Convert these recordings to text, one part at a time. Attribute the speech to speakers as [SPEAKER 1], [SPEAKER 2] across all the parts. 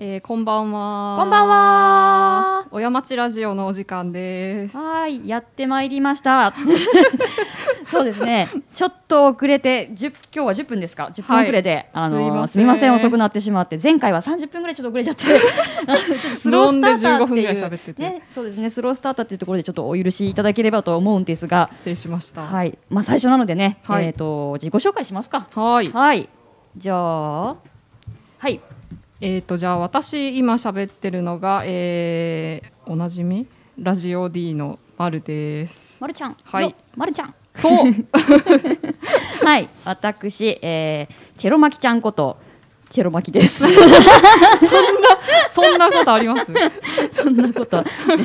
[SPEAKER 1] えー、こんばんは。
[SPEAKER 2] こんばんは。
[SPEAKER 1] おやまちラジオのお時間です。
[SPEAKER 2] はーい、やってまいりました。 そうですね。ちょっと遅れて、10今日は10分ですか？10分遅れで、あ
[SPEAKER 1] すいませ
[SPEAKER 2] の
[SPEAKER 1] ん
[SPEAKER 2] すみません遅くなってしまって、前回は30分ぐらいちょっと遅れちゃって、あのちょっとスロ ースターター
[SPEAKER 1] 飲んで15
[SPEAKER 2] って
[SPEAKER 1] 分ぐらい
[SPEAKER 2] いう
[SPEAKER 1] 喋ってて
[SPEAKER 2] ね、そうですね。スロースターターっていうところでちょっとお許しいただければと思うんですが、
[SPEAKER 1] 失礼しました。は
[SPEAKER 2] はい。まあ最初なのでね、
[SPEAKER 1] はい
[SPEAKER 2] えっ、と自己紹介しますか。
[SPEAKER 1] ーい。
[SPEAKER 2] はい。じゃあ、はい。
[SPEAKER 1] えっ、とじゃあ私今喋ってるのが、えー、おなじみラジオ D のまるです。
[SPEAKER 2] まるちゃん。
[SPEAKER 1] はい
[SPEAKER 2] よ。まるちゃん。
[SPEAKER 1] と
[SPEAKER 2] はい、私、えー、チェロマキちゃんことチェロマキ です。
[SPEAKER 1] そんなことあり ます？
[SPEAKER 2] そんなこと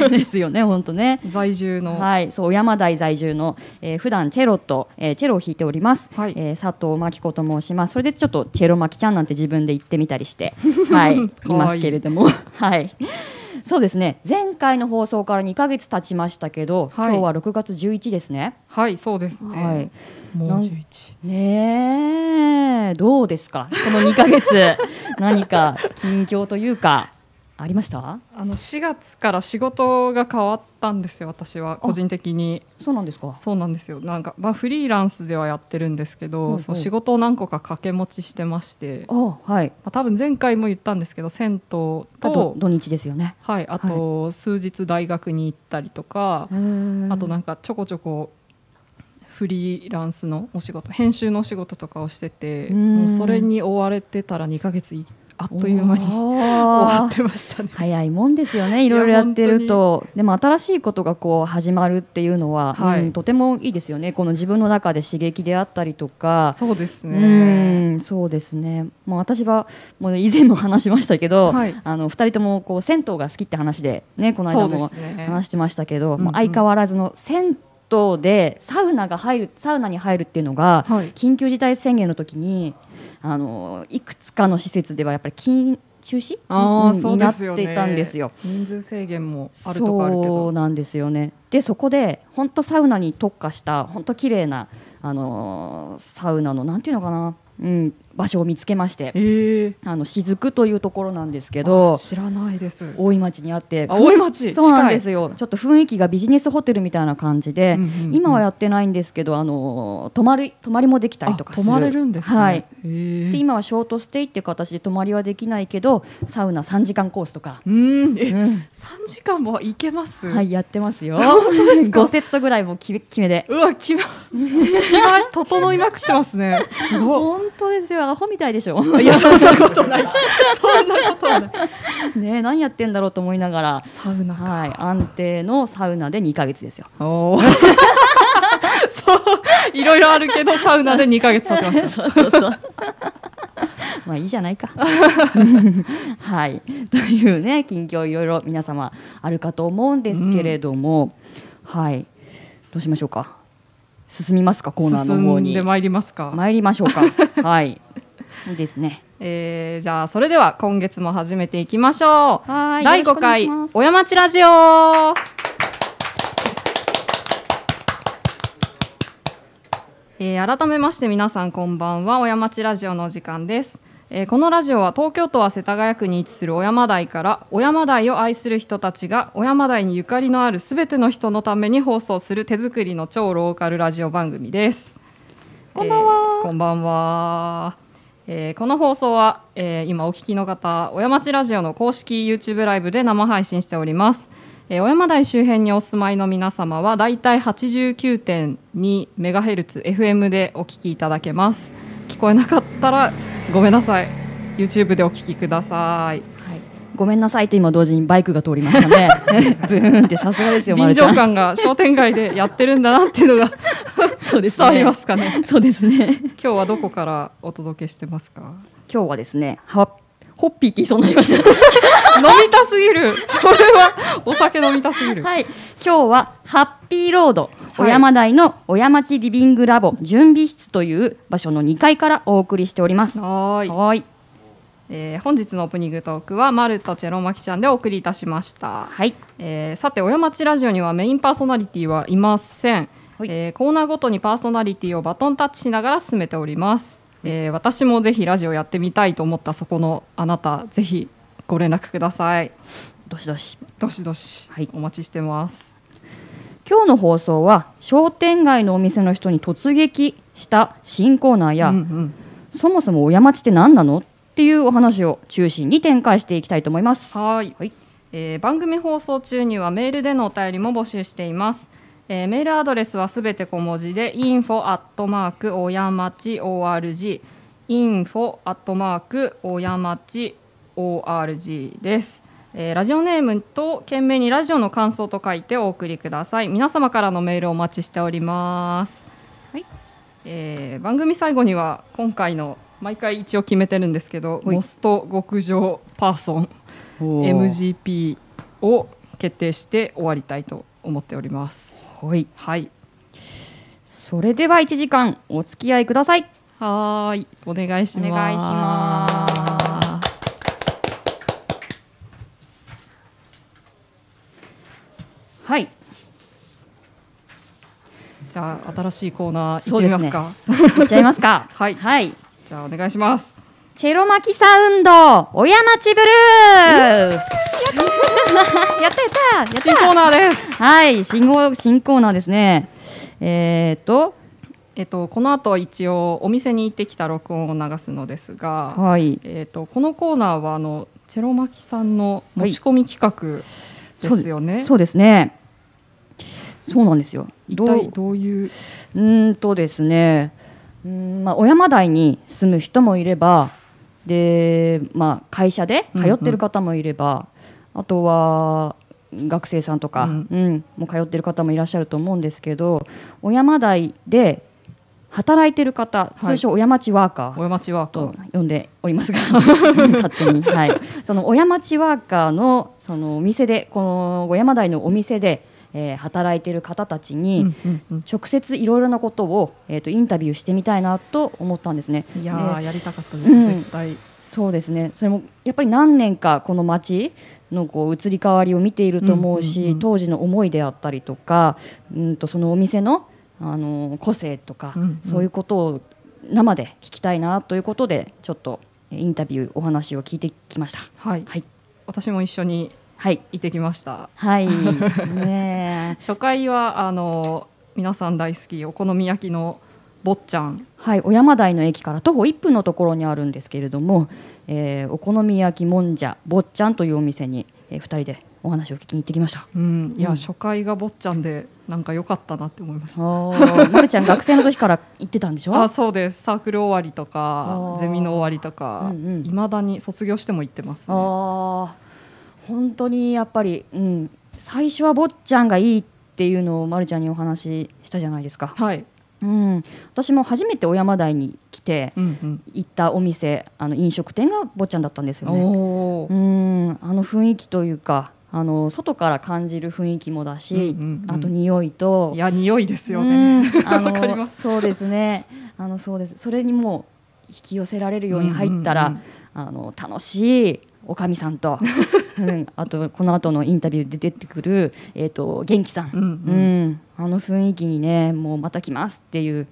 [SPEAKER 2] ですよね、本当ね。
[SPEAKER 1] 在住の。
[SPEAKER 2] はい、そう山台在住の、えー、普段チェロと、えー、チェロを弾いております、
[SPEAKER 1] はい
[SPEAKER 2] えー佐藤真希子と申します。それでちょっとチェロマキちゃんなんて自分で言ってみたりして、 はい、言いますけれども、はい。そうですね。前回の放送から2ヶ月経ちましたけど、
[SPEAKER 1] はい
[SPEAKER 2] 今日は6月11ですね。
[SPEAKER 1] はい、そうですね。
[SPEAKER 2] はい。
[SPEAKER 1] も
[SPEAKER 2] な
[SPEAKER 1] うん十一。
[SPEAKER 2] ねえどうですかこの2ヶ月 何か近況というかありました
[SPEAKER 1] あの4月から仕事が変わったんですよ。私は個人的に。
[SPEAKER 2] そうなんですか
[SPEAKER 1] そうなんですよなんか、まあ、フリーランスではやってるんですけど、
[SPEAKER 2] うんうん
[SPEAKER 1] そう仕事を何個か掛け持ちしてまして、ま
[SPEAKER 2] あはい
[SPEAKER 1] あ、多分前回も言ったんですけど銭湯と
[SPEAKER 2] あと土日ですよね
[SPEAKER 1] はい、あと数日大学に行ったりとか、あ
[SPEAKER 2] あ
[SPEAKER 1] となんかちょこちょこフリーランスのお仕事編集のお仕事とかをしてて、
[SPEAKER 2] うん
[SPEAKER 1] もうそれに追われてたら2ヶ月いあっという間に 終わってましたね。
[SPEAKER 2] 早いもんですよねいろいろやってるとでも新しいことがこう始まるっていうのは、
[SPEAKER 1] はい
[SPEAKER 2] うんとてもいいですよねこの自分の中で刺激であったりとか
[SPEAKER 1] そうです
[SPEAKER 2] う
[SPEAKER 1] ね
[SPEAKER 2] んそうですねもう私はもう以前も話しましたけど、
[SPEAKER 1] はい
[SPEAKER 2] あの2人ともこう銭湯が好きって話でねこの間
[SPEAKER 1] そう
[SPEAKER 2] も
[SPEAKER 1] ですね
[SPEAKER 2] 話してましたけど、
[SPEAKER 1] うんう
[SPEAKER 2] ま
[SPEAKER 1] ん
[SPEAKER 2] あ、相変わらずの銭湯でサウナが入るサウナに入るっていうのが
[SPEAKER 1] はい
[SPEAKER 2] 緊急事態宣言の時にあのいくつかの施設ではやっぱり禁中止
[SPEAKER 1] あー
[SPEAKER 2] うん
[SPEAKER 1] そう
[SPEAKER 2] にな
[SPEAKER 1] で
[SPEAKER 2] っ
[SPEAKER 1] すよ
[SPEAKER 2] て
[SPEAKER 1] ね
[SPEAKER 2] いたんですよ。
[SPEAKER 1] 人数制限もあるとかあるけ
[SPEAKER 2] そう
[SPEAKER 1] ど
[SPEAKER 2] なんですよねでそこで本当サウナに特化した本当綺麗なあのーサウナのなんていうのかな、うん、場所を見つけまして
[SPEAKER 1] ええ
[SPEAKER 2] あの雫というところなんですけど
[SPEAKER 1] 知らないです
[SPEAKER 2] 大井町にあって
[SPEAKER 1] あ大井町
[SPEAKER 2] そうなんです
[SPEAKER 1] よ、
[SPEAKER 2] よちょっと雰囲気がビジネスホテルみたいな感じで、
[SPEAKER 1] うんうんうん
[SPEAKER 2] 今はやってないんですけどあの泊まる泊まりもできたりとかする
[SPEAKER 1] あ泊まれるんですね、
[SPEAKER 2] はい、
[SPEAKER 1] え
[SPEAKER 2] で
[SPEAKER 1] ー、
[SPEAKER 2] 今はショートステイっていう形で泊まりはできないけどサウナ3時間コースとか、
[SPEAKER 1] うんえ
[SPEAKER 2] うん
[SPEAKER 1] 3時間も行けます、
[SPEAKER 2] はいやってますよ5セットぐらいもう決め決めで
[SPEAKER 1] うわ気ま気ま整いまくってますねすご
[SPEAKER 2] 本当ですよアホみたいでしょ
[SPEAKER 1] いいやそんなことない そんなことない
[SPEAKER 2] ね何やってんだろうと思いながら
[SPEAKER 1] サウナか、
[SPEAKER 2] はい安定のサウナで2ヶ月ですよ
[SPEAKER 1] おお そういろいろあるけどサウナで2ヶ月経ってました
[SPEAKER 2] そうそうそう。 まあいいじゃないか。 はい。というね、近況いろいろ皆様あるかと思うんですけれども、はい。どうしましょうか。進みますか、コーナーの方
[SPEAKER 1] 進ん
[SPEAKER 2] に
[SPEAKER 1] で。まいりますか、
[SPEAKER 2] 参りましょうか。 はい。いいですね。
[SPEAKER 1] えー、じゃあそれでは今月も始めていきましょう
[SPEAKER 2] はい
[SPEAKER 1] 第
[SPEAKER 2] よろ
[SPEAKER 1] 5
[SPEAKER 2] しくお願い
[SPEAKER 1] 回
[SPEAKER 2] します
[SPEAKER 1] 親町ラジオえー改めまして皆さんこんばんは親町ラジオのお時間です、えーこのラジオは東京都は世田谷区に位置する小山台から小山台を愛する人たちが小山台にゆかりのあるすべての人のために放送する手作りの超ローカルラジオ番組です
[SPEAKER 2] こんばんは
[SPEAKER 1] えーこんばんは、えーこの放送は、えー今お聞きの方小山町ラジオの公式 YouTube ライブで生配信しております、えー、小山台周辺にお住まいの皆様はだいたい 89.2MHzFM でお聞きいただけます聞こえなかったらごめんなさい YouTube でお聞きください
[SPEAKER 2] はい。ごめんなさいと今同時にバイクが通りました ね。ブーンってさすが ですよ、ま
[SPEAKER 1] 臨
[SPEAKER 2] るちゃ
[SPEAKER 1] 場
[SPEAKER 2] ん。
[SPEAKER 1] 感が商店街でやってるんだなっていうのが
[SPEAKER 2] そう ですね
[SPEAKER 1] 伝わりますかね
[SPEAKER 2] そうですね。
[SPEAKER 1] 今日はどこからお届けしてますか
[SPEAKER 2] 今日はですね、はホッピーって言いそうになりました。
[SPEAKER 1] 飲みたすぎる。それはお酒飲みたすぎる。
[SPEAKER 2] はい、今日はハッピーロード、
[SPEAKER 1] はい
[SPEAKER 2] 小山台の小山町リビングラボ準備室という場所の2階からお送りしております。は
[SPEAKER 1] はーい。
[SPEAKER 2] ーい、
[SPEAKER 1] えー本日のオープニングトークはマルとチェロマキちゃんでお送りいたしました。
[SPEAKER 2] はい、
[SPEAKER 1] えーさて小山町ラジオにはメインパーソナリティはいません、
[SPEAKER 2] はい
[SPEAKER 1] えーコーナーごとにパーソナリティをバトンタッチしながら進めております、えー私もぜひラジオやってみたいと思ったそこのあなたぜひご連絡ください
[SPEAKER 2] どしどし
[SPEAKER 1] どしどし、
[SPEAKER 2] はい
[SPEAKER 1] お待ちしてます
[SPEAKER 2] 今日の放送は商店街のお店の人に突撃した新コーナーや、
[SPEAKER 1] うんうん
[SPEAKER 2] そもそも親町って何なのっていうお話を中心に展開していきたいと思います。
[SPEAKER 1] はい、
[SPEAKER 2] はい
[SPEAKER 1] えー番組放送中にはメールでのお便りも募集しています、えーメールアドレスはすべて小文字で info アットマークおやまち org info アットマークおやまち org です、えーラジオネームと懸命にラジオの感想と書いてお送りください皆様からのメールをお待ちしております
[SPEAKER 2] はい
[SPEAKER 1] えー番組最後には今回の毎回一応決めてるんですけど
[SPEAKER 2] はい
[SPEAKER 1] モスト極上パーソン
[SPEAKER 2] おー
[SPEAKER 1] MGP を決定して終わりたいと思っております。
[SPEAKER 2] はい、
[SPEAKER 1] はい、
[SPEAKER 2] それでは1時間お付き合いください。
[SPEAKER 1] はーい、お願いします。。
[SPEAKER 2] お願いしますはい、
[SPEAKER 1] じゃあ新しいコーナー行
[SPEAKER 2] そ
[SPEAKER 1] っ
[SPEAKER 2] う
[SPEAKER 1] て
[SPEAKER 2] で
[SPEAKER 1] み
[SPEAKER 2] す
[SPEAKER 1] ま
[SPEAKER 2] ね
[SPEAKER 1] すか。
[SPEAKER 2] いっちゃいますか。
[SPEAKER 1] はい
[SPEAKER 2] はい、
[SPEAKER 1] じゃあお願いします。
[SPEAKER 2] チェロ巻きサウンド、親町ブルース。やったやったやった
[SPEAKER 1] 新コーナーです。
[SPEAKER 2] はい、新コ新コーナーですね。えー、っと、
[SPEAKER 1] えっとこの後一応お店に行ってきた録音を流すのですが、
[SPEAKER 2] はい、
[SPEAKER 1] えっとこのコーナーはあのチェロマキさんの持ち込み企画ですよね。
[SPEAKER 2] そうですね。そうなんですよ。
[SPEAKER 1] 一
[SPEAKER 2] どう
[SPEAKER 1] 体どういう
[SPEAKER 2] うーんとですね、うーんまあ、小山台に住む人もいればで、まあ、会社で通ってる方もいれば、あとは学生さんとか、
[SPEAKER 1] う
[SPEAKER 2] うんんもう通ってる方もいらっしゃると思うんですけど小山台で働いてる方
[SPEAKER 1] はい
[SPEAKER 2] 通称小山町ワーカー、
[SPEAKER 1] 親町ワー
[SPEAKER 2] と
[SPEAKER 1] ク
[SPEAKER 2] 呼んでおりますが 勝手に、はい、その小山町ワーカーのそのお店でこの小山台のお店で、えー働いてる方たちに、
[SPEAKER 1] うんうんうん
[SPEAKER 2] 直接いろいろなことを、えー、とインタビューしてみたいなと思ったんですね。
[SPEAKER 1] いやー、やりたかったです、
[SPEAKER 2] うん
[SPEAKER 1] 絶対。
[SPEAKER 2] そうですねそれもやっぱり何年かこの街のこう移り変わりを見ていると思うし、
[SPEAKER 1] うんうんうん
[SPEAKER 2] 当時の思いであったりとかうんとそのお店の、あのー個性とか、
[SPEAKER 1] うんうん
[SPEAKER 2] そういうことを生で聞きたいなということでちょっとえーインタビューお話を聞いてきました。
[SPEAKER 1] はい、
[SPEAKER 2] はい、
[SPEAKER 1] 私も一緒に
[SPEAKER 2] はい
[SPEAKER 1] 行ってきました
[SPEAKER 2] はい、ねえ
[SPEAKER 1] 初回はあの皆さん大好きお好み焼きの坊ちゃん
[SPEAKER 2] はい、小山台の駅から徒歩1分のところにあるんですけれども、えーお好み焼きもんじゃ坊ちゃんというお店に、え2人でお話を聞きに行ってきました。
[SPEAKER 1] うんいや、
[SPEAKER 2] うん
[SPEAKER 1] 初回が坊ちゃんでなんか良かったなって思いました
[SPEAKER 2] まるちゃん学生の時から行ってたんでしょ
[SPEAKER 1] あそうですサークル終わりとか
[SPEAKER 2] あー
[SPEAKER 1] ゼミの終わりとか
[SPEAKER 2] うんう
[SPEAKER 1] い
[SPEAKER 2] ん
[SPEAKER 1] ま、未だに卒業しても行ってます、ね、
[SPEAKER 2] あー本当にやっぱり、うん、最初は坊ちゃんがいいっていうのをまるちゃんにお話ししたじゃないですか、
[SPEAKER 1] はい、
[SPEAKER 2] うん、私も初めて小山台に来て
[SPEAKER 1] うん
[SPEAKER 2] 行ったお店あの飲食店が坊ちゃんだったんです
[SPEAKER 1] うん、
[SPEAKER 2] よね。
[SPEAKER 1] おお、
[SPEAKER 2] うんあの雰囲気というかあの外から感じる雰囲気もだし、
[SPEAKER 1] うんうんうん
[SPEAKER 2] あと匂いと
[SPEAKER 1] いや匂いですよね、
[SPEAKER 2] うんあ
[SPEAKER 1] わ
[SPEAKER 2] の
[SPEAKER 1] かります
[SPEAKER 2] そうですねあのそうですそれにもう引き寄せられるように入ったら、
[SPEAKER 1] うんうん
[SPEAKER 2] あの楽しいおかみさ んと、うん、あとこの後のインタビューで出てくる、えー、と元気さん、
[SPEAKER 1] うんうん
[SPEAKER 2] うんあの雰囲気にねもうまた来ますっていう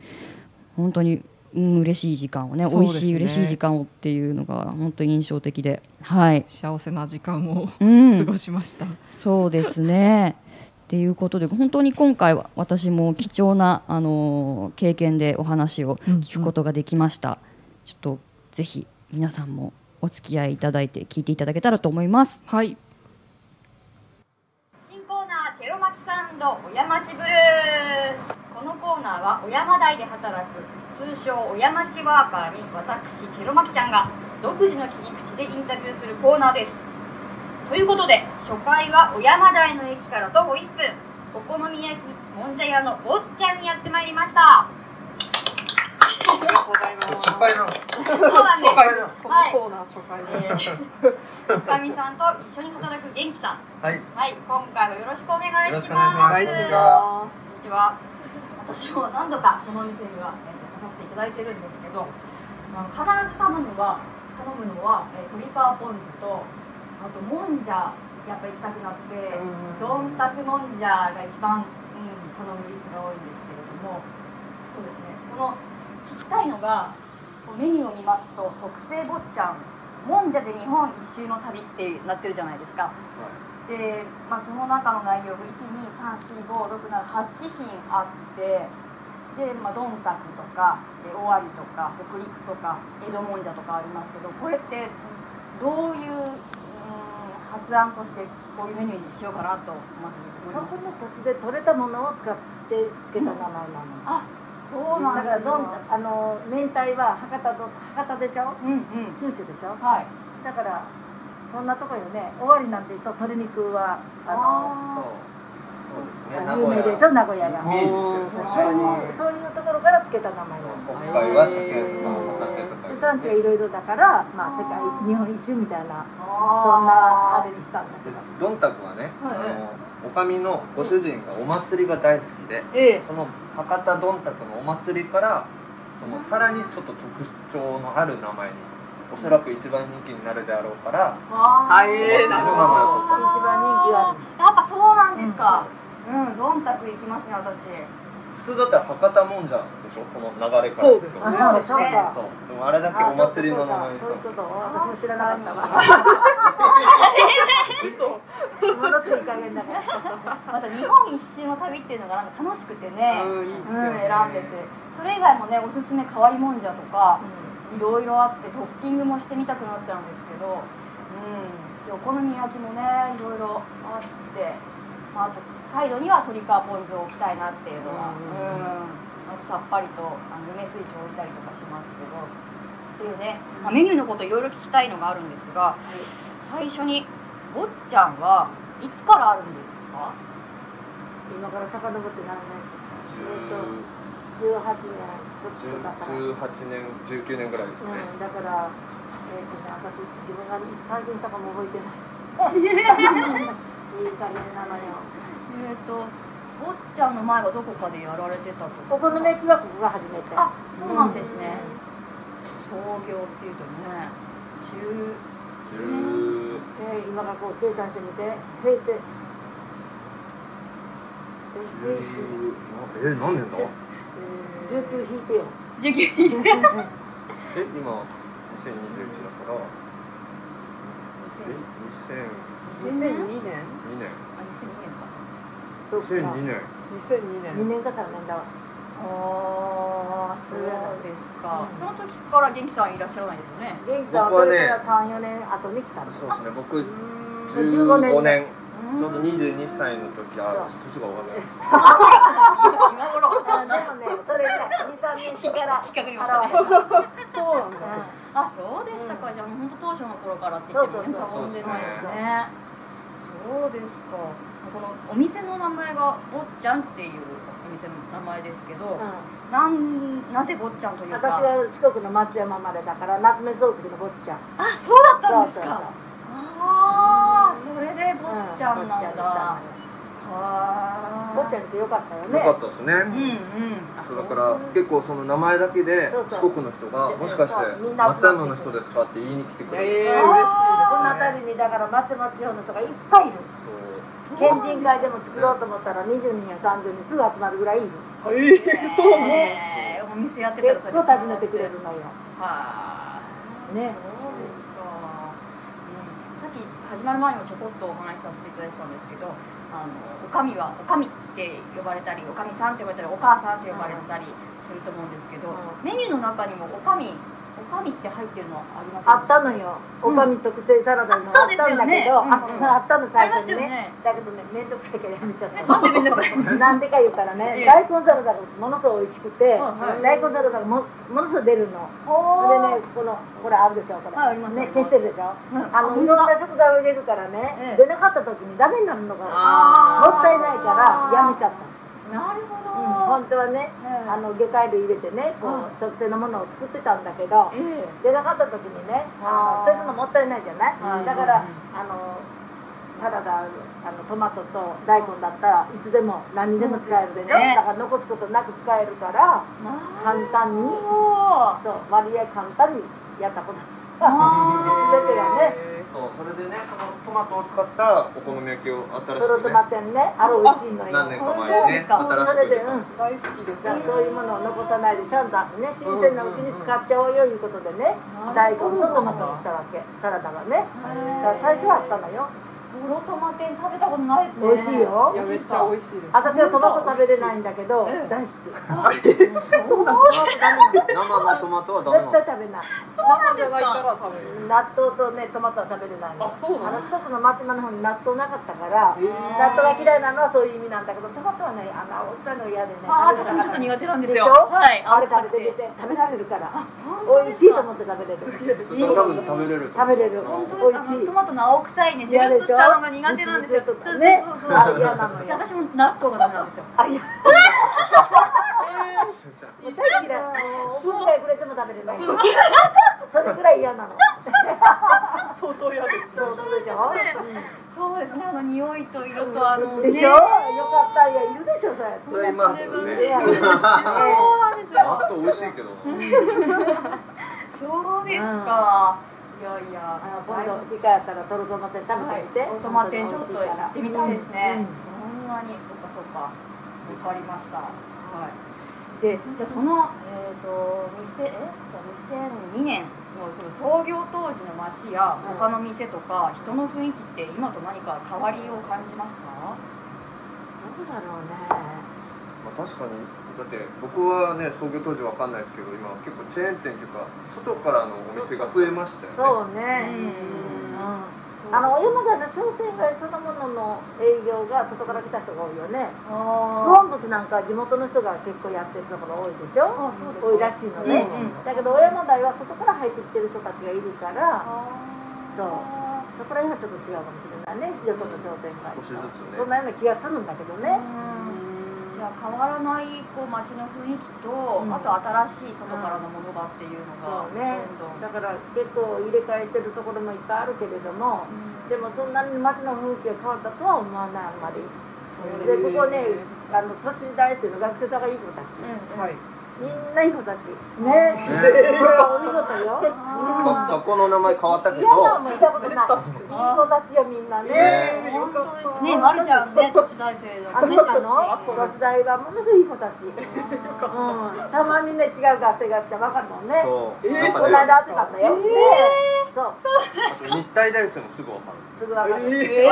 [SPEAKER 2] 本当に、うん、嬉しい時間をね
[SPEAKER 1] そう
[SPEAKER 2] 美
[SPEAKER 1] で
[SPEAKER 2] 味
[SPEAKER 1] す
[SPEAKER 2] し
[SPEAKER 1] ね
[SPEAKER 2] い嬉しい時間をっていうのが本当に印象的ではい、
[SPEAKER 1] 幸せな時間を
[SPEAKER 2] う
[SPEAKER 1] 過
[SPEAKER 2] ん、
[SPEAKER 1] ごしました、
[SPEAKER 2] そうですね。っていうことで本当に今回は私も貴重なあの経験でお話を聞くことができました、ちょっとぜひ皆さんもお付き合いいただいて聞いていただけたらと思います
[SPEAKER 1] はい
[SPEAKER 3] 新コーナーチェロマキサウンド小山町ブルースこのコーナーは小山台で働く通称小山町ワーカーに私チェロマキちゃんが独自の切り口でインタビューするコーナーですということで初回は小山台の駅から徒歩1分お好み焼きもんじゃ屋の坊っちゃんにやってまいりました
[SPEAKER 4] 失敗なの。
[SPEAKER 3] そうなんです
[SPEAKER 4] 失敗なの。
[SPEAKER 1] このコーナー初回で、
[SPEAKER 3] えーおかみさんと一緒に働く元気さん
[SPEAKER 4] はい。
[SPEAKER 3] はい今回はよろしくお願いします
[SPEAKER 4] よろしくお願いしま
[SPEAKER 3] こんにちは。私も何度かこのお店には、えーと来させていただいてるんですけど、まあ、必ず頼むのは頼むのは、えー、鶏皮ポン酢とあともんじゃやっぱ行きたくなって、どんたくもんじゃが一番、うん、好む率が多いんですけれどもそうですねこの聞きたいのがこうメニューを見ますと特製坊ちゃん
[SPEAKER 5] もんじゃで日本一周の旅ってなってるじゃないですかで、まあ、その中の内容が1234567 8品あってで、まあ、どんたくとかで尾張とか北陸とか江戸もんじゃとかありますけどこれってどういう、うん、発案としてこういうメニューにしようかなとまず
[SPEAKER 6] そ
[SPEAKER 5] 思い
[SPEAKER 6] こ
[SPEAKER 5] ま
[SPEAKER 6] の土地
[SPEAKER 5] す
[SPEAKER 6] で取れたものを使ってつけた名前なの。
[SPEAKER 5] そう
[SPEAKER 6] だからどん
[SPEAKER 5] だ
[SPEAKER 6] あの明太は博多ど博多でしょ。
[SPEAKER 5] うんうん
[SPEAKER 6] 九州でしょ。
[SPEAKER 5] はい
[SPEAKER 6] だからそんなとこよね。終わりなんて言うと鶏肉はあ
[SPEAKER 5] あ
[SPEAKER 4] そうですね名
[SPEAKER 6] の有
[SPEAKER 4] 古
[SPEAKER 6] 名
[SPEAKER 4] 屋
[SPEAKER 6] でしょ名古屋が。
[SPEAKER 4] イメージです
[SPEAKER 6] そう
[SPEAKER 4] よ
[SPEAKER 6] い
[SPEAKER 4] ね
[SPEAKER 6] うそういうところからつけた名前なの。
[SPEAKER 4] 北海は鮭とかホタテとか
[SPEAKER 6] で産地がいろいろだから、まあ、世界日本一周みたいな
[SPEAKER 5] あ
[SPEAKER 6] そんなあれにしたんだけ
[SPEAKER 4] で
[SPEAKER 6] ど
[SPEAKER 4] どんたくはね、あのおかみのご主人がお祭りが大好きで、
[SPEAKER 5] ええ
[SPEAKER 4] その博多どんたくのお祭りからそのさらにちょっと特徴のある名前におそらく一番人気になるであろうからお
[SPEAKER 5] は
[SPEAKER 4] 祭りの名前を取っ
[SPEAKER 6] 一番人気は
[SPEAKER 5] やっぱそうなんですか。うん、どんたく行きますね、私。
[SPEAKER 4] た普通だったら博多もんじゃでしょこの流れから
[SPEAKER 7] そうです
[SPEAKER 4] そう
[SPEAKER 6] あそう
[SPEAKER 5] あ
[SPEAKER 6] か
[SPEAKER 4] でもあれだけお祭りの名前にし
[SPEAKER 6] そ
[SPEAKER 4] たん
[SPEAKER 6] ういう
[SPEAKER 4] です
[SPEAKER 6] こ
[SPEAKER 4] よ
[SPEAKER 6] と私も知らなかった わ
[SPEAKER 7] 嘘
[SPEAKER 6] ものすごい加減だから
[SPEAKER 5] また日本一周の旅っていうのがなんか楽しくてね、
[SPEAKER 7] うんいいっすよね
[SPEAKER 5] うん選んでて。それ以外もね、おすすめ変わりもんじゃとか、いろいろあってトッピングもしてみたくなっちゃうんですけど、うん、でお好み焼きもね、いろいろあって、まあ、あとサイドには鶏皮ポン酢を置きたいなっていうのは、うん、あとさっぱりとあの梅水晶を置いたりとかしますけど。っていうね、まあ、メニューのこといろいろ聞きたいのがあるんですが、最初に坊っちゃんはいつからあるんですか
[SPEAKER 6] 今から遡って何
[SPEAKER 4] 10
[SPEAKER 6] 年18年ちょっとだから、うん、
[SPEAKER 4] 18年19年ぐらいですね、
[SPEAKER 6] だからえっ、とね私自分がいつ改善したかも覚えてない いい加減なのよ
[SPEAKER 5] えっ、と坊っちゃんの前はどこかでやられてたと
[SPEAKER 6] お好み焼きはここが初めて
[SPEAKER 5] あそうなんですね、創業っていうとね中
[SPEAKER 4] 10
[SPEAKER 6] えー今からこう計算してみて平成え
[SPEAKER 4] え何年だ
[SPEAKER 6] ー19引いてよ
[SPEAKER 5] 19
[SPEAKER 4] え
[SPEAKER 5] 年
[SPEAKER 4] 今2021だからえ
[SPEAKER 7] 2002年
[SPEAKER 4] 2002年
[SPEAKER 5] あ2002年か
[SPEAKER 6] そうか
[SPEAKER 4] 2002
[SPEAKER 6] 2
[SPEAKER 4] 年
[SPEAKER 7] 2002年
[SPEAKER 6] 年か3年だわ
[SPEAKER 5] ああそうですか、その時から元気さんいらっしゃらないですよね
[SPEAKER 6] 元気さんはそれから34年後に来たの
[SPEAKER 4] そうですね僕
[SPEAKER 6] 15年
[SPEAKER 4] 15年ちょうど22歳の時あ
[SPEAKER 6] そ
[SPEAKER 4] 年が分かんない
[SPEAKER 6] あ
[SPEAKER 5] 今頃
[SPEAKER 6] でもねそれが23年してから
[SPEAKER 5] 引っかかりましたね
[SPEAKER 6] 現れたそうなんだよ
[SPEAKER 5] あそうでしたか、じゃあもう本当当初の頃からって言ってもね
[SPEAKER 6] そうそうそう
[SPEAKER 5] 過言でないですねそうですかこのお店の名前が坊っちゃんっていうお店の名前ですけど、
[SPEAKER 6] う
[SPEAKER 5] なんなぜ坊っちゃんというんか
[SPEAKER 6] 私は四国の松山までだから夏目漱石の坊っちゃん
[SPEAKER 5] あそうだった
[SPEAKER 6] そ
[SPEAKER 5] ん
[SPEAKER 6] う
[SPEAKER 5] です
[SPEAKER 6] そう
[SPEAKER 5] か
[SPEAKER 6] そう
[SPEAKER 5] ああそれで坊
[SPEAKER 6] うん
[SPEAKER 5] っちゃんなん
[SPEAKER 6] 坊
[SPEAKER 5] だ、
[SPEAKER 6] の坊っちゃん
[SPEAKER 5] ん
[SPEAKER 6] にしてよかったよ
[SPEAKER 4] よ
[SPEAKER 6] ね
[SPEAKER 4] かったですね
[SPEAKER 5] うんうんあ
[SPEAKER 4] そうだから結構その名前だけで
[SPEAKER 6] そうそう
[SPEAKER 4] 四国の人がもしかして
[SPEAKER 6] そうみんな
[SPEAKER 4] 松
[SPEAKER 6] 集まって
[SPEAKER 4] 山の人ですかって言いに来てくれる
[SPEAKER 7] えー、嬉し
[SPEAKER 6] この
[SPEAKER 7] い
[SPEAKER 6] 辺りにだから松山地方の人がいっぱいいる
[SPEAKER 4] そう
[SPEAKER 6] 県人会でも作ろうと思ったら20人や30人すぐ集まるぐらいいる
[SPEAKER 7] ですねえー、そうね
[SPEAKER 5] ねえお店やってた
[SPEAKER 6] で
[SPEAKER 5] ら
[SPEAKER 6] っと訪ねてくれるのよ
[SPEAKER 5] はあ
[SPEAKER 6] ね
[SPEAKER 5] そうですか、うん、さっき始まる前にもちょこっとお話しさせていただいてたんですけどあのおかみはおかみって呼ばれたりおかみさんって呼ばれたりお母さんって呼ばれたりすると思うんですけど、
[SPEAKER 6] う
[SPEAKER 5] メニューの中にもおかみおかみって入ってるのあります
[SPEAKER 6] あったのよ
[SPEAKER 5] うん
[SPEAKER 6] おかみ特製サラダのあったんだけど、
[SPEAKER 5] あ
[SPEAKER 6] あ
[SPEAKER 5] そうですよね
[SPEAKER 6] あったの最初にね
[SPEAKER 5] あり
[SPEAKER 6] だ
[SPEAKER 5] ましたよね
[SPEAKER 6] けどね面倒くさいからやめちゃった
[SPEAKER 5] なんでみんなさ い
[SPEAKER 6] なんでか言ったら
[SPEAKER 5] ええ
[SPEAKER 6] ね大根サラダがものすごい美味しくて、
[SPEAKER 5] はいはい
[SPEAKER 6] 大根サラダがもものすごい出るのそれでねこのこれあるでしょこれ、
[SPEAKER 5] はいありますあ
[SPEAKER 6] ね
[SPEAKER 5] りま
[SPEAKER 6] 消
[SPEAKER 5] す
[SPEAKER 6] してるでしょ、
[SPEAKER 5] うん
[SPEAKER 6] あのいろんな食材を入れるからね、
[SPEAKER 5] ええ
[SPEAKER 6] 出なかった時にダメになるのが
[SPEAKER 5] あー
[SPEAKER 6] もったいないからやめちゃった
[SPEAKER 5] なるほど、
[SPEAKER 6] うん、本当はね、
[SPEAKER 5] ええ
[SPEAKER 6] あの魚介類入れてねこう、
[SPEAKER 5] うん
[SPEAKER 6] 特製のものを作ってたんだけど、
[SPEAKER 5] ええ
[SPEAKER 6] 出なかった時にねあの
[SPEAKER 5] あー
[SPEAKER 6] 捨てるのもったいないじゃない、
[SPEAKER 5] はい
[SPEAKER 6] だから、あのサラダあのトマトと大根だったらいつでも何にでも使えるでし
[SPEAKER 5] そう
[SPEAKER 6] ょ
[SPEAKER 5] ですね
[SPEAKER 6] だから残すことなく使えるから
[SPEAKER 5] なる
[SPEAKER 6] 簡単に
[SPEAKER 5] ほど
[SPEAKER 6] そう割合簡単にやったこと全てがね
[SPEAKER 4] そうそれでねそのトマトを使ったお好み焼きを新
[SPEAKER 6] トロ
[SPEAKER 4] し
[SPEAKER 6] ト
[SPEAKER 4] くね
[SPEAKER 6] マ店ねあれ美味しいのよ
[SPEAKER 4] 何年か前にね
[SPEAKER 6] そうそう
[SPEAKER 4] 新し
[SPEAKER 6] それ
[SPEAKER 4] く
[SPEAKER 6] で
[SPEAKER 4] 出
[SPEAKER 6] うん
[SPEAKER 4] た
[SPEAKER 7] 大好きです。
[SPEAKER 6] だからそういうものを残さないでちゃんとね新鮮なうちに使っちゃおうよいうことでね大根とトマトにしたわけサラダはねだから最初はあったのよ
[SPEAKER 5] トロトマ天食べたことないですね
[SPEAKER 6] 美味しいよ
[SPEAKER 7] やめっちゃ美味しいです。
[SPEAKER 6] 私はトマト食べれないんだけど
[SPEAKER 7] うん
[SPEAKER 6] 大好き絶
[SPEAKER 4] 生のトマトはダメなの
[SPEAKER 6] 対食べない
[SPEAKER 7] 生じゃないから食べる。
[SPEAKER 6] 納豆とねトマトは食べれないの
[SPEAKER 7] あそうなの
[SPEAKER 6] あの四国の松島の方に納豆なかったから
[SPEAKER 7] へー
[SPEAKER 6] 納豆が嫌いなのはそういう意味なんだけどトマトはねあの青臭いの嫌でね
[SPEAKER 5] あー
[SPEAKER 6] 食べ
[SPEAKER 5] 私もちょっと苦手なんです
[SPEAKER 6] でしょ
[SPEAKER 5] よはい
[SPEAKER 6] あれ食べてみて食べられるから美味しいと思って食べれる
[SPEAKER 7] すげえ。
[SPEAKER 4] それ多分食べれる
[SPEAKER 6] 食べれる美味しい
[SPEAKER 5] トマトの青臭いねジュ
[SPEAKER 6] 嫌
[SPEAKER 5] ルッ
[SPEAKER 6] でし
[SPEAKER 5] とし
[SPEAKER 6] ょ
[SPEAKER 5] たのが苦手なんですよ
[SPEAKER 6] うちうちと
[SPEAKER 5] そ
[SPEAKER 6] か
[SPEAKER 5] う
[SPEAKER 6] ね
[SPEAKER 5] そうそうそう
[SPEAKER 6] あ嫌なの
[SPEAKER 5] で
[SPEAKER 6] よ
[SPEAKER 5] 私も納豆がダメなんですよ
[SPEAKER 6] あ嫌
[SPEAKER 4] そ
[SPEAKER 6] 大嫌いもうお小遣いくれても食べれないそれくらい嫌なの
[SPEAKER 7] 相当嫌で
[SPEAKER 6] そうそうでしょ
[SPEAKER 5] そうですねあの匂いと色とあの
[SPEAKER 6] うん
[SPEAKER 5] ね
[SPEAKER 6] でしょよかったいやいるでしょそれ
[SPEAKER 4] れいます
[SPEAKER 6] いや
[SPEAKER 4] ね
[SPEAKER 6] ね
[SPEAKER 5] そうなんですよ
[SPEAKER 4] 納豆美味しいけどな
[SPEAKER 5] そうですかいやいや
[SPEAKER 6] あの今度機会あったらトロトマ天食べてみて
[SPEAKER 5] はい、オートマテンちょっ
[SPEAKER 6] 本当に美味し
[SPEAKER 5] と
[SPEAKER 6] いか
[SPEAKER 5] や
[SPEAKER 6] ら
[SPEAKER 5] ってみたいですね。
[SPEAKER 6] うん
[SPEAKER 5] そんなに、そっかそっか。わかりました。はい。
[SPEAKER 6] で
[SPEAKER 5] じゃあそのえっ、と店えじゃあ2002年のその創業当時の街や
[SPEAKER 6] うん
[SPEAKER 5] 他の店とか人の雰囲気って今と何か変わりを感じますか？
[SPEAKER 6] どうだろうね
[SPEAKER 4] まあ確かにだって僕はね創業当時わかんないですけど今結構チェーン店っていうか外からのお店が増えましたよね
[SPEAKER 6] そうね
[SPEAKER 5] うん
[SPEAKER 6] うんあの小山台の商店街そのものの営業が外から来た人が多いよね
[SPEAKER 5] あ
[SPEAKER 6] 本物なんか地元の人が結構やってるところ多いでし
[SPEAKER 5] ー
[SPEAKER 6] ょ
[SPEAKER 5] あそうです
[SPEAKER 6] 多いらしいのね、
[SPEAKER 5] うんうん
[SPEAKER 6] だけど小山台は外から入ってきてる人たちがいるから
[SPEAKER 5] あー
[SPEAKER 6] そうそこら辺はちょっと違うかもしれないねよその商店街
[SPEAKER 4] 少しずつね
[SPEAKER 6] そんなような気がするんだけどね、
[SPEAKER 5] うんじゃあ変わらないこう街の雰囲気と、
[SPEAKER 6] うん
[SPEAKER 5] あと新しい外からのものがっていうの
[SPEAKER 6] そ
[SPEAKER 5] が、
[SPEAKER 6] うね
[SPEAKER 5] どんどん
[SPEAKER 6] だから結構入れ替えしてるところもいっぱいあるけれどもでもそんなに街の雰囲気が変わったとは思わないあんまりでここねあの年大生の学生さんがいい子たち、
[SPEAKER 7] はい。
[SPEAKER 6] みんないい子たちねこれはお見事よ
[SPEAKER 4] が学校の名前変わったけど
[SPEAKER 6] 嫌な思いしたことない
[SPEAKER 7] 確か
[SPEAKER 6] いい子たちよみんなね
[SPEAKER 4] ね
[SPEAKER 5] 本当ですね、まるちゃんね、都市大生だ
[SPEAKER 6] あ、そう
[SPEAKER 5] ね。
[SPEAKER 6] なの女子大はものすごいいい子たち、うん、たまにね違う学生が来て分かるもんね
[SPEAKER 4] そう
[SPEAKER 7] えー
[SPEAKER 4] なん
[SPEAKER 6] こ
[SPEAKER 4] かね
[SPEAKER 6] の間会ってたんだよ、ねそう
[SPEAKER 4] あと日体大生もすぐわかる
[SPEAKER 6] すぐ分かる、
[SPEAKER 7] え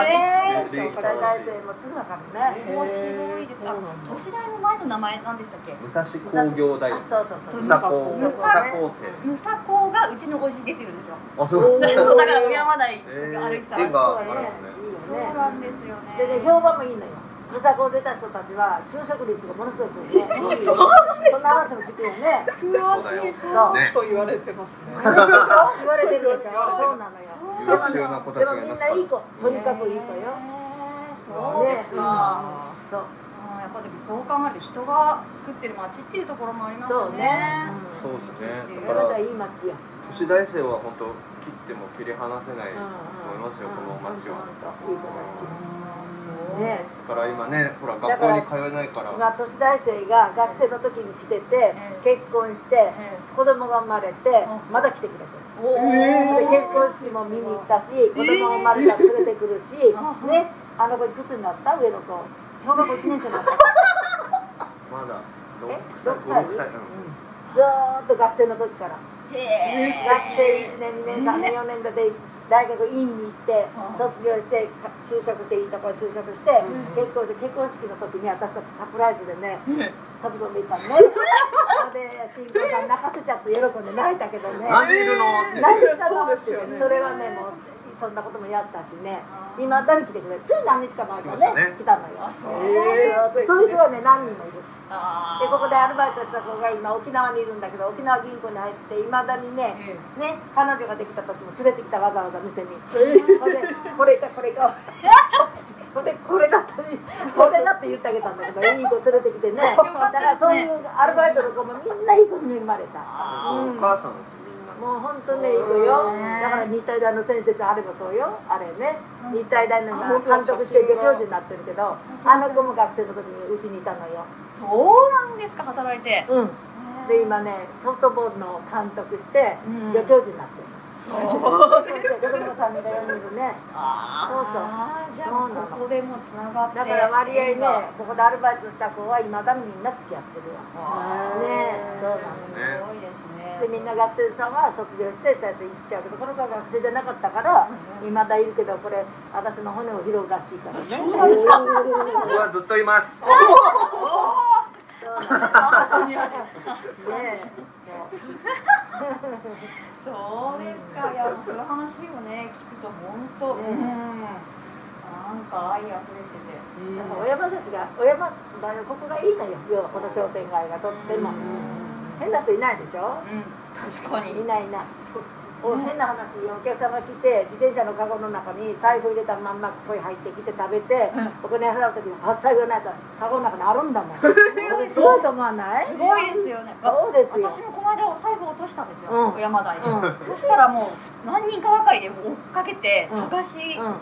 [SPEAKER 5] え
[SPEAKER 4] で礼儀
[SPEAKER 6] そう
[SPEAKER 4] 正し
[SPEAKER 6] 大大
[SPEAKER 4] い
[SPEAKER 6] 生もすぐ分かるね、
[SPEAKER 5] ー、面白いです。あ、都市大の前の名前なんでしたっけ？
[SPEAKER 4] 武蔵工業大
[SPEAKER 6] あ
[SPEAKER 4] 学
[SPEAKER 6] そうそうそ
[SPEAKER 4] 武
[SPEAKER 6] うそう
[SPEAKER 4] 蔵工武蔵工
[SPEAKER 6] 武蔵
[SPEAKER 4] 生
[SPEAKER 5] むさこがうちのおじ出てるんですよ。
[SPEAKER 4] あそう
[SPEAKER 5] そうだから山台
[SPEAKER 4] えー
[SPEAKER 5] が歩いてた。
[SPEAKER 4] 縁
[SPEAKER 5] そ
[SPEAKER 4] があるんですね
[SPEAKER 6] そうねいい
[SPEAKER 5] う
[SPEAKER 6] よね
[SPEAKER 5] なんですよね。
[SPEAKER 6] でね評判もいいのよ武蔵を出た人たちは就職率がものすごくね、そんな話も聞くよね
[SPEAKER 4] そうだよ
[SPEAKER 6] そう、
[SPEAKER 4] ね
[SPEAKER 7] と言われてますね。
[SPEAKER 6] 言われてるでしょそうなのよ
[SPEAKER 4] 優秀な子たちがいますから
[SPEAKER 6] でもみんないい子とにかくいい子よ、
[SPEAKER 5] へーそうですか。
[SPEAKER 6] そう
[SPEAKER 5] あーやっぱでもそう考えると人が作ってる街っていうところもありますよ
[SPEAKER 6] そうね
[SPEAKER 5] ね。、
[SPEAKER 6] うん
[SPEAKER 4] そうですね
[SPEAKER 6] 山
[SPEAKER 4] だから
[SPEAKER 6] 田いい町や。
[SPEAKER 4] 都市大生は本当切っても切り離せないと思いますよこの町は
[SPEAKER 6] うんいい子町。
[SPEAKER 5] そう
[SPEAKER 6] ね。
[SPEAKER 4] だから今ねほら
[SPEAKER 6] だ
[SPEAKER 4] 学
[SPEAKER 6] から
[SPEAKER 4] 校に通えないから
[SPEAKER 6] 今都市大生が学生の時に来てて、
[SPEAKER 5] え
[SPEAKER 6] 結婚して、子供が生まれて、
[SPEAKER 5] うん
[SPEAKER 6] まだ来てくれてる。
[SPEAKER 5] おー
[SPEAKER 6] で結婚式も見に行ったし、子供生まれたら連れてくるし、
[SPEAKER 5] ー
[SPEAKER 6] ね、あの子いくつになった上の子。小学校1年生になった。
[SPEAKER 4] まだ6
[SPEAKER 6] え
[SPEAKER 4] 歳
[SPEAKER 6] 六
[SPEAKER 4] 5 6歳
[SPEAKER 6] 歳
[SPEAKER 4] うん
[SPEAKER 6] ずーっと学生の時から。
[SPEAKER 5] へ
[SPEAKER 6] 学生1年、2年、3年、4年だって大学院に行って
[SPEAKER 5] うん
[SPEAKER 6] 卒業してか就職していいところ就職して
[SPEAKER 5] うん
[SPEAKER 6] 結婚して結婚式の時に私たちサプライズでね
[SPEAKER 5] え。
[SPEAKER 6] 飛び込んでいった のねそれで新婚さん泣かせちゃって喜んで泣いたけどね
[SPEAKER 4] 何いるのって
[SPEAKER 6] 泣いてたのって
[SPEAKER 7] そうですよね
[SPEAKER 6] それはねもうそんなこともやったしね今誰来てくれるつい何日か前
[SPEAKER 4] 来まし
[SPEAKER 6] か
[SPEAKER 4] た
[SPEAKER 6] ね
[SPEAKER 4] ね
[SPEAKER 6] 来たのよ
[SPEAKER 5] あそう
[SPEAKER 7] えー
[SPEAKER 6] そういう子はね何人もいる
[SPEAKER 5] あ
[SPEAKER 6] で
[SPEAKER 5] ー
[SPEAKER 6] ここでアルバイトした子が今沖縄にいるんだけど沖縄銀行に入っていまだにね
[SPEAKER 7] え
[SPEAKER 6] ね彼女ができた時も連れてきたわざわざ店にほんでこれだこ れがほんでこれだったりこれだって言ってあげたんだけどいい子連れてきてねだからそういうアルバイトの子もみんないい子に恵まれた
[SPEAKER 4] お母さんですみんな
[SPEAKER 6] もう本当ねいい子よだから日体大の先生とあれもそうよあれね日体大の今監督して助教授になってるけどあの子も学生の時にうちにいたのよ
[SPEAKER 5] そうなんですか働いて
[SPEAKER 6] うんで今ねソフトボールの監督して助教授になってる、
[SPEAKER 5] そう
[SPEAKER 6] 子供さんが4人いるね
[SPEAKER 5] あ
[SPEAKER 6] そそう
[SPEAKER 5] あーじゃあ
[SPEAKER 6] そうなの
[SPEAKER 5] ここでもうつながって
[SPEAKER 6] だから割合ねここでアルバイトした子はいまだみんな付き合ってるわねえそうなの
[SPEAKER 5] す
[SPEAKER 4] ね
[SPEAKER 5] ごいですね
[SPEAKER 6] でみんな学生さんは卒業してそうやって行っちゃうけどこの子は学生じゃなかったからいまだいるけどこれ私の骨を拾うらしいからねそうなんですか
[SPEAKER 4] 僕はずっといます
[SPEAKER 6] ね
[SPEAKER 5] そうですかいやそういう話をね聞くと本当
[SPEAKER 6] ね
[SPEAKER 5] うんなんか愛あふれてて
[SPEAKER 6] えでも親場たちが親場だよここがいいのよ要はこの商店街がとっても変な人いないでしょ
[SPEAKER 5] 確か
[SPEAKER 6] いないいないお変な話お客様来て自転車のカゴの中に財布入れたまんまここに入ってきて食べて、お金払う時に「あ財布がないとカゴの中にあるんだもん」それすごいと思わない
[SPEAKER 5] すごいですよね
[SPEAKER 6] そうですよ
[SPEAKER 5] 私もこの間お財布落としたんですよ、
[SPEAKER 6] うん
[SPEAKER 5] 山台
[SPEAKER 6] う
[SPEAKER 5] で、
[SPEAKER 6] ん
[SPEAKER 5] そしたらもう何人かばかりで追っかけて
[SPEAKER 6] うん
[SPEAKER 5] 探し
[SPEAKER 6] うん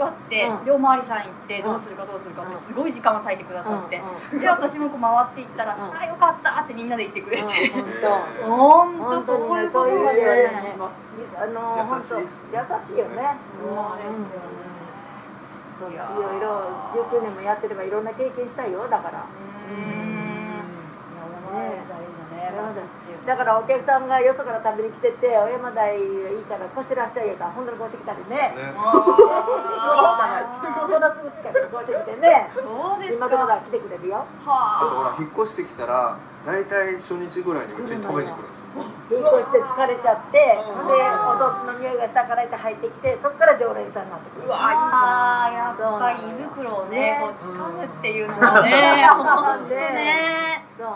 [SPEAKER 5] 回って、
[SPEAKER 6] うん
[SPEAKER 5] 両回りさん行って
[SPEAKER 6] ん
[SPEAKER 5] どうするかどうするかっ
[SPEAKER 6] うん
[SPEAKER 5] てすごい時間を割いてくださって、
[SPEAKER 6] う
[SPEAKER 5] で私もこう回っていったら「
[SPEAKER 6] うん
[SPEAKER 5] あよかった」ってみんなで言ってくれ
[SPEAKER 6] ん
[SPEAKER 5] て、
[SPEAKER 6] うん本
[SPEAKER 5] 本
[SPEAKER 6] 当
[SPEAKER 5] 当
[SPEAKER 6] 本
[SPEAKER 5] そう
[SPEAKER 6] 当
[SPEAKER 5] い
[SPEAKER 6] に
[SPEAKER 5] う
[SPEAKER 6] ね
[SPEAKER 5] こ
[SPEAKER 6] そう
[SPEAKER 5] と
[SPEAKER 6] いう
[SPEAKER 5] が
[SPEAKER 6] のではねあ
[SPEAKER 5] ね
[SPEAKER 6] の
[SPEAKER 4] 優
[SPEAKER 6] 本
[SPEAKER 4] しい
[SPEAKER 6] 当優しいよね
[SPEAKER 5] そうですよね、
[SPEAKER 6] そうい
[SPEAKER 5] いやー
[SPEAKER 6] ろいろ19年もやってればいろんな経験したいよだからだからお客さんがよそから食べに来てて「小山台いいから越してらっしゃい」よから本当に越してきたりね
[SPEAKER 4] ね
[SPEAKER 6] このすぐ近くに越してきてね
[SPEAKER 5] そうです
[SPEAKER 6] 今
[SPEAKER 5] か
[SPEAKER 6] でもだ来てくれるよ
[SPEAKER 4] あとほら
[SPEAKER 5] はあ
[SPEAKER 4] 引っ越してきたら大体初日ぐらいにうちに食べに来るんですよ
[SPEAKER 6] 引っ越して疲れちゃってでおソースの匂いがしたからって入ってきてそこから常連さんになってくる
[SPEAKER 5] うわあやっぱり胃袋をねこう掴むっていうのがね本当ね
[SPEAKER 6] そう
[SPEAKER 4] ね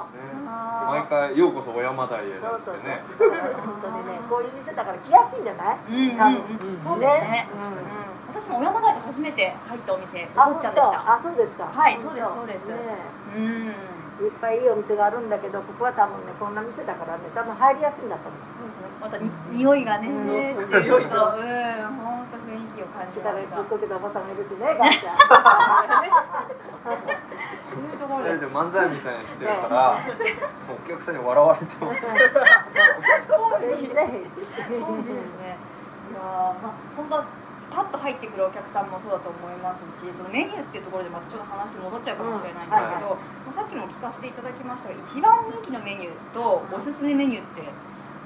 [SPEAKER 4] 毎
[SPEAKER 5] あ
[SPEAKER 4] 回ようこそ小山台へ
[SPEAKER 6] そ
[SPEAKER 4] なん
[SPEAKER 6] う
[SPEAKER 4] つって
[SPEAKER 6] そう
[SPEAKER 4] ね
[SPEAKER 6] そうだから本当にねこういう店だから来やすいんじゃない
[SPEAKER 5] ーうんうん
[SPEAKER 6] 多分
[SPEAKER 5] うんそうですねうん私も小山台で初めて入ったお店お坊ちゃんでした
[SPEAKER 6] あそうですか
[SPEAKER 5] はいそうですそうです
[SPEAKER 6] ね
[SPEAKER 5] うん
[SPEAKER 6] いっぱいいいお店があるんだけどここは多分ねこんな店だからね多分入りやすいんだと思う
[SPEAKER 5] またに匂いがね
[SPEAKER 6] うん
[SPEAKER 5] そうそう匂いとうん本当雰囲気を感じ
[SPEAKER 6] 来た
[SPEAKER 5] ま
[SPEAKER 6] ら
[SPEAKER 5] した
[SPEAKER 6] ずっと来 たおばさんがいるしねガッちゃん
[SPEAKER 4] 二人で漫才みたいにしてるからそうお客さんに笑われてます
[SPEAKER 6] 全然
[SPEAKER 5] そうですね。いやーまあ本当はパッと入ってくるお客さんもそうだと思いますし、そのメニューっていうところでまたちょっと話戻っちゃうかもしれないんですけど、もうさっきも聞かせていただきましたが、一番人気のメニューとおすすめメニューって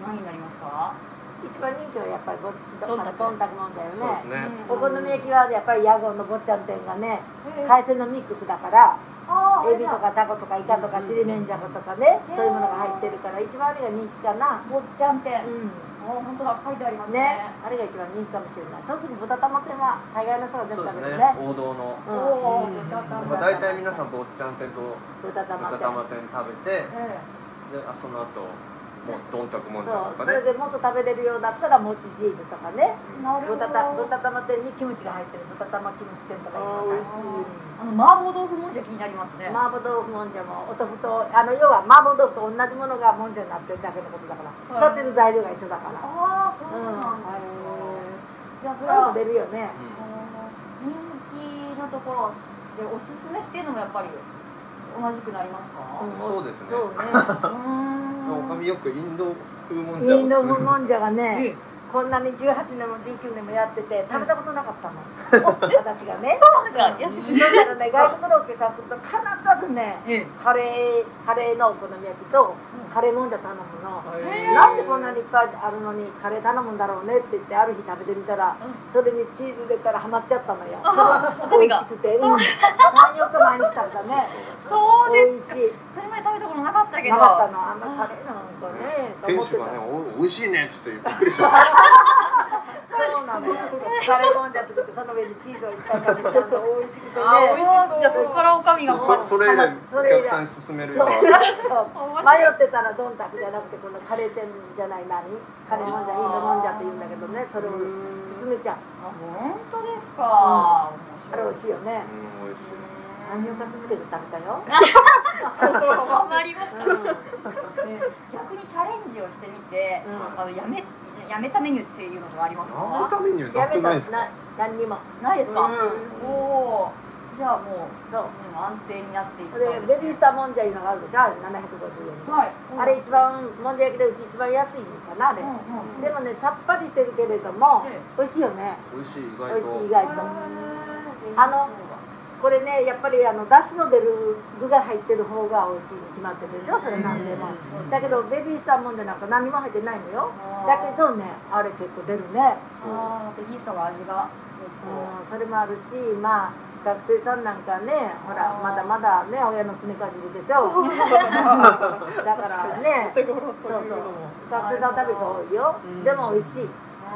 [SPEAKER 5] 何になりますか？
[SPEAKER 6] 一番人気はやっぱりぼどん
[SPEAKER 5] どん
[SPEAKER 6] た
[SPEAKER 5] たく
[SPEAKER 6] どんたくもんだよ
[SPEAKER 4] そうですね
[SPEAKER 6] ねお好み焼きはやっぱり屋号の坊ちゃん店がね
[SPEAKER 5] えー
[SPEAKER 6] 海鮮のミックスだから
[SPEAKER 5] あ
[SPEAKER 6] エ
[SPEAKER 5] ー
[SPEAKER 6] ビとかタコとかイカとかちりめんじゃことかねそういうものが入ってるから一番あれが人気かな
[SPEAKER 5] 坊ちゃん店。
[SPEAKER 6] うん
[SPEAKER 5] おー本当だ書いてあります
[SPEAKER 6] ね
[SPEAKER 5] ね。
[SPEAKER 6] あれが一番人気かもしれないその次豚玉店は大概の人が全
[SPEAKER 4] そ
[SPEAKER 6] 部
[SPEAKER 4] うで
[SPEAKER 6] 食
[SPEAKER 4] す
[SPEAKER 6] べる
[SPEAKER 4] ね
[SPEAKER 6] ね
[SPEAKER 4] 王道の
[SPEAKER 6] う
[SPEAKER 5] お
[SPEAKER 6] ん
[SPEAKER 5] おー豚玉
[SPEAKER 4] まあ大体皆さん坊ちゃん店と
[SPEAKER 6] 豚玉
[SPEAKER 4] 豚
[SPEAKER 6] 店
[SPEAKER 4] 玉店食べてで
[SPEAKER 5] え
[SPEAKER 4] あその後もうどんたくもんちゃん
[SPEAKER 6] そう
[SPEAKER 4] と
[SPEAKER 6] そ
[SPEAKER 4] かね
[SPEAKER 6] れでもっと食べれるようだったらもちチーズとかね
[SPEAKER 5] えなるほど。
[SPEAKER 6] 豚た豚玉店にキムチが入ってる豚玉キムチ店とかいうのが
[SPEAKER 5] あーあの麻婆豆腐もんじゃ気になりますね。
[SPEAKER 6] 麻婆豆腐もんじゃもお豆腐とあの要は麻婆豆腐と同じものがもんじゃになってるだけのことだから使
[SPEAKER 5] はい
[SPEAKER 6] ってる材料が一緒だから
[SPEAKER 5] ああそうなんだ。じゃあ
[SPEAKER 6] そ
[SPEAKER 5] それ
[SPEAKER 6] れも
[SPEAKER 5] は。
[SPEAKER 6] 出るよね
[SPEAKER 5] 人気のところでおすすめっていうのもやっぱり同じくなりますか、
[SPEAKER 6] ん
[SPEAKER 4] そうですね
[SPEAKER 6] そうね
[SPEAKER 4] うんおかみよくインド風もんじゃ
[SPEAKER 6] インド
[SPEAKER 4] を
[SPEAKER 6] 風も んじゃが
[SPEAKER 5] ええ
[SPEAKER 6] ねこんなに18年も19年もやってて食べたことなか ったの私がね
[SPEAKER 5] そうなんですかやって
[SPEAKER 6] そしたらね外国のお客さん来ると必ずね
[SPEAKER 5] ええ
[SPEAKER 6] カレーカレーのお好み焼きとカレーもんじゃ頼むの、
[SPEAKER 5] へー
[SPEAKER 6] なんでこんなにいっぱいあるのにカレー頼むんだろうねって言ってある日食べてみたら、それにチーズ入れたらハマっちゃったの よ美味しくて、うん、34日毎日食べたね
[SPEAKER 5] そうで
[SPEAKER 6] 美味しい
[SPEAKER 5] すそれまで食べたことなかったけど
[SPEAKER 6] なかったのあんなカレーなんかねと
[SPEAKER 4] 店
[SPEAKER 6] 思って
[SPEAKER 4] 主
[SPEAKER 6] た
[SPEAKER 4] がねお美味しいねっつってびっくりしました
[SPEAKER 6] そうなのよカレーもんじゃ作ってその上にチーズをいっぱいかけてなんか美味しくてね
[SPEAKER 5] あー美味しそうじゃあそこからおかみが
[SPEAKER 4] そそれ以来
[SPEAKER 6] そ
[SPEAKER 4] お
[SPEAKER 6] れ以来
[SPEAKER 4] 客さんに勧める
[SPEAKER 6] そ
[SPEAKER 4] よ
[SPEAKER 6] う
[SPEAKER 4] う
[SPEAKER 6] そう
[SPEAKER 4] な
[SPEAKER 6] 迷ってたらどんたくじゃなくてこのカレー店じゃない何カレーもんじゃインドもんじゃって言うんだけどねそれを勧めちゃう
[SPEAKER 5] あ本当ですか、
[SPEAKER 6] あれ美味しいよね
[SPEAKER 4] うん美味しい
[SPEAKER 6] 34日続けて食べたよ
[SPEAKER 5] ハマりました、逆にチャレンジをしてみて、
[SPEAKER 6] うん
[SPEAKER 5] あのやめやめたメニューっていうのがあります
[SPEAKER 4] 何の
[SPEAKER 5] か
[SPEAKER 4] ためにな
[SPEAKER 6] や
[SPEAKER 4] く
[SPEAKER 6] め
[SPEAKER 4] ない
[SPEAKER 6] た
[SPEAKER 4] で
[SPEAKER 6] ん
[SPEAKER 4] す
[SPEAKER 6] な
[SPEAKER 4] か
[SPEAKER 6] 何にも
[SPEAKER 5] ないですか、
[SPEAKER 6] う
[SPEAKER 5] おおーじゃあもう
[SPEAKER 6] そう
[SPEAKER 5] うん安定になっていく
[SPEAKER 6] でベビースターもんじゃいうのがあるでしょあれ750円
[SPEAKER 5] はい
[SPEAKER 6] あれ一番もんじゃ焼きでうち一番安いのかなあれ
[SPEAKER 5] うんうん
[SPEAKER 6] でもねさっぱりしてるけれども
[SPEAKER 5] ええ
[SPEAKER 6] 美味しいよね
[SPEAKER 4] 美味しい意
[SPEAKER 6] 美
[SPEAKER 4] 外
[SPEAKER 6] 味しい意
[SPEAKER 4] と
[SPEAKER 6] 外と
[SPEAKER 5] へ
[SPEAKER 6] あのこれねやっぱりあの出汁の出る具が入ってる方が美味しいに決まってるでしょそれなんでもだけどベビースターもんでなんか何も入ってないのよだけどねあれ結構出るね
[SPEAKER 5] あーベビースターは味
[SPEAKER 6] う
[SPEAKER 5] が
[SPEAKER 6] んそれもあるしまあ学生さんなんかねほらまだまだね親のすねかじりでしょだからね
[SPEAKER 8] 手頃というのも
[SPEAKER 6] そうそう学生さん食べる人多いよ
[SPEAKER 8] うん
[SPEAKER 6] でも美味しい、うん、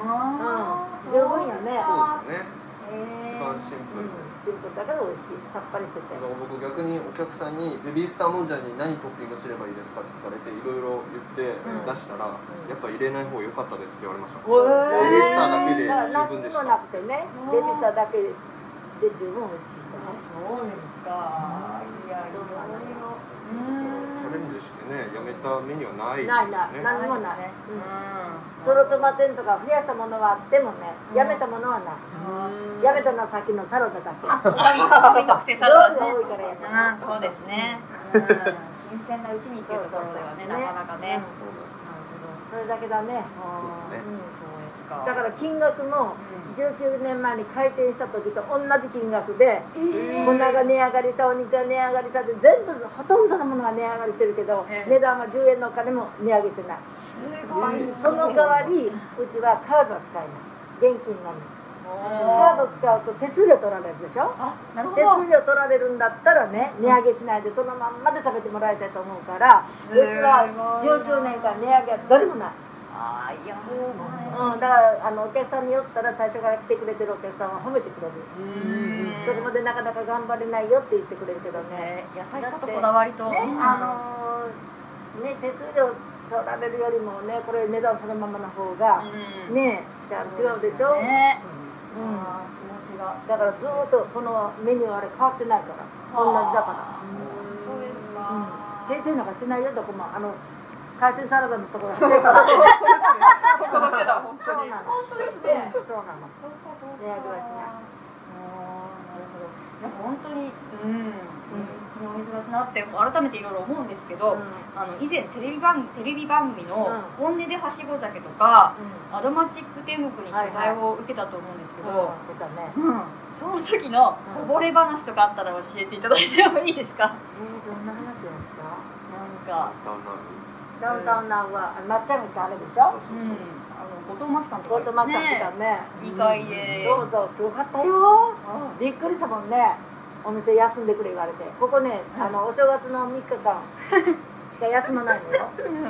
[SPEAKER 5] あー
[SPEAKER 6] 十分やね
[SPEAKER 4] そうですね
[SPEAKER 5] へ
[SPEAKER 4] 一
[SPEAKER 5] ー
[SPEAKER 4] 番シンプルで、
[SPEAKER 6] シンプルだから美味しいさっぱりしてて
[SPEAKER 4] だから僕逆にお客さんにベビースターもんじゃに何トッピングすればいいですかって聞かれていろいろ言って
[SPEAKER 6] ん
[SPEAKER 4] 出したら、やっぱ入れない方が良かったですって言われました、
[SPEAKER 6] そう
[SPEAKER 4] ベビースターだけで
[SPEAKER 6] だから
[SPEAKER 4] 十分
[SPEAKER 6] 何
[SPEAKER 4] でした
[SPEAKER 6] にもなくてねベビースターだけで十分美味しい
[SPEAKER 5] あそうですかいやいろいろ
[SPEAKER 4] チャレンジしてねやめた目にはないですね
[SPEAKER 6] ないない何にもない、
[SPEAKER 5] ないですね
[SPEAKER 6] うん、トロトマテンとか増やしたものはあってもねやめたものはない、やめたのはさっきのサラダだけ
[SPEAKER 5] 他に他に特製サ
[SPEAKER 6] ロ
[SPEAKER 5] ラ
[SPEAKER 6] ス
[SPEAKER 5] ダ
[SPEAKER 6] が
[SPEAKER 5] ね
[SPEAKER 6] 多いからやめ
[SPEAKER 5] あ
[SPEAKER 6] た
[SPEAKER 5] ーそうですね。うん新鮮なうちにっていうところでは
[SPEAKER 6] そうそ
[SPEAKER 5] ね、
[SPEAKER 6] うそう
[SPEAKER 5] なかなかね。
[SPEAKER 6] うんそれだけだね
[SPEAKER 4] そうですね
[SPEAKER 5] うんそうですか。
[SPEAKER 6] だから金額も19年前に開店した時と同じ金額で、粉が値上がりしたお肉が値上がりしたって全部ほとんどのものが値上がりしてるけど、
[SPEAKER 5] ええ
[SPEAKER 6] 値段は10円のお金も値上げしてない
[SPEAKER 5] すごい。
[SPEAKER 6] その代わりうちはカードは使えない現金のみカード使うと手数料取られるでしょ
[SPEAKER 5] あ、なるほ
[SPEAKER 6] 手
[SPEAKER 5] ど。
[SPEAKER 6] 数料取られるんだったらね値上げしないでそのまんまで食べてもらいたいと思うからう
[SPEAKER 5] す
[SPEAKER 6] ち
[SPEAKER 5] ごい
[SPEAKER 6] は19年間値上げはどれもない、
[SPEAKER 5] あーいや。そうなん
[SPEAKER 6] うん、だからあのお客さんによったら最初から来てくれてるお客さんは褒めてくれるそれまでなかなか頑張れないよって言ってくれるけどね
[SPEAKER 5] ね、優しさとこだわりと。
[SPEAKER 6] ねあのーね手数料取られるよりもねこれ値段そのままの方が
[SPEAKER 5] の、うん。
[SPEAKER 6] ねえ違うでしょ
[SPEAKER 5] そうですよね
[SPEAKER 6] うん
[SPEAKER 5] あー気持ちが。
[SPEAKER 6] だからずーっとこのメニューはあれ変わってないから同じだから
[SPEAKER 5] そうですか。
[SPEAKER 6] 訂正なんかしないよどこもあの海鮮サラダのところだけそう
[SPEAKER 8] そこだけだ本当に
[SPEAKER 6] なの
[SPEAKER 5] 本当ですね。
[SPEAKER 6] そうなの
[SPEAKER 5] そうかそうか。
[SPEAKER 6] 値上げはしない
[SPEAKER 5] あーなるほど。なんか本当に、うん、うん、昨日水だなって改めていろいろ思うんですけど、あの以前テレビ番テレビ番組の
[SPEAKER 6] うん
[SPEAKER 5] 「本音ではしご酒」とか、
[SPEAKER 6] うん
[SPEAKER 5] アドマチック天国」に取材を受けたと思うんですけど、
[SPEAKER 6] 出たね
[SPEAKER 5] うん、その時のこぼれ話とかあったら教えていただいてもいいです
[SPEAKER 6] え
[SPEAKER 5] か
[SPEAKER 6] ー、どんな話をした
[SPEAKER 5] なんか、
[SPEAKER 4] だんだん
[SPEAKER 6] ダウンタウンナウはあまっちゃんがいたあれでし
[SPEAKER 4] そ
[SPEAKER 6] ょ
[SPEAKER 4] う
[SPEAKER 5] う
[SPEAKER 4] そ
[SPEAKER 5] ん、
[SPEAKER 4] う
[SPEAKER 5] あ
[SPEAKER 4] そう
[SPEAKER 5] の後藤真希さんと
[SPEAKER 6] ゴ
[SPEAKER 5] か、
[SPEAKER 6] ートマッサン来たね
[SPEAKER 5] 2階で、
[SPEAKER 6] そうそうすごかったよ
[SPEAKER 5] あ
[SPEAKER 6] びっくりしたもんねお店休んでくれ言われてここねあのお正月の3日間しか休まないのよ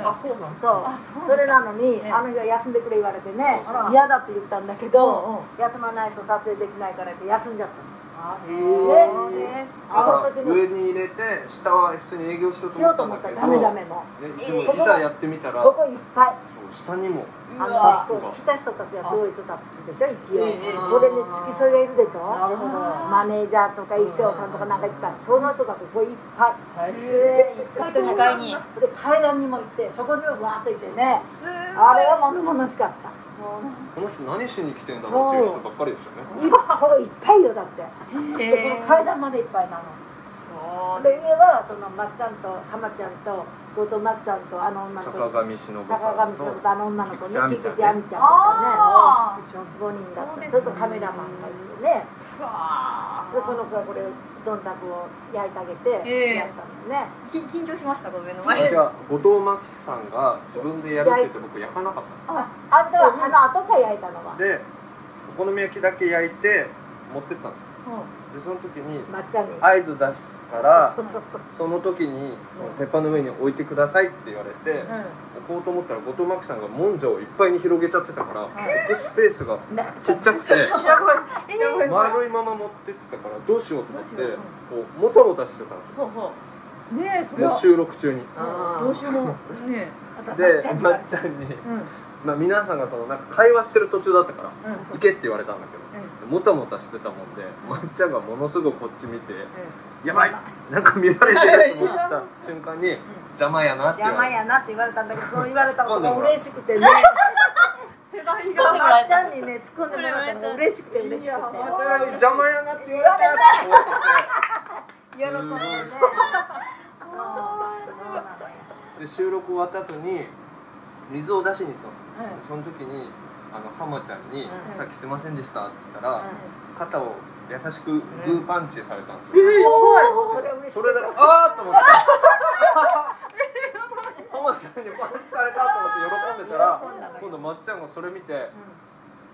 [SPEAKER 8] あそうなんだ
[SPEAKER 6] そう
[SPEAKER 5] あそうなんだ
[SPEAKER 6] それなのに、
[SPEAKER 5] ね
[SPEAKER 6] あの日は休んでくれ言われてね
[SPEAKER 4] あら
[SPEAKER 6] 嫌だって言ったんだけど、休まないと撮影できないからって休んじゃったの
[SPEAKER 5] あそうです
[SPEAKER 4] だ
[SPEAKER 6] あの
[SPEAKER 4] から
[SPEAKER 6] 時
[SPEAKER 4] 上
[SPEAKER 6] の
[SPEAKER 4] に入れて下は普通に営業しよう
[SPEAKER 6] しよう
[SPEAKER 4] と
[SPEAKER 6] と
[SPEAKER 4] 思
[SPEAKER 6] 思
[SPEAKER 4] っ
[SPEAKER 6] ったた
[SPEAKER 4] ん
[SPEAKER 6] ら
[SPEAKER 4] だ
[SPEAKER 6] ダ
[SPEAKER 4] けど
[SPEAKER 6] メダメも
[SPEAKER 4] ね
[SPEAKER 5] えー
[SPEAKER 4] でもいざやってみたら
[SPEAKER 6] うここいっぱい
[SPEAKER 4] そう下にも
[SPEAKER 6] あの
[SPEAKER 4] スタッ
[SPEAKER 6] こ
[SPEAKER 4] フが
[SPEAKER 6] う来た人たちはすごい人たちでしょ一応
[SPEAKER 8] ええ
[SPEAKER 6] これに付き添いがいるでしょ
[SPEAKER 8] なるほど
[SPEAKER 6] マネージャーとか衣装さんとかなんかいっぱいその人たちここいっぱい
[SPEAKER 8] 大変
[SPEAKER 5] 1階と2階に
[SPEAKER 6] で階段にも行ってそこにもわーっといてね
[SPEAKER 5] すごい
[SPEAKER 6] あれは物々しかった
[SPEAKER 4] この人何しに来てんだろうっていう人ばっかりですよね
[SPEAKER 6] いっこれいっぱいよだって
[SPEAKER 5] へ
[SPEAKER 6] でこの
[SPEAKER 5] ー
[SPEAKER 6] 階段までいっぱいなの
[SPEAKER 5] そう
[SPEAKER 6] で上はそのまっちゃんと浜ちゃんと後藤真希さんとあの女の子
[SPEAKER 4] 坂上忍さん
[SPEAKER 6] 坂上忍とあの女の子
[SPEAKER 4] 菊
[SPEAKER 6] ね菊
[SPEAKER 4] 池
[SPEAKER 6] 池亜
[SPEAKER 4] 亜美
[SPEAKER 6] 美ちゃんとかね5人だった
[SPEAKER 5] あそうですね
[SPEAKER 6] それとカメラマンがいてね
[SPEAKER 5] ーうわ
[SPEAKER 6] でこの子がこれどんたくを焼いてあげて
[SPEAKER 5] ええ
[SPEAKER 6] やったのね、
[SPEAKER 5] ーき緊張しましたごめんなさい
[SPEAKER 4] あじゃあ後藤真希さんが自分でやるって言って僕焼かなかった
[SPEAKER 6] あんたはあの後から焼いたのは
[SPEAKER 4] でお好み焼きだけ焼いて持ってったんですよ、でその時に
[SPEAKER 6] まっちゃんに
[SPEAKER 4] 合図出すから
[SPEAKER 6] そうそうそう
[SPEAKER 4] その時にその鉄板の上に置いてくださいって言われて、置こうと思ったら後藤真希さんがもんじゃをいっぱいに広げちゃってたから、置くスペースがちっちゃくて 丸いまま持ってってたからどうしようと思ってこうもたもたしてたんですよ
[SPEAKER 5] ねえそれ
[SPEAKER 4] もう
[SPEAKER 5] は
[SPEAKER 4] 収録中に。
[SPEAKER 5] どうしようもね
[SPEAKER 4] でまっちゃんに、まあ、皆さんがそのなんか会話してる途中だったから「行け」って言われたんだけど、もたもたしてたもんで、まっちゃんがものすごくこっち見て「やばいなんか見られてる」と思った瞬間に「邪魔やな」って言
[SPEAKER 6] 邪
[SPEAKER 4] わ
[SPEAKER 6] 魔
[SPEAKER 4] れて
[SPEAKER 6] やなって言われたんだけどそう言われたこと
[SPEAKER 4] 突っ込んで
[SPEAKER 6] が
[SPEAKER 4] もらう
[SPEAKER 6] 嬉しくてね
[SPEAKER 8] 世代が
[SPEAKER 6] まっちゃんにね突っ込んでもらったのが嬉しくて嬉しくて
[SPEAKER 4] こんなに邪魔やなって言われたって思ってて
[SPEAKER 6] 喜んでね
[SPEAKER 4] す
[SPEAKER 6] そうそうなのよ
[SPEAKER 4] ごいで収録終わった後に水を出しに行ったんですよ、その時にあの浜ちゃんに、さっきすいませんでした」っつったら、肩を優しくグーパンチされたんですよ、
[SPEAKER 6] それ嬉しい
[SPEAKER 4] それだからあーっと思 ってハマちゃんにパンチされたと思って喜んでたら今度まっちゃんがそれ見て、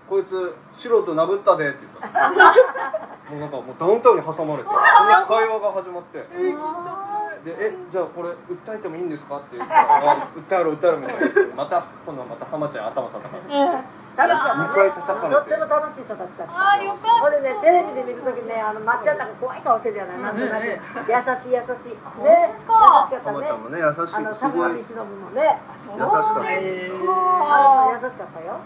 [SPEAKER 4] こいつ素人殴ったでって言った のもうなんかもうダウンタウンに挟まれてこんな会話が始まってでえじゃあこれ訴えてもいいんですかって言った らあ訴えろ訴えろみたいな言ってまた今度はまたハマちゃんに頭叩かれて
[SPEAKER 6] 楽しかった
[SPEAKER 4] 迎え叩か
[SPEAKER 6] ね
[SPEAKER 4] れて
[SPEAKER 6] とっても楽しい人だった
[SPEAKER 5] あーよかった
[SPEAKER 6] ほんでねテレビで見るときねあのまっちゃんなんか怖い顔してるじゃないなんとなく優しい優しいね優しかった
[SPEAKER 4] ハマ
[SPEAKER 6] ね
[SPEAKER 4] ちゃんもね優しい
[SPEAKER 6] あの
[SPEAKER 4] す
[SPEAKER 6] 坂
[SPEAKER 4] ごい優
[SPEAKER 6] 上
[SPEAKER 4] し
[SPEAKER 6] 忍もね
[SPEAKER 4] かったです
[SPEAKER 6] あの人優しかったよ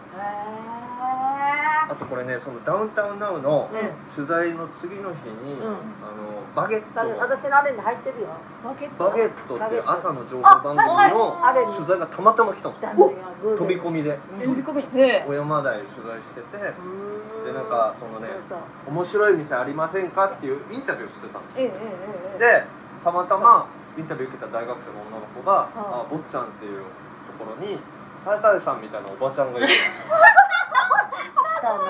[SPEAKER 4] あとこれねそのダウンタウンナウの取材の次の日に、
[SPEAKER 6] うん
[SPEAKER 4] あのバゲッ
[SPEAKER 6] だけど
[SPEAKER 4] ト
[SPEAKER 6] 私のあれに入ってるよ
[SPEAKER 4] バゲットっていう朝の情報番組の
[SPEAKER 6] あれに
[SPEAKER 4] 取材がたまたま来たんで
[SPEAKER 6] 来
[SPEAKER 4] すよ
[SPEAKER 6] たのよ偶然
[SPEAKER 4] 飛び込みで
[SPEAKER 6] うん
[SPEAKER 5] 飛び込みへ
[SPEAKER 4] 小山台取材してて
[SPEAKER 6] うー
[SPEAKER 4] でなんかそのね
[SPEAKER 6] そうそう
[SPEAKER 4] 面白い店ありませんかっていうインタビューをしてたんです
[SPEAKER 6] えええ
[SPEAKER 4] よ
[SPEAKER 6] えええ
[SPEAKER 4] でたまたまインタビュー受けた大学生の女の子が「
[SPEAKER 6] あ
[SPEAKER 4] あ坊っちゃん」っていうところにサザエさんみたいなおばちゃんがいるんです
[SPEAKER 6] 来たの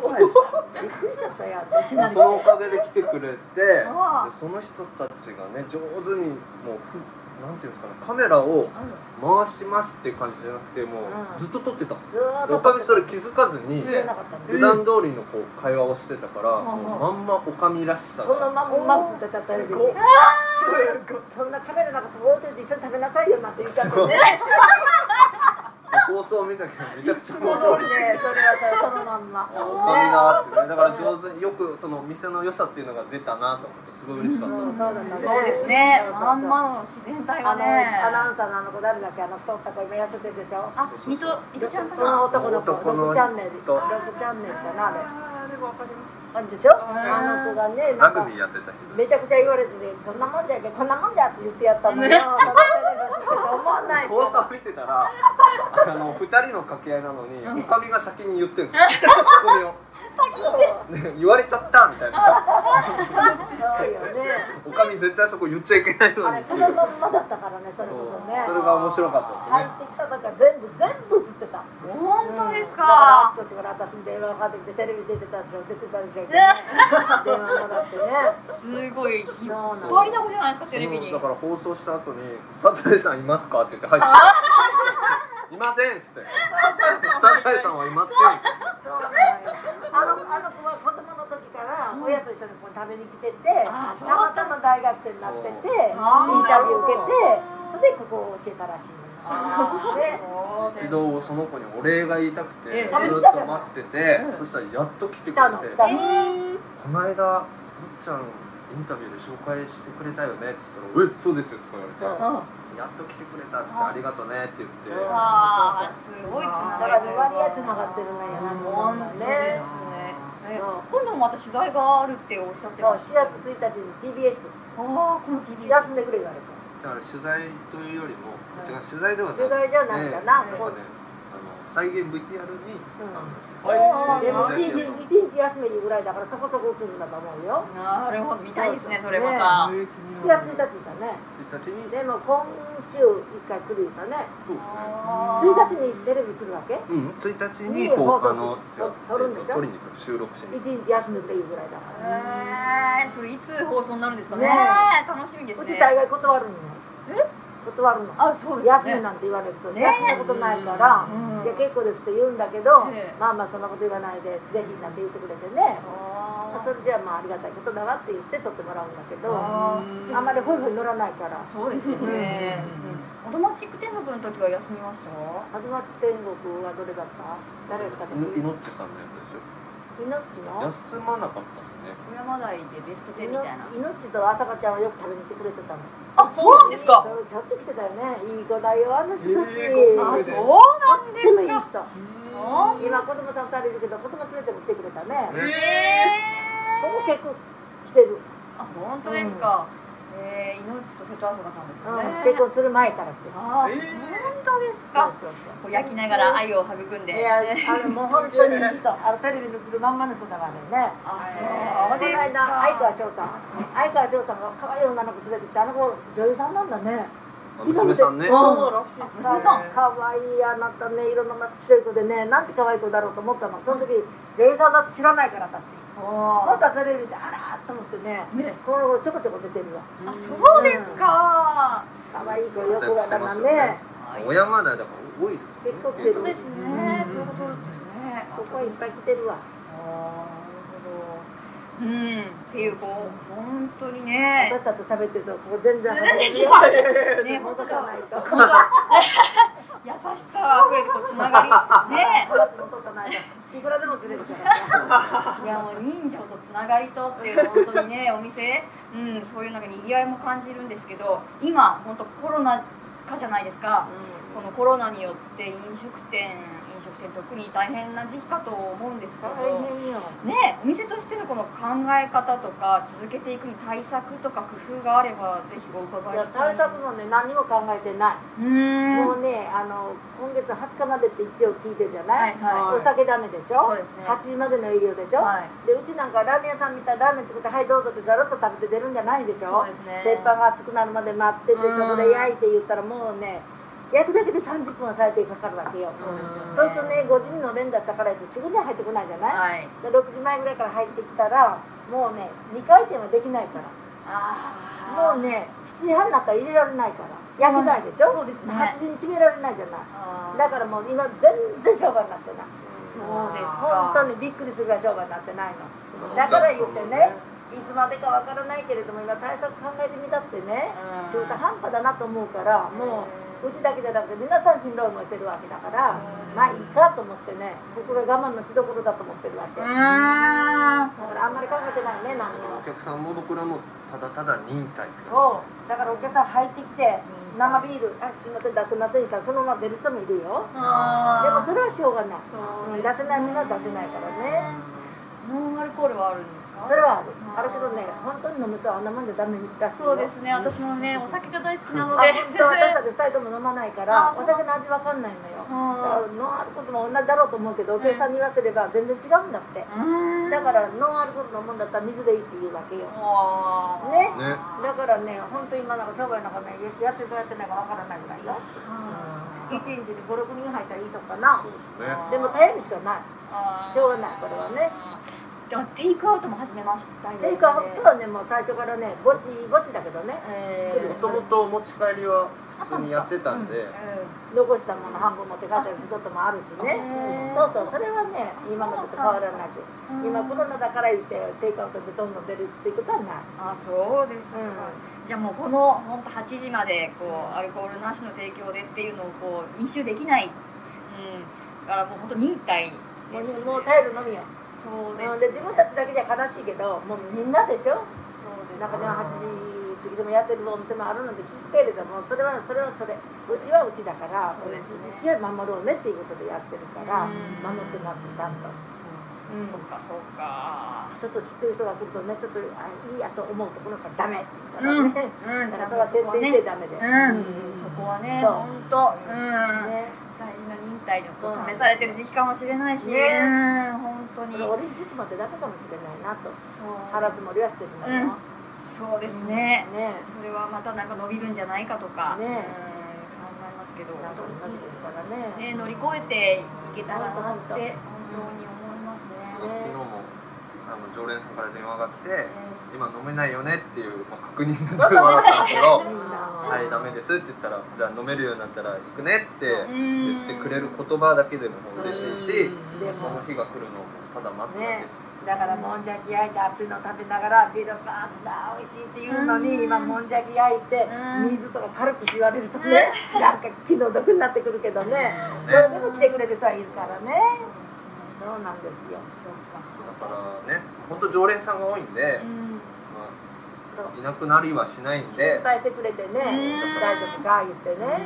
[SPEAKER 4] サザエさん
[SPEAKER 6] びっくりしちゃったよいきなり
[SPEAKER 4] そのおかげで来てくれてで
[SPEAKER 5] あ
[SPEAKER 4] その人たちがね上手にもうふなんていうんですかねカメラを回しますっていう感じじゃなくても
[SPEAKER 6] うん
[SPEAKER 4] うずっと撮ってたんです
[SPEAKER 6] ずーっ
[SPEAKER 4] で
[SPEAKER 6] と
[SPEAKER 4] おかみそれ気づかずに
[SPEAKER 6] 知らなかったの
[SPEAKER 4] 普段通りのこう会話をしてたから
[SPEAKER 6] んうん
[SPEAKER 4] もうまんまおかみらしさ
[SPEAKER 6] その
[SPEAKER 4] が
[SPEAKER 6] ままうまくつってたテレビにそんなカメラなんかそこ置いといて一緒に食べなさいよなんて言っちゃっ
[SPEAKER 4] す
[SPEAKER 6] て
[SPEAKER 4] ごい
[SPEAKER 6] ね
[SPEAKER 4] 放送を見たけどめちゃくちゃ
[SPEAKER 6] もう
[SPEAKER 4] 面白
[SPEAKER 6] ね
[SPEAKER 4] い
[SPEAKER 6] それはそのまんま
[SPEAKER 4] おかみがあってねだから上手によくその店の良さっていうのが出たなと思ってすごい嬉しかった
[SPEAKER 6] う
[SPEAKER 4] で
[SPEAKER 6] ん
[SPEAKER 4] す
[SPEAKER 6] そうだったね
[SPEAKER 5] そうですね
[SPEAKER 6] そうそうそう
[SPEAKER 5] まんまの自然体
[SPEAKER 6] あ
[SPEAKER 5] はね
[SPEAKER 6] のアナウンサーのあの子誰だっけあの太った子今痩せてるでしょ
[SPEAKER 5] あ水戸水戸ちゃんか
[SPEAKER 6] その
[SPEAKER 5] な
[SPEAKER 6] 男の子
[SPEAKER 4] 男の
[SPEAKER 6] 6チャンネル
[SPEAKER 4] と
[SPEAKER 6] 6チャンネルかなあれ
[SPEAKER 8] あーでもわかります
[SPEAKER 6] あるでしょあの子がねな
[SPEAKER 4] ラグ
[SPEAKER 6] んか
[SPEAKER 4] ビーやってた人
[SPEAKER 6] めちゃくちゃ言われててこんなもんだよこんなもんだよって言ってやったのよそのテレビって思わない
[SPEAKER 4] 放送見てたらあの2人の掛け合いなのにおかみが先に言ってるんですよツッコミを。ね言われちゃったみたいな
[SPEAKER 6] そうよね
[SPEAKER 4] おかみ絶対そこ言っちゃいけないのに
[SPEAKER 6] あ
[SPEAKER 4] っ
[SPEAKER 6] れ
[SPEAKER 4] て
[SPEAKER 6] そ
[SPEAKER 4] いう
[SPEAKER 6] のまんまだったからねそれこそね
[SPEAKER 4] それが面白かったですね
[SPEAKER 6] 入ってきた時は全部全部映ってた
[SPEAKER 5] 本当です
[SPEAKER 6] だからあ
[SPEAKER 5] か
[SPEAKER 6] ちこちから私に電話がかかってきてテレビ出てたでしょ出てたでしょ、ね、電話もらってね
[SPEAKER 5] すごい
[SPEAKER 6] そう
[SPEAKER 5] 引っ
[SPEAKER 6] な
[SPEAKER 5] 張
[SPEAKER 6] の
[SPEAKER 5] りだこじゃないですかテレビ
[SPEAKER 4] そ
[SPEAKER 5] に
[SPEAKER 4] のだから放送した後に「サザエさんいますか?」って言って入ってきたんですよいません」っつって「サザエさんはいません」っつって
[SPEAKER 6] そうなのよあのあの子は子供の時から親と一緒にこう食べに来ててたまたま大学生になっててインタビュー受けてでここを教えたらしいのよで
[SPEAKER 4] 一度その子にお礼が言いたくてずっと待っててそしたらやっと来て
[SPEAKER 6] 来
[SPEAKER 4] く
[SPEAKER 6] たの
[SPEAKER 4] れ
[SPEAKER 6] 来
[SPEAKER 4] て
[SPEAKER 6] たの
[SPEAKER 4] この間、むっちゃん、インタビューで紹介してくれたよねって言ったら、え、そうですよとか言われて、やっと来てくれたっつって、ありがとねって言って、
[SPEAKER 6] そう
[SPEAKER 5] あーすごいつ
[SPEAKER 6] だ
[SPEAKER 5] な
[SPEAKER 6] か
[SPEAKER 5] が
[SPEAKER 6] ら2
[SPEAKER 5] りという
[SPEAKER 6] 割がつながってるのよなんか
[SPEAKER 5] 本当ですね
[SPEAKER 6] ね
[SPEAKER 5] え今度もまた取材があるっておっしゃって
[SPEAKER 6] そう
[SPEAKER 5] ま
[SPEAKER 6] 4
[SPEAKER 5] した
[SPEAKER 6] 月1日に TBS
[SPEAKER 5] ああこの TV
[SPEAKER 6] 休んでくれ言われた
[SPEAKER 4] だから取材というよりも、違う、取材ではなく
[SPEAKER 6] 取材じゃないんだな
[SPEAKER 4] ねなんかね、あの再現 VTR に使うんです。
[SPEAKER 6] でも一日一日休めるぐらいだからそこそこ映るんだと思うよ
[SPEAKER 5] なるほど見たいですね
[SPEAKER 6] そそう
[SPEAKER 5] そうれまた
[SPEAKER 6] 7月1日だね
[SPEAKER 4] 1日に、
[SPEAKER 6] でも今週1回来るんだね
[SPEAKER 4] そうですね。
[SPEAKER 6] 1日にテレビ映るわけ
[SPEAKER 4] うん、1日に
[SPEAKER 6] いいよ
[SPEAKER 4] こう、
[SPEAKER 6] 放
[SPEAKER 4] あ
[SPEAKER 6] 送
[SPEAKER 4] の、
[SPEAKER 6] す
[SPEAKER 4] 違う、
[SPEAKER 6] る撮るんでし
[SPEAKER 4] えっと
[SPEAKER 6] ょ
[SPEAKER 4] 撮りに行く、収録しに行く。
[SPEAKER 6] 1日休んでくれいうぐらいだから
[SPEAKER 5] えー、それいつ放送になるんですかね
[SPEAKER 6] ね
[SPEAKER 5] 楽しみです
[SPEAKER 6] う
[SPEAKER 5] ね
[SPEAKER 6] ち大概断るのよ断るの
[SPEAKER 5] あそうです
[SPEAKER 6] 休
[SPEAKER 5] ね
[SPEAKER 6] みなんて言われると
[SPEAKER 5] ね
[SPEAKER 6] 休んだことないから
[SPEAKER 5] うん
[SPEAKER 6] いや結構ですって言うんだけど
[SPEAKER 5] ね
[SPEAKER 6] まあまあそんなこと言わないでぜひなんて言ってくれてね
[SPEAKER 5] あー
[SPEAKER 6] それじゃあまあありがたいことだなって言って撮ってもらうんだけどあ
[SPEAKER 5] あー
[SPEAKER 6] んまりホイホイ乗らないから
[SPEAKER 5] そうですよねオトマチック天国の時は休みました
[SPEAKER 6] アドマチ天国はどれだった誰だったか
[SPEAKER 4] いのっちさんのやつでしょ。
[SPEAKER 6] 命の
[SPEAKER 4] 休まなかったですね。
[SPEAKER 5] 小山台でベスト10みたいな
[SPEAKER 6] 命と朝香ちゃんはよく食べに来てくれてたの
[SPEAKER 5] あそうなんですか
[SPEAKER 6] そうちょっと来てたよねいい子だよあの人たち、
[SPEAKER 8] ええ
[SPEAKER 5] あ
[SPEAKER 8] 子
[SPEAKER 5] そうなん
[SPEAKER 6] でもいい
[SPEAKER 5] で
[SPEAKER 6] 人
[SPEAKER 5] すか
[SPEAKER 6] 今子供さん2人いるけど子供連れても来てくれたね
[SPEAKER 5] え
[SPEAKER 6] ここ結構来てる、
[SPEAKER 5] ー、あ本当ですか、えー、命と瀬戸朝香さんです
[SPEAKER 6] う
[SPEAKER 5] よね、
[SPEAKER 6] ん、結婚する前からって
[SPEAKER 5] あー、本当ですか
[SPEAKER 6] そうそうそう
[SPEAKER 5] こう焼きながら愛を育んで
[SPEAKER 6] いやあのもう本当にいい人あのテレビに映るまんまの人だからね
[SPEAKER 5] あそ
[SPEAKER 6] こ
[SPEAKER 5] うです
[SPEAKER 6] の
[SPEAKER 5] か
[SPEAKER 6] 間相川翔さん相川翔さんが可愛い女の子連れてきてあの子女優さんなんだね
[SPEAKER 4] あ娘さんね。
[SPEAKER 6] うん
[SPEAKER 8] らしいですね
[SPEAKER 5] 娘さん
[SPEAKER 6] かわいいあなたね色の真っ白い子でねなんて可愛い子だろうと思ったのその時女優さんだって知らないから私またテレビであらーと思ってね
[SPEAKER 8] ね
[SPEAKER 6] このちょこちょこ出てるわ
[SPEAKER 5] あそうですか、
[SPEAKER 6] 可愛い子よくわからんね
[SPEAKER 4] 小山台だから多いですよね
[SPEAKER 6] 結構来てる
[SPEAKER 5] そうですね、そういうことですね
[SPEAKER 6] ここはいっぱい来てるわ
[SPEAKER 5] ああなるほどうんっていうこう本当にね
[SPEAKER 6] 私たちと喋ってるとここ全然
[SPEAKER 5] ね本当
[SPEAKER 6] 戻さ
[SPEAKER 5] だ
[SPEAKER 6] ないと
[SPEAKER 5] 本当だ優しさあふれてこうつながりね
[SPEAKER 6] 戻さないといくらでもずれる から
[SPEAKER 5] いやもう人情とつながりとっていう本当にねお店、うん、そういうなんかにぎわいも感じるんですけど今本当コロナ禍じゃないですか、このコロナによって飲食店飲食店特に大変な時期かと思うんですけ
[SPEAKER 6] 大
[SPEAKER 5] ど、
[SPEAKER 6] 変よ
[SPEAKER 5] ね、お店としてのこの考え方とか続けていくに対策とか工夫があればぜひお
[SPEAKER 6] い
[SPEAKER 5] 伺い
[SPEAKER 6] や
[SPEAKER 5] した
[SPEAKER 6] 対
[SPEAKER 5] い
[SPEAKER 6] 策もね何も考えてないう
[SPEAKER 5] ーん
[SPEAKER 6] もうね、あの今月20日までって一応聞いてるじゃない、
[SPEAKER 5] はいはい
[SPEAKER 6] お酒ダメでしょ
[SPEAKER 5] そうですね
[SPEAKER 6] 8時までの営業でしょ、
[SPEAKER 5] はい
[SPEAKER 6] でうちなんかラーメン屋さんみたいにラーメン作って「はいどうぞ」ってざろっと食べて出るんじゃないでし
[SPEAKER 5] そ
[SPEAKER 6] ょ
[SPEAKER 5] うですね
[SPEAKER 6] 鉄板が熱くなるまで待ってて
[SPEAKER 5] うん
[SPEAKER 6] そこで焼いて言ったらもうね焼くだけで30分は最低かかるわけよ
[SPEAKER 5] そうですよね
[SPEAKER 6] そうするとね5時にの連打したからやってすぐには入ってこないじゃない、
[SPEAKER 5] はい
[SPEAKER 6] で6時前ぐらいから入ってきたらもうね2回転はできないから
[SPEAKER 5] あ
[SPEAKER 6] もうね7時半になったら入れられないから焼けないでしょ
[SPEAKER 5] そうですね
[SPEAKER 6] 8時に閉められないじゃない
[SPEAKER 5] あ
[SPEAKER 6] だからもう今全然商売になってない
[SPEAKER 5] そうです
[SPEAKER 6] 本当
[SPEAKER 5] か
[SPEAKER 6] にびっくりするぐらい商売になってないのだから言ってねいつまでかわからないけれども今対策考えてみたってね
[SPEAKER 5] うん
[SPEAKER 6] 中途半端だなと思うからもううちだけじゃなくて皆さんしんどい思いしてるわけだからまあいいかと思ってね僕が我慢のしどころだと思ってるわけ
[SPEAKER 5] う
[SPEAKER 6] だか
[SPEAKER 5] ーんそう
[SPEAKER 6] らあんまり考えてないね何にも
[SPEAKER 4] お客さんも僕らもただただ忍耐
[SPEAKER 6] そうだからお客さん入ってきて生ビールあすいません出せません言ったらそのまま出る人もいるよでも
[SPEAKER 5] あ
[SPEAKER 6] それはしょうがない
[SPEAKER 5] そう
[SPEAKER 6] うん出せないものは出せないからね
[SPEAKER 5] ーノンアルコールはあるんですか
[SPEAKER 6] それはあるあるけどね本当に飲む人はあんなもんでダメだしいよ
[SPEAKER 5] そうですね私もねお酒が大好きなの
[SPEAKER 6] あ
[SPEAKER 5] で
[SPEAKER 6] 本当 私たち二人とも飲まないから
[SPEAKER 5] あそう
[SPEAKER 6] お酒の味わかんないのよだからノンアルコールも同じだろうと思うけどお客さんに言わせれば全然違うんだって
[SPEAKER 5] うん
[SPEAKER 6] だからノンアルコール飲むんだったら水でいいって言うわけよ
[SPEAKER 5] もう
[SPEAKER 6] ね
[SPEAKER 4] ね
[SPEAKER 6] だからね本当に今なんか商売なんかねやってるかやってないかわからないぐらいよ一日に56人入ったらいいとかな
[SPEAKER 4] そうですね
[SPEAKER 6] でも頼るしかない
[SPEAKER 5] あー
[SPEAKER 6] しょうがないこれはね
[SPEAKER 5] でもテイクアウトも始めましたよね
[SPEAKER 6] テイクアウトはねもう最初からねぼちぼちだけどね
[SPEAKER 5] え
[SPEAKER 4] もともと持ち帰りは普通にやってたんで
[SPEAKER 6] 残したもの半分持って帰ったりすることもあるしねそうそうそれはね今のこと変わらなく今コロナだから言ってテイクアウトでどんどん出るっていうことはない
[SPEAKER 5] あそうですか、じゃあもうこの本当8時までこうアルコールなしの提供でっていうのをこう2周できない、うん、だからもう本当忍耐
[SPEAKER 6] もうもう頼るのみよ
[SPEAKER 5] そうです、
[SPEAKER 6] うんで自分たちだけじゃ悲しいけどもうみんなでしょ
[SPEAKER 5] そうです
[SPEAKER 6] 中では8時過ぎでもやってるお店もあるので聞くけれどもそれはそれはそれうちはうちだから
[SPEAKER 5] そうですね
[SPEAKER 6] ちは守ろうねっていうことでやってるから
[SPEAKER 5] うん
[SPEAKER 6] 守ってますちゃんと
[SPEAKER 5] そうですそうかそうか
[SPEAKER 6] ちょっと知ってる人が来るとねちょっとあいいやと思うところからダメって言う
[SPEAKER 5] うん、うん、
[SPEAKER 6] からねだからそ
[SPEAKER 5] そ
[SPEAKER 6] れは徹底して
[SPEAKER 5] ね、
[SPEAKER 6] ダメで、
[SPEAKER 5] うん、そこはね、
[SPEAKER 6] そう
[SPEAKER 5] 本当、うん、
[SPEAKER 6] ね
[SPEAKER 5] 大事な忍耐力
[SPEAKER 6] そう
[SPEAKER 5] を
[SPEAKER 6] なんです
[SPEAKER 5] 試されてる時期かもしれないし、
[SPEAKER 6] ね
[SPEAKER 5] うん、本当に。
[SPEAKER 6] オリンピックまでだけかもしれないなと
[SPEAKER 5] そう
[SPEAKER 6] 腹積もりはしてるのよ、
[SPEAKER 5] うんそうですね、
[SPEAKER 6] ね
[SPEAKER 5] それはまたなんか伸びるんじゃないかとか、
[SPEAKER 6] ね
[SPEAKER 5] うん、考えますけど、
[SPEAKER 6] なんとかなってるからね
[SPEAKER 5] ね、乗り越えていけたらなって本当に思います
[SPEAKER 4] 昨
[SPEAKER 5] ね。
[SPEAKER 4] 日もあの常連さんから電話が来て今飲めないよねっていう、まあ、確認の電話だったんですけど
[SPEAKER 6] みんな
[SPEAKER 4] はい、ダメですって言ったら、じゃあ飲めるようになったら行くねって
[SPEAKER 5] ん
[SPEAKER 4] 言ってくれる言葉だけでももう嬉しいし、
[SPEAKER 6] で
[SPEAKER 4] その
[SPEAKER 6] も
[SPEAKER 4] 日が来るのをただ待つだけです。
[SPEAKER 6] だからもんじゃき焼いて熱いの食べながらビールバーッだ美味しいって言うのに、今もんじゃき焼いて、水とか軽く言われるとね、なんか気の毒になってくるけどね、それでも来てくれる人はいるからね、そうなんですよ
[SPEAKER 4] だからね、本当常連さんが多いんで、まあ、いなくなりはしないんで、ちゃん
[SPEAKER 6] 心
[SPEAKER 4] と
[SPEAKER 6] 配してくれてね、大丈夫か言ってね、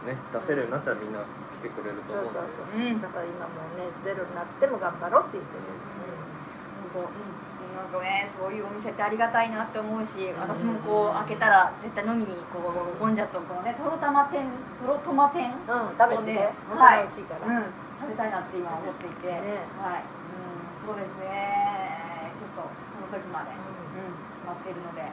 [SPEAKER 4] ね、出せるようになったらみんな来てくれると
[SPEAKER 6] そう
[SPEAKER 4] 思うん
[SPEAKER 6] そう
[SPEAKER 4] で。
[SPEAKER 6] そう、だから今もうねゼロになっても頑張ろうって言ってる、
[SPEAKER 5] 本当、うん、なんかね、そういうお店ってありがたいなって思うし、私もこう開けたら絶対飲みにこうゴンジャとこのね、とろたま天、とろとま天、う
[SPEAKER 6] う
[SPEAKER 5] ん、
[SPEAKER 6] ん、食べてね、
[SPEAKER 5] そ
[SPEAKER 6] 本当に
[SPEAKER 5] うね
[SPEAKER 6] 美味しいから、
[SPEAKER 5] 食べたいなって今思っていて、
[SPEAKER 6] ね
[SPEAKER 5] はい、うん、そうですね。ちょっとその時まで、うん、待っているので、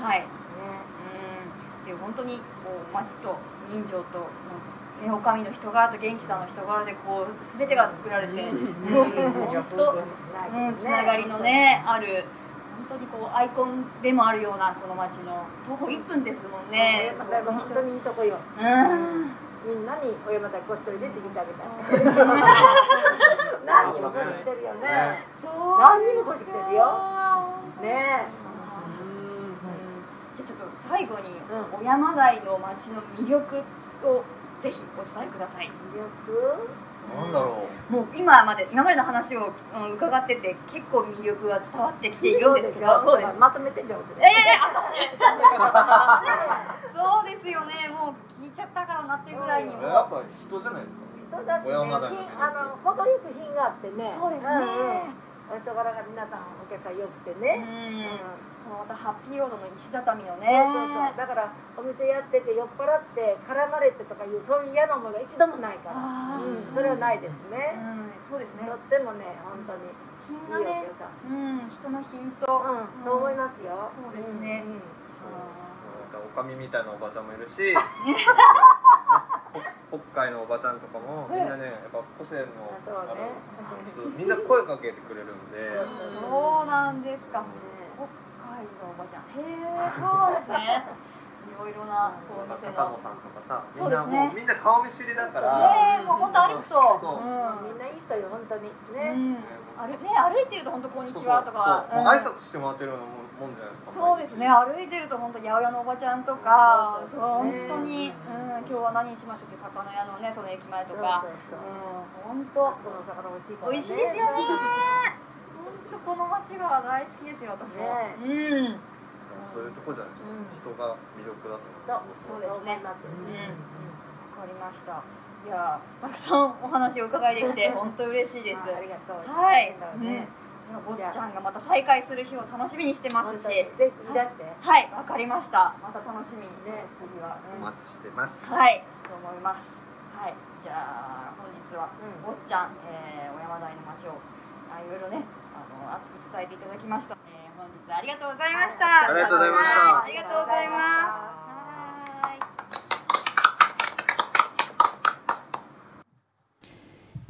[SPEAKER 5] はい、うん、っていう本当にこう町と人情となんかね、おかみの人柄と元気さんの人柄でこう全てが作られて、もう 本当、うん、つながりのねある本当にこうアイコンでもあるようなこの町の徒歩1分ですもんね。
[SPEAKER 6] 桜山本当にいいとこよ
[SPEAKER 5] うん
[SPEAKER 6] みんなに「お山田こしといで」って言ってあげた い何にもこしきてるよね
[SPEAKER 5] そう
[SPEAKER 6] 何にもこしきてるよね
[SPEAKER 5] じゃあちょっと最後に、小山台の町の魅力をぜひお伝えくださ
[SPEAKER 6] え
[SPEAKER 5] い。
[SPEAKER 6] 魅力
[SPEAKER 4] なんだろ
[SPEAKER 5] もう今まで今までの話を、うん、伺ってて結構魅力が伝わってきているんですけど、そうです。
[SPEAKER 6] まとめて上手
[SPEAKER 5] ええ
[SPEAKER 6] で
[SPEAKER 5] 私。そうですよね。もう聞いちゃったからなってぐらいに
[SPEAKER 4] う
[SPEAKER 5] も。
[SPEAKER 4] やっぱ人じゃないですか
[SPEAKER 6] 人だしね
[SPEAKER 4] 小山田の
[SPEAKER 6] 品あの程よく品があってね
[SPEAKER 5] そうですね。
[SPEAKER 6] んお人柄が皆さんお客さん良くてね、
[SPEAKER 5] うん
[SPEAKER 6] うん。
[SPEAKER 5] このまたハッピーロードの石畳の
[SPEAKER 6] そう
[SPEAKER 5] ね。
[SPEAKER 6] そうそうだからお店やってて酔っ払って絡まれてとかいうそういう嫌なものが一度もないから、
[SPEAKER 5] あー
[SPEAKER 6] うん、それはないです
[SPEAKER 5] う
[SPEAKER 6] ね、
[SPEAKER 5] ん、そうですね
[SPEAKER 6] と。ってもね本当に
[SPEAKER 5] 品が
[SPEAKER 6] いいお
[SPEAKER 5] ね、
[SPEAKER 6] 客さん
[SPEAKER 5] うん、人の品と。
[SPEAKER 6] うん、そう思いますよ。
[SPEAKER 5] そうですね
[SPEAKER 6] んうん
[SPEAKER 4] なんかおかみみたいなおばちゃんもいるしほ北海のおばちゃんとかもみんなねやっぱ個性の
[SPEAKER 6] あそうね
[SPEAKER 4] あの人みんな声かけてくれるんで
[SPEAKER 5] そうなんですか。北海道おばちゃん。へえ、そうですね。いろいろな、こう、
[SPEAKER 4] なんか
[SPEAKER 5] 店
[SPEAKER 4] 高野
[SPEAKER 5] の。
[SPEAKER 4] さんとかさみ
[SPEAKER 5] そうんで
[SPEAKER 4] な
[SPEAKER 5] すね
[SPEAKER 4] もうみんな顔見知りだから
[SPEAKER 5] ねえ、もう本当歩くと。
[SPEAKER 4] そう
[SPEAKER 5] うん
[SPEAKER 6] みんないい人よ、本当に。
[SPEAKER 5] う
[SPEAKER 6] ね。
[SPEAKER 5] ん、あれね歩いてると本当こんにち
[SPEAKER 4] そうそう
[SPEAKER 5] はとか
[SPEAKER 4] そうもう挨拶してもらってるようなもんもんじゃないです
[SPEAKER 5] う
[SPEAKER 4] か
[SPEAKER 5] んそうですね歩いてると本当八百屋のおばちゃんとか
[SPEAKER 6] そうそうそう
[SPEAKER 5] そう
[SPEAKER 6] ね
[SPEAKER 5] 本当に、うん、今日は何にしましょうって魚屋のねその駅前と
[SPEAKER 6] そう
[SPEAKER 5] か
[SPEAKER 6] そうそう。
[SPEAKER 5] うん本
[SPEAKER 6] あそこのお
[SPEAKER 5] 当
[SPEAKER 6] 魚美味しいからね。
[SPEAKER 5] 美味しいですよね本当この街が大好きですよ私も、
[SPEAKER 6] ね
[SPEAKER 5] うん、うん、
[SPEAKER 4] そういうとこじゃないですか、人が魅力だと
[SPEAKER 6] そう
[SPEAKER 4] 思うん、
[SPEAKER 6] そうう
[SPEAKER 5] で
[SPEAKER 6] です
[SPEAKER 5] ね
[SPEAKER 6] すね。ます
[SPEAKER 5] わかりましたいやーたくさんお話を伺いでき て本当嬉しいです
[SPEAKER 6] あありがとう。
[SPEAKER 5] はい
[SPEAKER 6] だから
[SPEAKER 5] うん
[SPEAKER 6] ね。
[SPEAKER 5] いや坊ちゃんがまた再会する日を楽しみにしてま
[SPEAKER 6] 本
[SPEAKER 5] す
[SPEAKER 6] 当に
[SPEAKER 5] し
[SPEAKER 6] ぜひいらして。
[SPEAKER 5] はい、わかりました。また楽しみにね、次は。
[SPEAKER 4] お待ちしてます、
[SPEAKER 5] はい、と思います。はい、じゃあ、本日は、
[SPEAKER 6] うん
[SPEAKER 5] 坊っちゃん、えー、小山台の街を、あいろいろね、あの、熱く伝えていただきました。えー、本日ありがとうございました。
[SPEAKER 4] ありがとうございました
[SPEAKER 5] はいありがとうございます。はーい。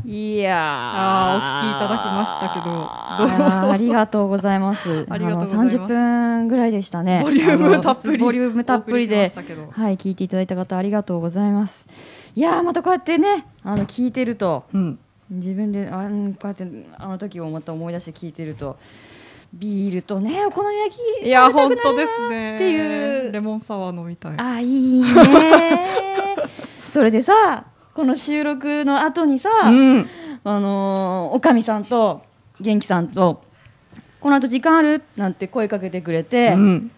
[SPEAKER 2] いやー
[SPEAKER 1] あーお聞きいただきましたけどどう
[SPEAKER 2] あーありがとうございます
[SPEAKER 1] ありがとうござい
[SPEAKER 2] あの
[SPEAKER 1] ます
[SPEAKER 2] 30分ぐらいでしたね
[SPEAKER 1] ボリュームたっぷ
[SPEAKER 2] あ
[SPEAKER 1] り
[SPEAKER 2] のボリュームたっぷり
[SPEAKER 1] お送
[SPEAKER 2] で
[SPEAKER 1] しましたけど
[SPEAKER 2] はい聞いていただいた方ありがとうございますいやーまたこうやってねあの聞いてると
[SPEAKER 1] うん
[SPEAKER 2] 自分であんこうやってあの時をまた思い出して聞いてるとビールとねお好み焼き
[SPEAKER 1] いや
[SPEAKER 2] 食
[SPEAKER 1] 本
[SPEAKER 2] べたくな
[SPEAKER 1] 当
[SPEAKER 2] るな
[SPEAKER 1] ですね
[SPEAKER 2] っていう
[SPEAKER 1] レモンサワー飲みたい
[SPEAKER 2] あーいいねそれでさこの収録の後にさ、
[SPEAKER 1] うん
[SPEAKER 2] あのーおかみさんと元気さんと「この後時間ある?」なんて声かけてくれて「
[SPEAKER 1] うん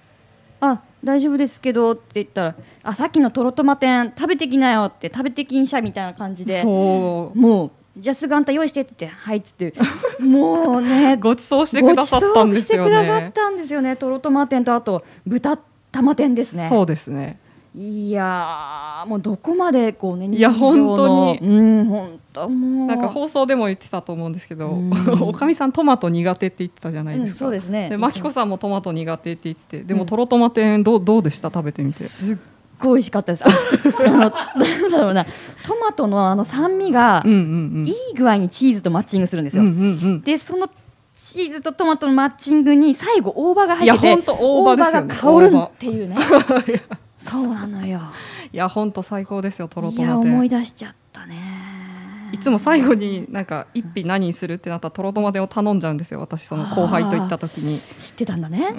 [SPEAKER 2] あ大丈夫ですけど」って言ったら「あさっきのとろとま天食べてきなよ」って食べてきんしゃみたいな感じで
[SPEAKER 1] そう
[SPEAKER 2] もう「じゃあすぐあんた用意して」って言って「はい」っつって もうね
[SPEAKER 1] ごちそうしてくださったんですよ
[SPEAKER 2] ごちそうしてくださっ
[SPEAKER 1] ね
[SPEAKER 2] たんですよねとろとま天とあと豚玉天ですね
[SPEAKER 1] そうですね
[SPEAKER 2] いやーもうどこまでこうね
[SPEAKER 1] いや
[SPEAKER 2] 日常の
[SPEAKER 1] 本当
[SPEAKER 2] うん本当もう
[SPEAKER 1] なんか放送でも言ってたと思うんですけど、
[SPEAKER 2] うん
[SPEAKER 1] おかみさんトマト苦手って言ってたじゃないですか、
[SPEAKER 2] うんそうですね
[SPEAKER 1] でマキコさんもトマト苦手って言っててで
[SPEAKER 2] う
[SPEAKER 1] も
[SPEAKER 2] ん
[SPEAKER 1] とろとま天どうどうでした食べてみて
[SPEAKER 2] すっごい美味しかったです。ああのなんだろうな、トマトのあの酸味が
[SPEAKER 1] うんうんうん
[SPEAKER 2] いい具合にチーズとマッチングするんですよ。
[SPEAKER 1] うんうん
[SPEAKER 2] で、そのチーズとトマトのマッチングに最後大葉が
[SPEAKER 1] うんい
[SPEAKER 2] 入
[SPEAKER 1] や
[SPEAKER 2] ってて、
[SPEAKER 1] 本当大葉ですよね
[SPEAKER 2] 大葉が
[SPEAKER 1] 大
[SPEAKER 2] 香る
[SPEAKER 1] 葉
[SPEAKER 2] って いうね。そうなのよ。
[SPEAKER 1] いや本当最高ですよとろ
[SPEAKER 2] い
[SPEAKER 1] と
[SPEAKER 2] や
[SPEAKER 1] ま
[SPEAKER 2] 思い
[SPEAKER 1] 天
[SPEAKER 2] 出しちゃったね。
[SPEAKER 1] いつも最後になんか一品何にするってなったらとろとま天を頼んじゃうんですよ私その後輩と行った時に
[SPEAKER 2] 知ってたんだね。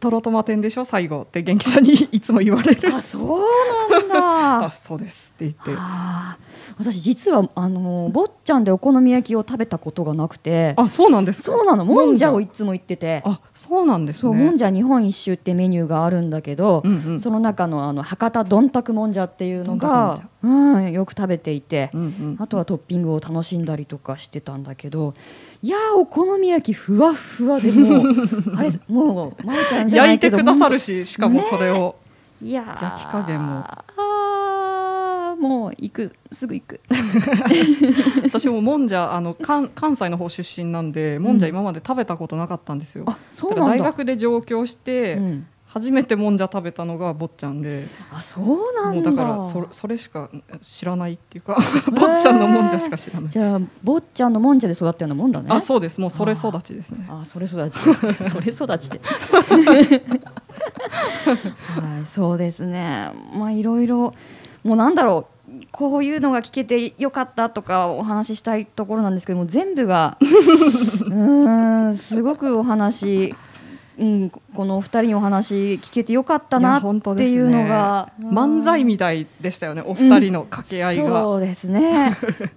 [SPEAKER 1] とろとま天でしょ最後って元気さんにいつも言われる
[SPEAKER 2] あ、そうなん だ
[SPEAKER 1] あ。そうですって言って
[SPEAKER 2] あー私実はあの坊っちゃんでお好み焼きを食べたことがなくて、
[SPEAKER 1] あそうなんですか
[SPEAKER 2] そうなのもんじゃをいつも言ってて。
[SPEAKER 1] あそうなんですね
[SPEAKER 2] そうもんじゃ日本一周ってメニューがあるんだけど、
[SPEAKER 1] うんうん
[SPEAKER 2] その中のあの博多どんたくもんじゃっていうの
[SPEAKER 1] どんた
[SPEAKER 2] が、うん、よく食べていて、
[SPEAKER 1] うんうん
[SPEAKER 2] あとはトッピングを楽しんだりとかしてたんだけどいやーお好み焼きふわふわ でもうあれもうまゆちゃんじゃな
[SPEAKER 1] 焼い
[SPEAKER 2] いけ
[SPEAKER 1] て
[SPEAKER 2] ど
[SPEAKER 1] くださる
[SPEAKER 2] ほん
[SPEAKER 1] ししかもそれを、
[SPEAKER 2] といやー
[SPEAKER 1] 焼き加減も
[SPEAKER 2] あーもう行くすぐ行く
[SPEAKER 1] 私ももんじゃあの関関西の方出身なんでもんじゃ今まで食べたことなかったんですよ、
[SPEAKER 2] あそう
[SPEAKER 1] だから
[SPEAKER 2] なん
[SPEAKER 1] 大
[SPEAKER 2] だ
[SPEAKER 1] 学で上京して、
[SPEAKER 2] うん
[SPEAKER 1] 初めてもんじゃ食べたのが坊ちゃんで
[SPEAKER 2] あそうなんだ
[SPEAKER 1] もうだからそれそれしか知らないっていうか 坊ちゃんのもんじゃしか知らない
[SPEAKER 2] じゃあ坊ちゃんのもんじゃで育ったようなもんだね
[SPEAKER 1] あそうですもうそれ育ちですね
[SPEAKER 2] あそれ育ち それ育ちで はいそうですねまあいろいろもうなんだろうこういうのが聞けてよかったとかお話ししたいところなんですけども全 部がうーんすごくお話うん、このお二人にお話聞けてよかった
[SPEAKER 1] い
[SPEAKER 2] な
[SPEAKER 1] や
[SPEAKER 2] って
[SPEAKER 1] 本当です
[SPEAKER 2] い
[SPEAKER 1] ね
[SPEAKER 2] うのが、うん
[SPEAKER 1] 漫才みたいでしたよねお二人の掛け合いが、
[SPEAKER 2] そうで すね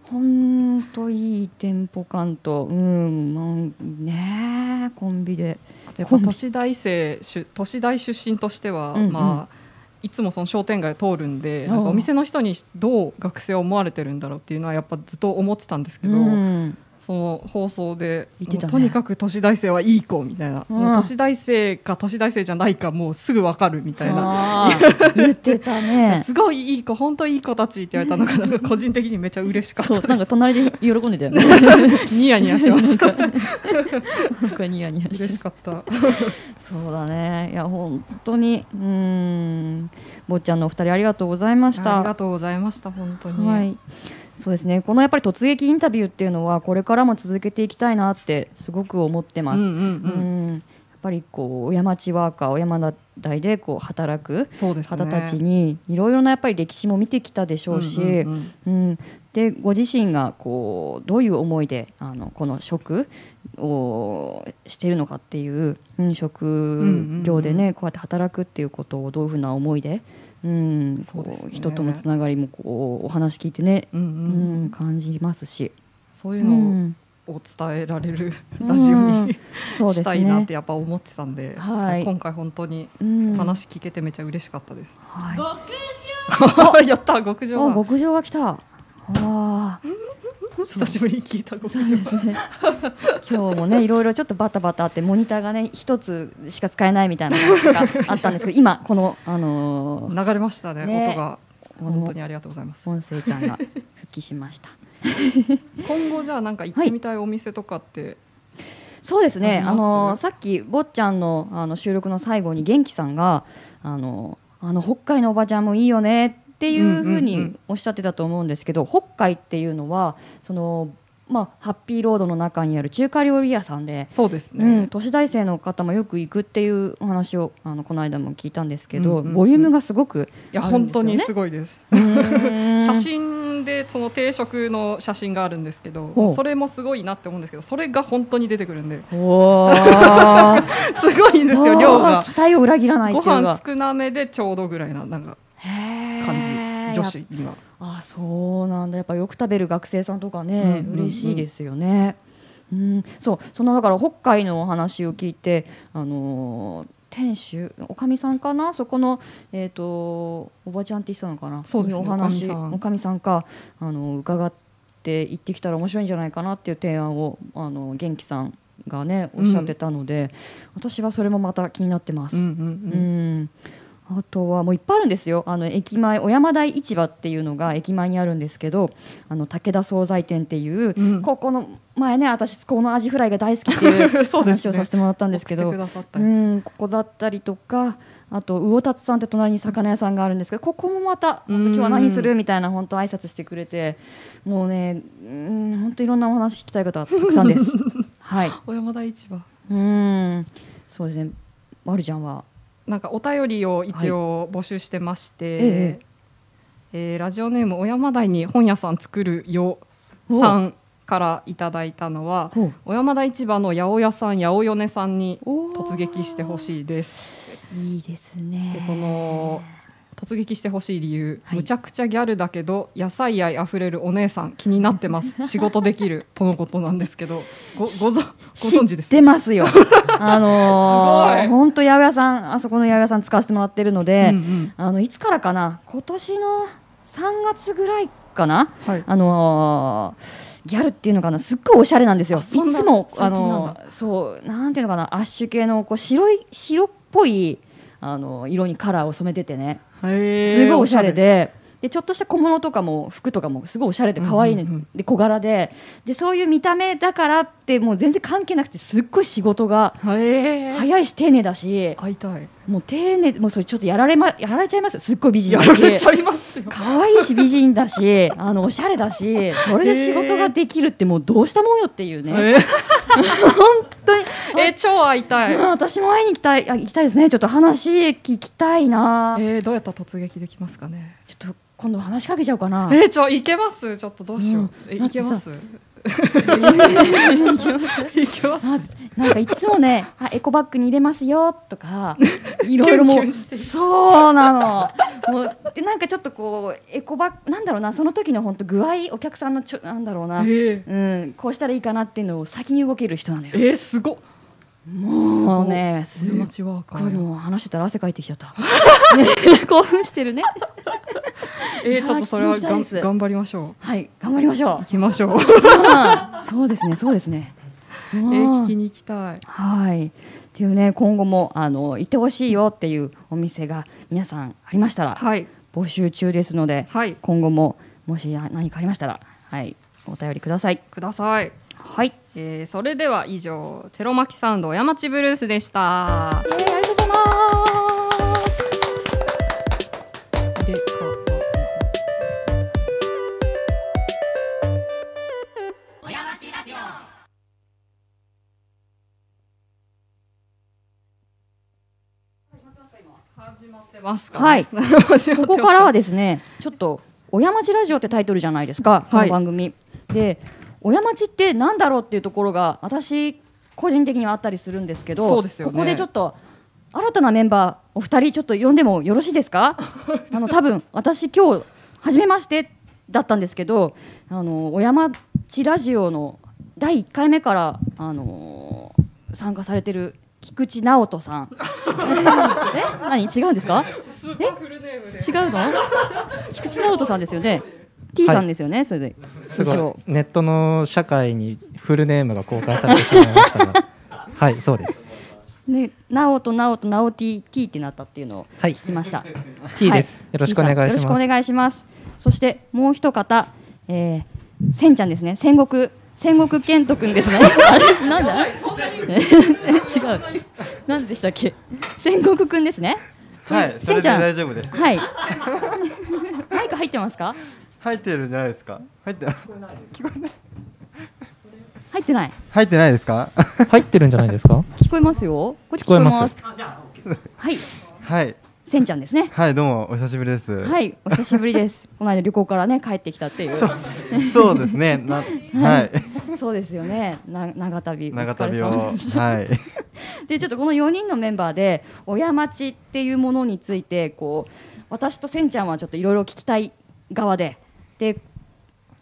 [SPEAKER 2] ほんといいテンポ感とうんなんねえコンビで
[SPEAKER 1] やっぱ都市大生出都市大出身としては、
[SPEAKER 2] うんうん
[SPEAKER 1] まあいつもその商店街を通るんで
[SPEAKER 2] おう
[SPEAKER 1] なんかお店の人にどう学生を思われてるんだろうっていうのはやっぱずっと思ってたんですけど、
[SPEAKER 2] うん
[SPEAKER 1] その放送で、
[SPEAKER 2] 言ってたね
[SPEAKER 1] もうとにかく都市大生はいい子みたいな、
[SPEAKER 2] うん
[SPEAKER 1] もう都市大生か都市大生じゃないかもうすぐわかるみたいな。
[SPEAKER 2] あー言ってたね
[SPEAKER 1] すごいいい子本当いい子たちって言われたのがなんか個人的にめっちゃ嬉しかっ
[SPEAKER 2] そう
[SPEAKER 1] た
[SPEAKER 2] なん
[SPEAKER 1] で
[SPEAKER 2] か
[SPEAKER 1] す
[SPEAKER 2] 隣で喜んでたよね
[SPEAKER 1] ニヤニヤしま した
[SPEAKER 2] なんかニヤニヤして
[SPEAKER 1] 嬉しかった
[SPEAKER 2] そうだねいや本当にうん坊ちゃんのお二人ありがとうございまし
[SPEAKER 1] あ
[SPEAKER 2] た
[SPEAKER 1] りがとうございました本当に、
[SPEAKER 2] はい、そうですねこのやっぱり突撃インタビューっていうのはこれからも続けていきたいなってすごく思ってます。
[SPEAKER 1] うんうんうん
[SPEAKER 2] うんやっぱりこう親町ワーカー小山台でこう働く
[SPEAKER 1] そうですね
[SPEAKER 2] 方たちにいろいろなやっぱり歴史も見てきたでしょうし、
[SPEAKER 1] うんうんうん
[SPEAKER 2] うん、でご自身がこうどういう思いであのこの職をしているのかっていう、うん、職業でね、
[SPEAKER 1] うん
[SPEAKER 2] こうやって働くっていうことをどういうふうな思いで、うん
[SPEAKER 1] そうですね
[SPEAKER 2] こう人とのつながりもこうお話聞いてね、
[SPEAKER 1] うんう
[SPEAKER 2] うんん、感じますし、
[SPEAKER 1] そう
[SPEAKER 2] う
[SPEAKER 1] いうの
[SPEAKER 2] ん、
[SPEAKER 1] を伝えられる、
[SPEAKER 2] うん
[SPEAKER 1] ラジオに、
[SPEAKER 2] そうで
[SPEAKER 1] し
[SPEAKER 2] す
[SPEAKER 1] たいなっ
[SPEAKER 2] ね
[SPEAKER 1] て。やっぱ思ってたんで、
[SPEAKER 2] はい
[SPEAKER 1] 今回本当に
[SPEAKER 2] うん
[SPEAKER 1] 話聞けてめちゃ嬉しかったです、
[SPEAKER 2] は い、
[SPEAKER 1] やった極上
[SPEAKER 2] あ
[SPEAKER 1] だ
[SPEAKER 2] 極上が来た。わあ
[SPEAKER 1] 久しぶりに聞いた極上
[SPEAKER 2] そうですね 今日もねいろいろちょっとバタバタあってモニターがね一つしか使えないみたいなのがあったんですけ ど今この、あのー
[SPEAKER 1] 流れましたね
[SPEAKER 2] ね
[SPEAKER 1] 音が本当にありがとうございます
[SPEAKER 2] 音声ちゃんが復帰しました。
[SPEAKER 1] 今後じゃあなんか行ってみたいお店とかって、
[SPEAKER 2] そうですね。
[SPEAKER 1] あ
[SPEAKER 2] あ
[SPEAKER 1] ります
[SPEAKER 2] のさっき坊っちゃんのあの収録の最後に元気さんがあのあの北海のおばちゃんもいいよねってい
[SPEAKER 1] う
[SPEAKER 2] うふう
[SPEAKER 1] んうんう
[SPEAKER 2] に
[SPEAKER 1] ん
[SPEAKER 2] おっしゃってたと思うんですけど、北海っていうのはそのまあハッピーロードの中にある中華料理屋さんで。
[SPEAKER 1] そうですね、
[SPEAKER 2] うん、都市大生の方もよく行くっていうお話をあのこの間も聞いたんですけ
[SPEAKER 1] うん
[SPEAKER 2] ど、
[SPEAKER 1] うんうん
[SPEAKER 2] ボリュームがすごく、
[SPEAKER 1] いや
[SPEAKER 2] ある
[SPEAKER 1] 本
[SPEAKER 2] んですよ
[SPEAKER 1] 当
[SPEAKER 2] ね
[SPEAKER 1] にすごいです、 写真でその定食の写真があるんですけ
[SPEAKER 2] お
[SPEAKER 1] どそれもすごいなって思うんですけどそれが本当に出てくるんで
[SPEAKER 2] おー
[SPEAKER 1] すごいん ですよ量が
[SPEAKER 2] 期待を裏切らない
[SPEAKER 1] ご
[SPEAKER 2] っていうの
[SPEAKER 1] 飯
[SPEAKER 2] が
[SPEAKER 1] 少なめでちょうどぐらいななんか感じ、
[SPEAKER 2] 感
[SPEAKER 1] 女子には
[SPEAKER 2] あそうなんだやっぱよく食べる学生さんとかね、
[SPEAKER 1] うんうんうん
[SPEAKER 2] 嬉しいですよね。うん、そうそのだから北海のお話を聞いてあのー店主おかみさんかなそこのえっ、とおばちゃんって言ってたのかな
[SPEAKER 1] そうですね
[SPEAKER 2] にお
[SPEAKER 1] おかみ
[SPEAKER 2] 話
[SPEAKER 1] さん
[SPEAKER 2] おかみさんかあの伺って行ってきたら面白いんじゃないかなっていう提案をあの元気さんがねおっしゃってたので、私はそれもまた気になってます。
[SPEAKER 1] うんうん
[SPEAKER 2] う
[SPEAKER 1] うん
[SPEAKER 2] んあとはもういっぱいあるんですよあの駅前小山台市場っていうのが駅前にあるんですけどあの武田惣菜店っていう、
[SPEAKER 1] うん
[SPEAKER 2] ここの前ね私このアジフライが大好きって いう
[SPEAKER 1] そうです
[SPEAKER 2] 話
[SPEAKER 1] ね
[SPEAKER 2] をさせてもらったんですけ
[SPEAKER 1] 送
[SPEAKER 2] ど
[SPEAKER 1] ってくださった
[SPEAKER 2] う
[SPEAKER 1] や
[SPEAKER 2] んここだったりとかあと魚達さんって隣に魚屋さんがあるんですけどここもまた
[SPEAKER 1] うん
[SPEAKER 2] 本当今日は何するみたいな本当挨拶してくれてもうねうん本当いろんなお話聞きたい方がたくさんです はい
[SPEAKER 1] つ小山田市場
[SPEAKER 2] うんそうですねまるちゃんは
[SPEAKER 1] なんかお便りを一応募集してまして、
[SPEAKER 2] ええ
[SPEAKER 1] えーラジオネーム小山台に本屋さん作るよ
[SPEAKER 2] お
[SPEAKER 1] さんからいただいたのは小山田市場の八百屋さん八百米さんに突撃してほしいです
[SPEAKER 2] いいですね。
[SPEAKER 1] でその突撃してほしい理由、
[SPEAKER 2] はい
[SPEAKER 1] むちゃくちゃギャルだけど野菜愛あふれるお姉さん気になってます 仕事できるとのことなんですけどごごぞご存知です
[SPEAKER 2] 知
[SPEAKER 1] か
[SPEAKER 2] ってますよ。 あの
[SPEAKER 1] すごい
[SPEAKER 2] ー、本当八百屋さん、あそこの八百屋さん使わせてもらってるので、
[SPEAKER 1] うんうん
[SPEAKER 2] あのいつからかな、今年の3月ぐらいかな、
[SPEAKER 1] はい
[SPEAKER 2] あのーギャルっていうのかな、すっごいおしゃれなんですよ。い
[SPEAKER 1] あ
[SPEAKER 2] つ
[SPEAKER 1] そんな
[SPEAKER 2] も
[SPEAKER 1] 最
[SPEAKER 2] あ
[SPEAKER 1] 近なんだ
[SPEAKER 2] のーそうなんていうのかな、アッシュ系のこう白い白っぽいあのー色にカラーを染めててね、
[SPEAKER 1] へー
[SPEAKER 2] すごいおしゃれで。でちょっとした小物とかも服とかもすごいおしゃれで可愛いね、
[SPEAKER 1] うんうんうん
[SPEAKER 2] で小柄ででそういう見た目だからってもう全然関係なくてすっごい仕事が
[SPEAKER 1] へえ
[SPEAKER 2] 早いし丁寧だし
[SPEAKER 1] 会いたい
[SPEAKER 2] もう丁寧もうそれちょっとやられ,、ま、やられちゃいますよすっごい美人
[SPEAKER 1] や
[SPEAKER 2] だ
[SPEAKER 1] られち
[SPEAKER 2] し
[SPEAKER 1] ゃいますよ
[SPEAKER 2] 可愛いし美人だしあのおしゃれだしそれで仕事ができるってもうどうしたもんよっていうね。
[SPEAKER 1] え
[SPEAKER 2] 本当に
[SPEAKER 1] え超会いたい
[SPEAKER 2] まあ私も会いに行きたいあ行きたいですねちょっと話聞きたいな
[SPEAKER 1] えー、どうやったら突撃できますかね
[SPEAKER 2] ちょっと今度話しかけちゃおうかな
[SPEAKER 1] えー、ちょいけますちょっとどうしよう、
[SPEAKER 2] うん
[SPEAKER 1] え
[SPEAKER 2] だ
[SPEAKER 1] い
[SPEAKER 2] って
[SPEAKER 1] け
[SPEAKER 2] さ
[SPEAKER 1] ます いけます
[SPEAKER 2] なんかいつもねあエコバッグに入れますよと かいろいろも
[SPEAKER 1] キュンキュ
[SPEAKER 2] う
[SPEAKER 1] ンしてる
[SPEAKER 2] そうなのもうでなんかちょっとこうエコバッグなんだろうなその時の本当具合お客さんのちょなんだろう
[SPEAKER 1] え
[SPEAKER 2] な、
[SPEAKER 1] ー、
[SPEAKER 2] うん、こうしたらいいかなっていうのを先に動ける人なのよ
[SPEAKER 1] えー、すごっ
[SPEAKER 2] もうねす
[SPEAKER 1] すごい街ワーカ
[SPEAKER 2] ごい
[SPEAKER 1] ーや
[SPEAKER 2] もう話してたら汗かいてきちゃ った、ね、興奮してるね
[SPEAKER 1] えー、ちょっとそれはが
[SPEAKER 2] あー聞
[SPEAKER 1] ん
[SPEAKER 2] きたいです
[SPEAKER 1] 頑張りましょ
[SPEAKER 2] はい頑張りましょ
[SPEAKER 1] う
[SPEAKER 2] う
[SPEAKER 1] 行きましょう
[SPEAKER 2] うんそうですね、そうですね。え
[SPEAKER 1] えー、聞きに行きたい
[SPEAKER 2] はい。っていうね、今後もあの行ってほしいよっていうお店が皆さんありましたら
[SPEAKER 1] はい
[SPEAKER 2] 募集中ですので、
[SPEAKER 1] はい
[SPEAKER 2] 今後ももし何かありましたら、はい、お便りください。
[SPEAKER 1] ください
[SPEAKER 2] はい。
[SPEAKER 1] えー、それでは以上チェロマキサウンド山地ブルースでした
[SPEAKER 2] えー、ありがとうございます。
[SPEAKER 1] でか始まってますか、
[SPEAKER 2] はい
[SPEAKER 1] 始まってます
[SPEAKER 2] ここからはですね、ちょっと親町ラジオってタイトルじゃないですか、この番組で親町ってなんだろうっていうところが私個人的にはあったりするんですけど、
[SPEAKER 1] そうですよね
[SPEAKER 2] ここでちょっと新たなメンバーお二人ちょっと呼んでもよろしいですか？ あの多分私今日初めましてだったんですけど、あの親町ラジオの第一回目からあの参加されてる菊池直 人さん。え、何違うんですか？
[SPEAKER 1] スーパーフルネームで
[SPEAKER 2] 違うの菊池直人さんですよね T さんですよね、それで
[SPEAKER 9] す
[SPEAKER 2] 一
[SPEAKER 9] ご
[SPEAKER 2] 応
[SPEAKER 9] いネットの社会にフルネームが公開されてしまいましたが はいそうです
[SPEAKER 2] ね直人直人直 T T ってなったっていうのを
[SPEAKER 9] はい
[SPEAKER 2] 聞きました、
[SPEAKER 9] T
[SPEAKER 2] はい
[SPEAKER 9] です、よろしくお願いします
[SPEAKER 2] よろしくお願いしますそしてもう一方、えー、せんちゃんですね戦国戦国健人くんですね あれなんだ え違う何でしたっけ戦国くんですね
[SPEAKER 10] はい、
[SPEAKER 2] せ
[SPEAKER 10] そ
[SPEAKER 2] ん
[SPEAKER 10] れで
[SPEAKER 2] ちゃん
[SPEAKER 10] 大丈夫です。
[SPEAKER 2] はいマイク入ってますか
[SPEAKER 10] 入ってるんじゃないですか。入って、
[SPEAKER 2] 入ってない
[SPEAKER 10] 入ってないですか。
[SPEAKER 9] 入ってるんじゃないですか
[SPEAKER 2] 聞こえますよこっち聞こ
[SPEAKER 9] 聞こ
[SPEAKER 2] え
[SPEAKER 9] え
[SPEAKER 2] ま
[SPEAKER 9] ますす
[SPEAKER 2] はい
[SPEAKER 10] はい、
[SPEAKER 2] せんちゃんですね
[SPEAKER 10] はい、どうも、お久しぶりです。、
[SPEAKER 2] はいい、お久しぶりです。 この間旅行からね、帰ってきたっていう。
[SPEAKER 10] そうですね、な、はい、
[SPEAKER 2] そうですよね。な長旅。
[SPEAKER 10] 長旅を、
[SPEAKER 2] お疲れ様
[SPEAKER 10] は
[SPEAKER 2] でした
[SPEAKER 10] い。
[SPEAKER 2] で、ちょっとこの4人のメンバーで、親町っていうものについて、こう。私とせんちゃんはちょっといろいろ聞きたい側で。で。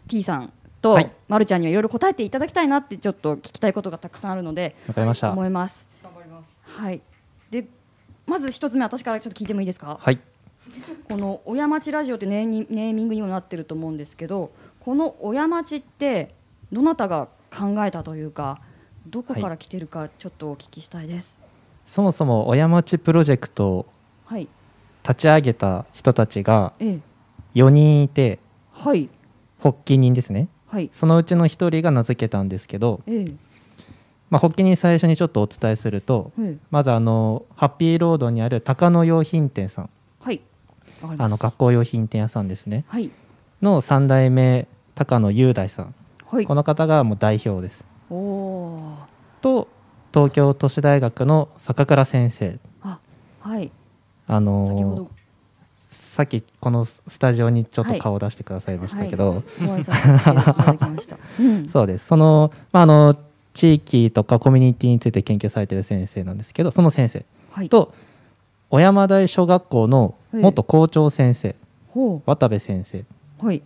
[SPEAKER 2] T さんと
[SPEAKER 9] はい
[SPEAKER 2] まるちゃんにはいろいろ答えていただきたいなって、ちょっと聞きたいことがたくさんあるので。
[SPEAKER 9] わかりました
[SPEAKER 2] 思います。
[SPEAKER 1] 頑張ります
[SPEAKER 2] はい。で。まず一つ目、私からちょっと聞いてもいいですか。
[SPEAKER 9] はい
[SPEAKER 2] この「親町ラジオ」ってネーミネーミングにもなってると思うんですけどこの「親町」ってどなたが考えたというかどこから来てるかちょっとお聞きしたいです。
[SPEAKER 9] そもそも親町プロジェクトを
[SPEAKER 2] はい、
[SPEAKER 9] 立ち上げた人たちが
[SPEAKER 2] ええ
[SPEAKER 9] 4人いて
[SPEAKER 2] はい、
[SPEAKER 9] 発起人ですね
[SPEAKER 2] はい、
[SPEAKER 9] そのうちの1人が名付けたんですけど、
[SPEAKER 2] ええ
[SPEAKER 9] まあ、発起人最初にちょっとお伝えすると
[SPEAKER 2] ええ
[SPEAKER 9] まずあのハッピーロードにある高野用品店さん
[SPEAKER 2] はい、わかります
[SPEAKER 9] あの学校用品店屋さんですね
[SPEAKER 2] はい、
[SPEAKER 9] の3代目高野雄大さん
[SPEAKER 2] はい
[SPEAKER 9] こ、の方がもう代表です
[SPEAKER 2] おおー、
[SPEAKER 9] と東京都市大学の坂倉先生
[SPEAKER 2] はい、先
[SPEAKER 9] あ
[SPEAKER 2] ほ
[SPEAKER 9] の
[SPEAKER 2] ど
[SPEAKER 9] ーさっきこのスタジオにちょっと顔を出してくださいましたけど、
[SPEAKER 2] ご挨拶させていただきま した。うん、
[SPEAKER 9] そうですその,、まあ、あの地域とかコミュニティについて研究されてる先生なんですけどその先生
[SPEAKER 2] はい、
[SPEAKER 9] と小山台小学校の元校長先生、
[SPEAKER 2] ほ
[SPEAKER 9] 渡部先生
[SPEAKER 2] う、はい、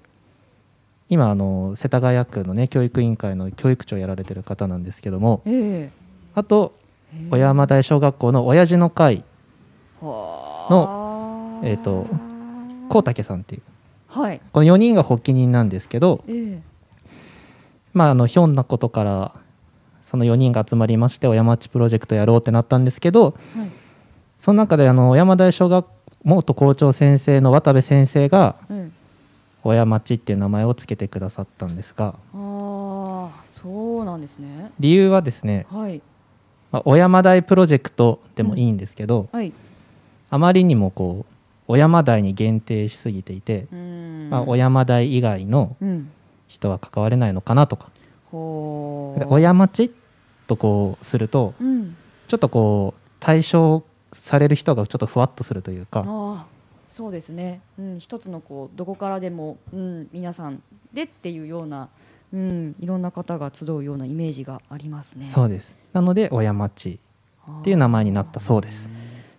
[SPEAKER 9] 今あの世田谷区のね教育委員会の教育長やられてる方なんですけども
[SPEAKER 2] ええ
[SPEAKER 9] あと小山台小学校の親父の会
[SPEAKER 2] の
[SPEAKER 9] えーと光武さんっていう
[SPEAKER 2] はい、
[SPEAKER 9] この4人が発起人なんですけど、
[SPEAKER 2] ええ
[SPEAKER 9] まあ、あのひょんなことからその4人が集まりまして小山町プロジェクトやろうってなったんですけど、
[SPEAKER 2] はい
[SPEAKER 9] その中であの小山台小学元校長先生の渡部先生が
[SPEAKER 2] うん
[SPEAKER 9] 親町っていう名前をつけてくださったんですが
[SPEAKER 2] ああ、そうなんですね。
[SPEAKER 9] 理由はですね、
[SPEAKER 2] はい。
[SPEAKER 9] まあ、小山台プロジェクトでもいいんですけど、
[SPEAKER 2] はい。
[SPEAKER 9] あまりにもこう小山台に限定しすぎていて、
[SPEAKER 2] うん。
[SPEAKER 9] まあ、小山台以外の
[SPEAKER 2] うん。
[SPEAKER 9] 人は関われないのかなとか
[SPEAKER 2] ほ
[SPEAKER 9] で
[SPEAKER 2] う。
[SPEAKER 9] 親町とこうすると
[SPEAKER 2] うん。
[SPEAKER 9] ちょっとこう対象される人がちょっとふわっとするというか
[SPEAKER 2] ああ、そうですね。うん、一つのこうどこからでも、うん、皆さんでっていうような、うん、いろんな方が集うようなイメージがありますね。
[SPEAKER 9] そうですなので親町
[SPEAKER 2] っ
[SPEAKER 9] っていう名前になったそうです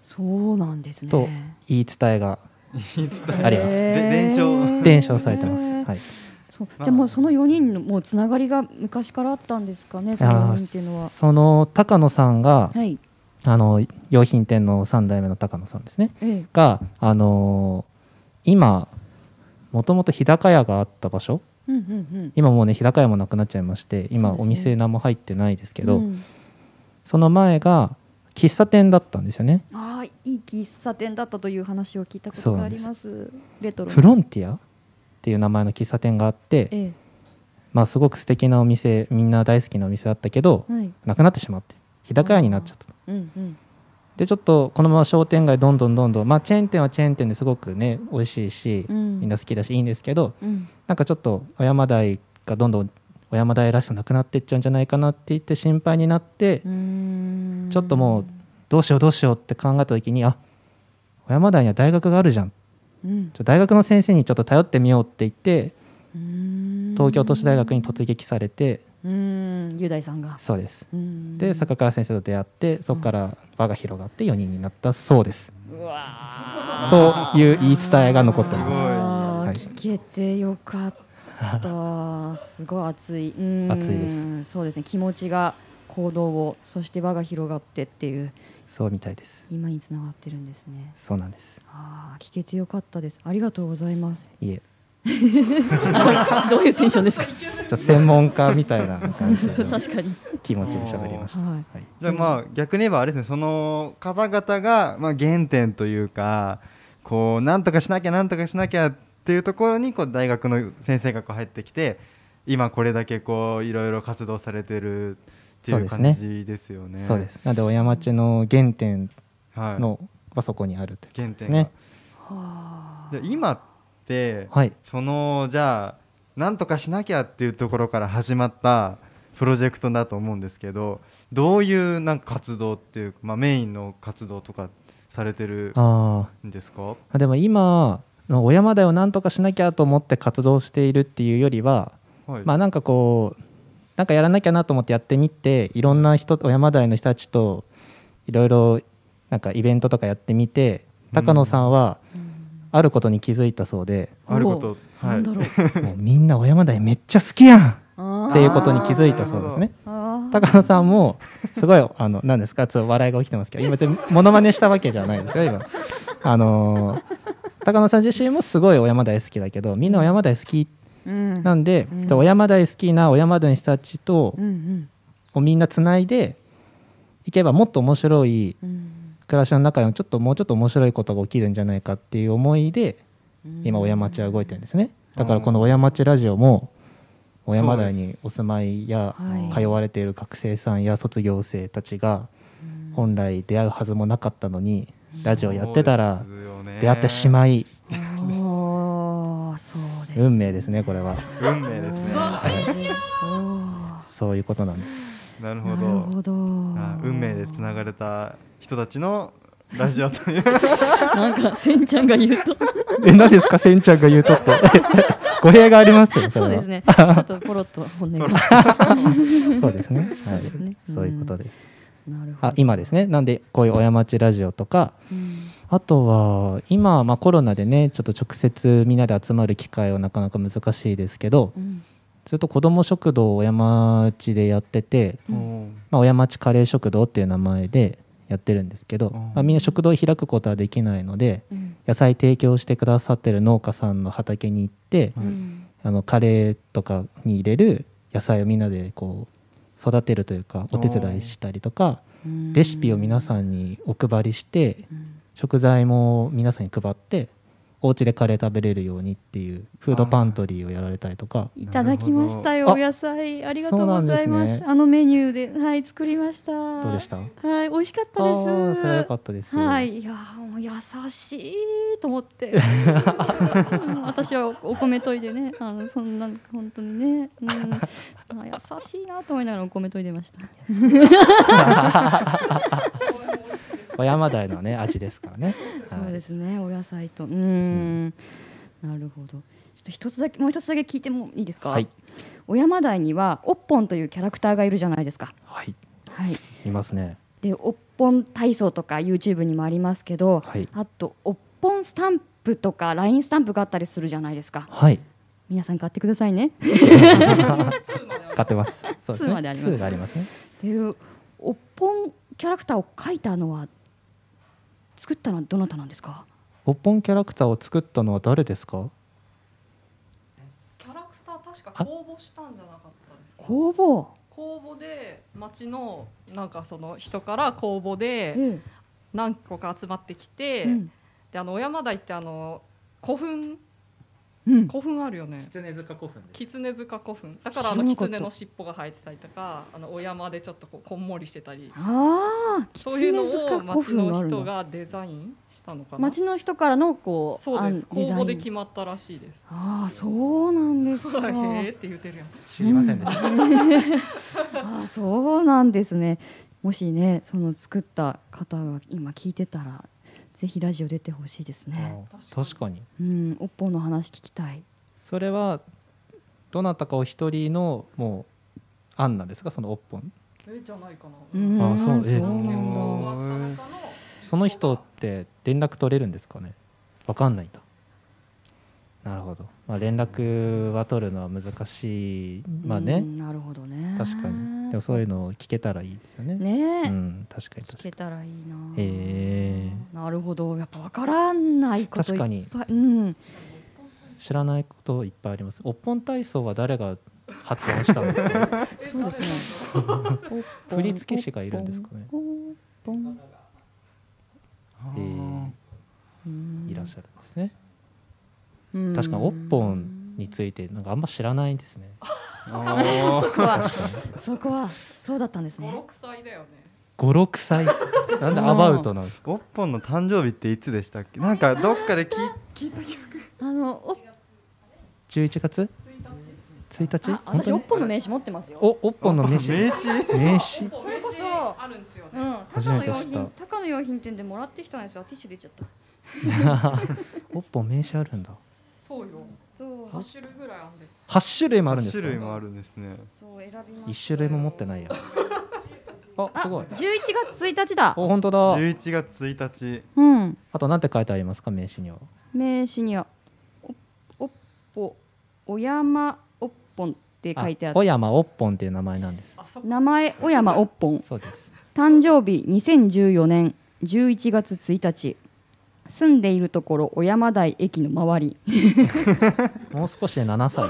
[SPEAKER 2] そうなんですね。
[SPEAKER 9] と言い伝 えがあります
[SPEAKER 2] へー
[SPEAKER 10] で伝承
[SPEAKER 9] 伝承されてます、はい、
[SPEAKER 2] そうじゃあもうその4人のもうつながりが昔からあったんですかね、その4人っていうのは。
[SPEAKER 9] その高野さんが
[SPEAKER 2] はい、
[SPEAKER 9] あの洋品店の3代目の高野さんですね
[SPEAKER 2] ええ、
[SPEAKER 9] が、あのー今もともと日高屋があった場所
[SPEAKER 2] うんうん
[SPEAKER 9] 今もうね日高屋もなくなっちゃいまし
[SPEAKER 2] そう
[SPEAKER 9] て今
[SPEAKER 2] ですね
[SPEAKER 9] お店何も入ってないですけ
[SPEAKER 2] うん。
[SPEAKER 9] どそ,、
[SPEAKER 2] うん
[SPEAKER 9] の前が喫茶店だったんですよね
[SPEAKER 2] ああ、いい喫茶店だったという話を聞いたことがあります。レトロな。
[SPEAKER 9] フロンティアっていう名前の喫茶店があって、
[SPEAKER 2] え
[SPEAKER 9] まあ、すごく素敵なお店みんな大好きなお店だったけど
[SPEAKER 2] え、はい、
[SPEAKER 9] なくなってしまって日高屋になっちゃった
[SPEAKER 2] うんうん、
[SPEAKER 9] でちょっとこのまま商店街どんどんどんどんまあチェーン店はチェーン店ですごくね美味しいし、
[SPEAKER 2] うん
[SPEAKER 9] みんな好きだしいいんですけど
[SPEAKER 2] うん、
[SPEAKER 9] なんかちょっと小山台がどんどん小山台らしさなくなっていっちゃうんじゃないかなって言って心配になって、
[SPEAKER 2] うーん
[SPEAKER 9] ちょっともうどうしようどうしようって考えた時にあ小山台には大学があるじゃんち
[SPEAKER 2] う
[SPEAKER 9] ょ
[SPEAKER 2] ん
[SPEAKER 9] っと大学の先生にちょっと頼ってみようって言って
[SPEAKER 2] うーん
[SPEAKER 9] 東京都市大学に突撃されて、
[SPEAKER 2] うーん雄大さんが
[SPEAKER 9] そうです
[SPEAKER 2] うーん
[SPEAKER 9] で坂川先生と出会ってそこから輪が広がって4人になったそうです、
[SPEAKER 2] うわ
[SPEAKER 9] という言い伝えが残っておりま
[SPEAKER 2] あ
[SPEAKER 9] す
[SPEAKER 2] ー
[SPEAKER 9] はい
[SPEAKER 2] 聞けてよかったすごい熱いうん
[SPEAKER 9] 熱い
[SPEAKER 2] そうですね気持ちが行動をそして輪が広がってっていう
[SPEAKER 9] そうみたいです
[SPEAKER 2] 今につながってるんですね
[SPEAKER 9] そうなんです
[SPEAKER 2] あー聞けてよかったですありがとうございます
[SPEAKER 9] いえ
[SPEAKER 2] どういうテンションですか
[SPEAKER 9] ちょっと専門家みたいな感 じ
[SPEAKER 2] そう
[SPEAKER 9] の
[SPEAKER 2] 確かに
[SPEAKER 9] 気持ちで喋りました、
[SPEAKER 2] はい
[SPEAKER 9] はい
[SPEAKER 10] じゃあまあ逆に言えばあれですねその方々がまあ原点というかこうなんとかしなきゃなんとかしなきゃっていうところにこう大学の先生がこう入ってきて今これだけこういろいろ活動されてるっていう
[SPEAKER 9] そう
[SPEAKER 10] 感
[SPEAKER 9] ですね
[SPEAKER 10] じですよね。
[SPEAKER 9] そうです。なので小山町の原点
[SPEAKER 10] はい、
[SPEAKER 9] のはそこにあるということ
[SPEAKER 10] 原
[SPEAKER 9] です
[SPEAKER 10] 点が、
[SPEAKER 9] ね。
[SPEAKER 10] で今って、
[SPEAKER 9] はい。
[SPEAKER 10] そのじゃあなんとかしなきゃっていうところから始まったプロジェクトだと思うんですけどどういうなんか活動っていうか、まあ、メインの活動とかされてる
[SPEAKER 9] あ
[SPEAKER 10] んですか
[SPEAKER 9] あ。でも今の小山台をなんとかしなきゃと思って活動しているっていうよりは、
[SPEAKER 10] はい、
[SPEAKER 9] まあなんかこうなんかやらなきゃなと思ってやってみて、いろんな人小山台の人たちといろいろなんかイベントとかやってみて、高野さんはあることに気づいたそうで、
[SPEAKER 10] あることは
[SPEAKER 2] ないんだろう
[SPEAKER 9] もうみんな小山台めっちゃ好きやん
[SPEAKER 2] あ
[SPEAKER 9] っていうことに気づいたそうですね。
[SPEAKER 2] ー
[SPEAKER 9] 高野さんもすごいあの何ですかちょっと笑いが起きてますけど今別にモノマネしたわけじゃないですよ今あのー高野さん自身もすごい小山台好きだけどみんな小山台好き
[SPEAKER 2] うんうん
[SPEAKER 9] なんで、
[SPEAKER 2] うん
[SPEAKER 9] じゃあ小山台好きな小山台の人たちと
[SPEAKER 2] う、ん
[SPEAKER 9] をみんなつないでいけばもっと面白い
[SPEAKER 2] うん
[SPEAKER 9] 暮らしの中でもちょっともうちょっと面白いことが起きるんじゃないかっていう思いで今小山町は動いてるんですねだからこの小山町ラジオも小山台にお住まいや
[SPEAKER 2] はい
[SPEAKER 9] 通われている学生さんや卒業生たちが本来出会うはずもなかったのにラジオやってたら出会ってし
[SPEAKER 10] う
[SPEAKER 9] まい
[SPEAKER 2] ああ、そうです。
[SPEAKER 9] 運命ですねこれは
[SPEAKER 10] 運命ですね
[SPEAKER 2] お
[SPEAKER 9] そういうことなんです
[SPEAKER 10] なる
[SPEAKER 2] ー
[SPEAKER 10] ほ
[SPEAKER 2] なる
[SPEAKER 10] ど
[SPEAKER 2] ほど。
[SPEAKER 10] あ運命でつなが
[SPEAKER 2] る。
[SPEAKER 10] れた人たちのラジオ という
[SPEAKER 2] なんか、せんちゃんが言うと。
[SPEAKER 9] え何ですかせんちゃんが言うと って語弊がありますよ
[SPEAKER 2] そう
[SPEAKER 9] れ
[SPEAKER 2] で
[SPEAKER 9] は
[SPEAKER 2] すね。ちょっとポロッと本音が。
[SPEAKER 9] そうですねは
[SPEAKER 2] そうですねう
[SPEAKER 9] い
[SPEAKER 2] ん
[SPEAKER 9] そういうことです
[SPEAKER 2] なるほど。
[SPEAKER 9] あ今ですねなんでこういう小山町ラジオとか
[SPEAKER 2] うん。
[SPEAKER 9] あとは今、まあ、コロナでねちょっと直接みんなで集まる機会はなかなか難しいですけど
[SPEAKER 2] うん。
[SPEAKER 9] ずっと子ども食堂を小山町でやってて、まあ、小山町カレー食堂っていう名前でやってるんですけど、
[SPEAKER 10] ん
[SPEAKER 9] まあ、みんな食堂を開くことはできないので
[SPEAKER 2] うん
[SPEAKER 9] 野菜提供してくださってる農家さんの畑に行って
[SPEAKER 10] う
[SPEAKER 2] うんん。
[SPEAKER 9] あのカレーとかに入れる野菜をみんなでこう育てるというかお手伝いしたりとか
[SPEAKER 2] うん
[SPEAKER 9] レシピを皆さんにお配りして
[SPEAKER 2] うん。
[SPEAKER 9] 食材も皆さんに配ってお家でカレー食べれるようにっていうフードパントリーをやられたりとか
[SPEAKER 2] いただきましたよ
[SPEAKER 9] あ
[SPEAKER 2] お野菜ありがとうござい
[SPEAKER 9] そうな
[SPEAKER 2] ま
[SPEAKER 9] ん
[SPEAKER 2] す
[SPEAKER 9] ですね
[SPEAKER 2] あのメニューではい作りました
[SPEAKER 9] どうでした
[SPEAKER 2] はい美味しかった
[SPEAKER 9] あー
[SPEAKER 2] です
[SPEAKER 9] それは良かったです
[SPEAKER 2] はいいやーもう優しいと思って うん私はおお米研いでねあのそんな本当にね、うん、あ優しいなと思いながらお米研いでました
[SPEAKER 9] 小山台のね味ですからね
[SPEAKER 2] そうですね、お野菜と。うーん、なるほど。ちょっと一つだけ、もう一つだけ聞いてもいいですか。
[SPEAKER 9] はい
[SPEAKER 2] 小山台には、おっぽんというキャラクターがいるじゃないですか。
[SPEAKER 9] はい。
[SPEAKER 2] はい。
[SPEAKER 9] いますね
[SPEAKER 2] で、おっぽん体操とか、YouTube にもありますけど。
[SPEAKER 9] はい
[SPEAKER 2] あと、おっぽんスタンプとか、ラインスタンプがあったりするじゃないですか。
[SPEAKER 9] はい
[SPEAKER 2] 皆さん買ってくださいね。
[SPEAKER 9] 買ってますそうです
[SPEAKER 2] 2まであります。
[SPEAKER 9] 2がありますね。
[SPEAKER 2] っていう、おっぽんキャラクターを描いたのは。作ったのはどなたなんですか。
[SPEAKER 9] おっぽんキャラクターを作ったのは誰ですか
[SPEAKER 1] キャラクター確か公募したんじゃなかったですか
[SPEAKER 2] 工房。
[SPEAKER 1] 公募で町のなんかその人から公募で
[SPEAKER 2] うん
[SPEAKER 1] 何個か集まってきて、
[SPEAKER 2] うん
[SPEAKER 1] であの小山台ってあの古墳、
[SPEAKER 2] うん
[SPEAKER 1] 古墳あるよね
[SPEAKER 4] 狐塚古墳
[SPEAKER 1] 狐塚古墳だからあの
[SPEAKER 2] 知らなかった
[SPEAKER 1] 狐の尻尾が生えてたりとかあのお山でちょっとこうこんもりしてたり
[SPEAKER 2] ああ、
[SPEAKER 1] そういうの
[SPEAKER 2] 狐塚
[SPEAKER 1] を町
[SPEAKER 2] 古墳があ
[SPEAKER 1] の
[SPEAKER 2] るんだ
[SPEAKER 1] 人がデザインしたのかな
[SPEAKER 2] 町の人からのこう
[SPEAKER 1] そうです公
[SPEAKER 2] 案
[SPEAKER 1] 募で
[SPEAKER 2] デザイ
[SPEAKER 1] 決
[SPEAKER 2] ン
[SPEAKER 1] まったらしいです
[SPEAKER 2] ああそうなんですか
[SPEAKER 1] ほらへえって言ってるやん
[SPEAKER 2] 知りませんで した、ああそうなんですねもしねその作った方が今聞いてたらぜひラジオ出てほしいですね
[SPEAKER 9] 確かに
[SPEAKER 2] うんおっぽんの話聞きたい
[SPEAKER 9] それはどなたかお一人のもう案なんですかそのおっぽん
[SPEAKER 1] えじゃないかな
[SPEAKER 2] うん
[SPEAKER 9] あそうえ
[SPEAKER 2] なんだ
[SPEAKER 9] その人って連絡取れるんですかねわかんないんだなるほど、まあ、連絡は取るのは難しいまあ
[SPEAKER 2] う
[SPEAKER 9] ね
[SPEAKER 2] んなるほどね
[SPEAKER 9] 確かにでもそういうのを聞けたらいいですよね
[SPEAKER 2] ねえ
[SPEAKER 9] うん、確かに確
[SPEAKER 2] 聞けたらいいな
[SPEAKER 9] かにへえ
[SPEAKER 2] なるほどやっぱわからんないこといっぱい
[SPEAKER 9] 確
[SPEAKER 2] うん
[SPEAKER 9] 知らないこといっぱいありますおっぽん体操は誰が発案した んですかね
[SPEAKER 2] そう ですね
[SPEAKER 9] 振り付け師がいるんですかね
[SPEAKER 2] おっぽんおっぽん
[SPEAKER 9] えーいらっしゃるんですね
[SPEAKER 2] うん
[SPEAKER 9] 確かにおっぽんについてなんかあんま知らないんですね
[SPEAKER 2] あ そこは
[SPEAKER 9] 確かに
[SPEAKER 2] そこはそうだったんですね。
[SPEAKER 1] 歳だよね。
[SPEAKER 9] 56歳なんでアバウトなんです
[SPEAKER 10] かおっぽんの誕生日っていつでしたっけなんかどっかで聞い
[SPEAKER 2] あのお
[SPEAKER 9] 11月1日
[SPEAKER 2] あ私おっ
[SPEAKER 9] 本当
[SPEAKER 2] ぽんの名刺持ってますよ。
[SPEAKER 9] におおっぽんの名刺
[SPEAKER 10] 名刺
[SPEAKER 9] 名刺
[SPEAKER 2] それこそ
[SPEAKER 1] あるんですよね。
[SPEAKER 2] うん、
[SPEAKER 9] 初
[SPEAKER 2] 高
[SPEAKER 9] め
[SPEAKER 2] の
[SPEAKER 9] て
[SPEAKER 2] 用
[SPEAKER 9] 知った
[SPEAKER 2] 品高の用品店でもらってきたんですよ。ティッシュ出ちゃった。
[SPEAKER 9] おっぽん名刺あるんだ
[SPEAKER 1] そうよ。
[SPEAKER 2] そう
[SPEAKER 1] 八種類ぐらいあんで。
[SPEAKER 9] 8種類もあるんですか
[SPEAKER 10] 種類もあるんですね
[SPEAKER 2] そう選びま
[SPEAKER 9] 1種類も持ってないやあすごい
[SPEAKER 2] す。十一月一日だ。
[SPEAKER 9] お本当だ
[SPEAKER 10] 11月1日
[SPEAKER 2] うん。
[SPEAKER 9] あとなんて書いてありますか名刺には
[SPEAKER 2] 名刺にはおおっぽお山おっぽんって書いてあ
[SPEAKER 9] あ小
[SPEAKER 2] る。
[SPEAKER 9] 山おっぽんっていう名前なんです
[SPEAKER 2] 名前小山おっぽん。
[SPEAKER 9] そうです
[SPEAKER 2] 誕生日2014年11月1日住んでいるところ小山台駅の周り
[SPEAKER 9] もう少しで7歳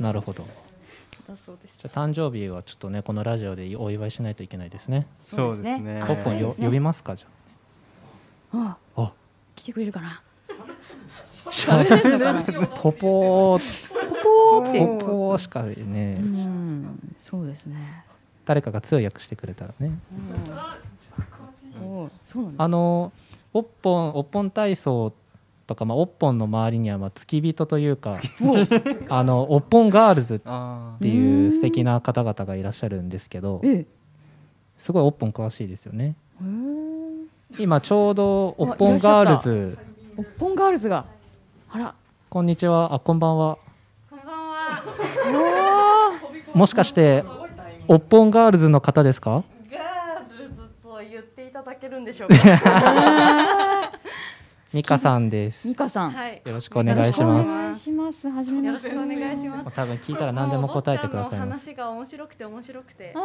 [SPEAKER 9] なるほど
[SPEAKER 2] だそうです
[SPEAKER 9] じゃあ誕生日はちょっとねこのラジオでお祝いしないといけないですね
[SPEAKER 10] そうですね
[SPEAKER 9] おっぽんよ
[SPEAKER 2] そうですね
[SPEAKER 9] 呼びますかじゃ
[SPEAKER 2] あ
[SPEAKER 9] あ
[SPEAKER 2] 来てくれるかな
[SPEAKER 9] あ
[SPEAKER 2] 喋れんのかな
[SPEAKER 9] ポポー
[SPEAKER 2] ポーって
[SPEAKER 9] ポポーしかね
[SPEAKER 2] うんそうですね
[SPEAKER 9] 誰かが通訳してくれたらね
[SPEAKER 2] おうそうなんです
[SPEAKER 9] あのおっぽんおっぽん体操とか、まあ、おっぽんの周りには、まあ、付き人というかあのおっぽんガールズっていう素敵な方々がいらっしゃるんですけど
[SPEAKER 2] え
[SPEAKER 9] すごいおっぽん詳しいですよね
[SPEAKER 2] へー
[SPEAKER 9] 今ちょうどおっぽんガールズ
[SPEAKER 2] おっぽんガールズがあら
[SPEAKER 9] こんにちはあこんばんは
[SPEAKER 2] お
[SPEAKER 9] もしかしておっぽんガールズの方ですか
[SPEAKER 5] ガールズと言っていただけるんでしょう か
[SPEAKER 9] 美香さんです
[SPEAKER 2] 美香さん
[SPEAKER 5] はい
[SPEAKER 9] よろしくお願いします
[SPEAKER 2] しますはじめまして
[SPEAKER 5] よろしくお願いします
[SPEAKER 9] 多分聞いたら何でも答えてください
[SPEAKER 5] もうお
[SPEAKER 9] ま
[SPEAKER 5] 坊
[SPEAKER 9] す
[SPEAKER 5] ちゃんの話が面白くて面白くて
[SPEAKER 2] あ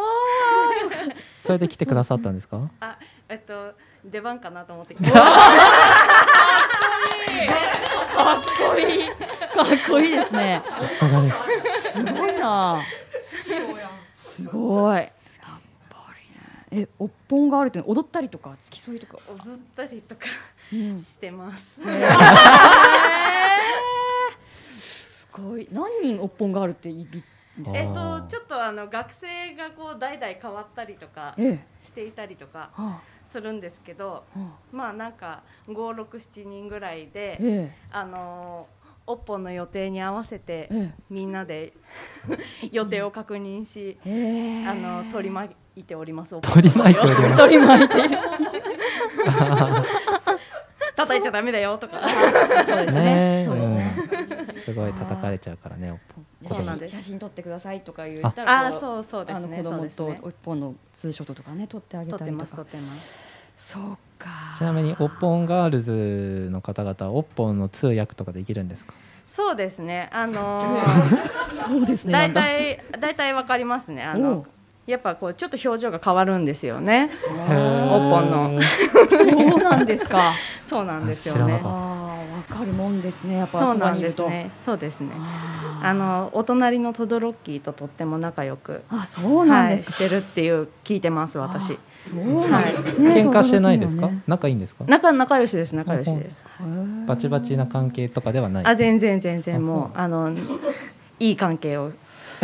[SPEAKER 9] それで来てくださったんですか
[SPEAKER 5] あえっと出番かなと思 って来たか
[SPEAKER 2] っこいいかっこいいですね
[SPEAKER 9] さすがです
[SPEAKER 2] すごいなすごいやっぱりねえおっぽんがあるって踊ったりとか付き添いとか
[SPEAKER 5] 踊ったりとかしてます、
[SPEAKER 2] えすごい何人おっぽんがあるっているんですか
[SPEAKER 5] えっと、ちょっとあの学生がこう代々変わったりとか
[SPEAKER 2] え
[SPEAKER 5] していたりとか
[SPEAKER 2] は
[SPEAKER 5] するんですけど、まあなんか567人ぐらいで、
[SPEAKER 2] ええ
[SPEAKER 5] あのおっぽの予定に合わせて、
[SPEAKER 2] ええ
[SPEAKER 5] みんなで予定を確認し、
[SPEAKER 2] え
[SPEAKER 5] あの取り巻いております
[SPEAKER 9] 取り巻いております取り巻いている
[SPEAKER 5] 叩いちゃダメだよとか
[SPEAKER 2] そうですね
[SPEAKER 9] ね
[SPEAKER 2] そうですね
[SPEAKER 9] うんすごい叩かれちゃうからね。今
[SPEAKER 2] 写
[SPEAKER 9] 年
[SPEAKER 2] 真写真撮ってくださいとか言ったら
[SPEAKER 5] あ
[SPEAKER 2] こ
[SPEAKER 5] あそうそうですね
[SPEAKER 2] あの子
[SPEAKER 5] そう
[SPEAKER 2] 供
[SPEAKER 5] ですね
[SPEAKER 2] とおっぽんのツーショットとかね撮ってあげ
[SPEAKER 5] 撮
[SPEAKER 2] た
[SPEAKER 5] って
[SPEAKER 2] り
[SPEAKER 5] ま
[SPEAKER 2] と
[SPEAKER 5] す撮
[SPEAKER 2] か
[SPEAKER 5] ってます
[SPEAKER 2] そうか
[SPEAKER 9] ちなみにオッポンガールズの方々はオッポンの通訳とかできるんですか。
[SPEAKER 5] そうですねあのー
[SPEAKER 2] そうですね
[SPEAKER 5] 大体大体わかりますねあのやっぱこうちょっと表情が変わるんですよねおっぽんの
[SPEAKER 2] そうなんですか
[SPEAKER 5] そうなんですよ
[SPEAKER 2] あ
[SPEAKER 5] ね
[SPEAKER 2] ーわかるもんですねやっぱ
[SPEAKER 5] そう
[SPEAKER 2] そば
[SPEAKER 5] なん
[SPEAKER 2] にい
[SPEAKER 5] で
[SPEAKER 2] る
[SPEAKER 5] す
[SPEAKER 2] と
[SPEAKER 5] ね。そうですね。あのお隣のトドロッキーととっても仲良く、
[SPEAKER 2] あそうなんです
[SPEAKER 5] はいしてるっていう聞いてます私。
[SPEAKER 2] そう
[SPEAKER 5] は
[SPEAKER 9] 喧嘩してないですか。仲いいんですか。
[SPEAKER 5] 仲仲良しです仲良しです。
[SPEAKER 9] バチバチな関係とかではない。
[SPEAKER 5] あ全然全然もうあのいい関係を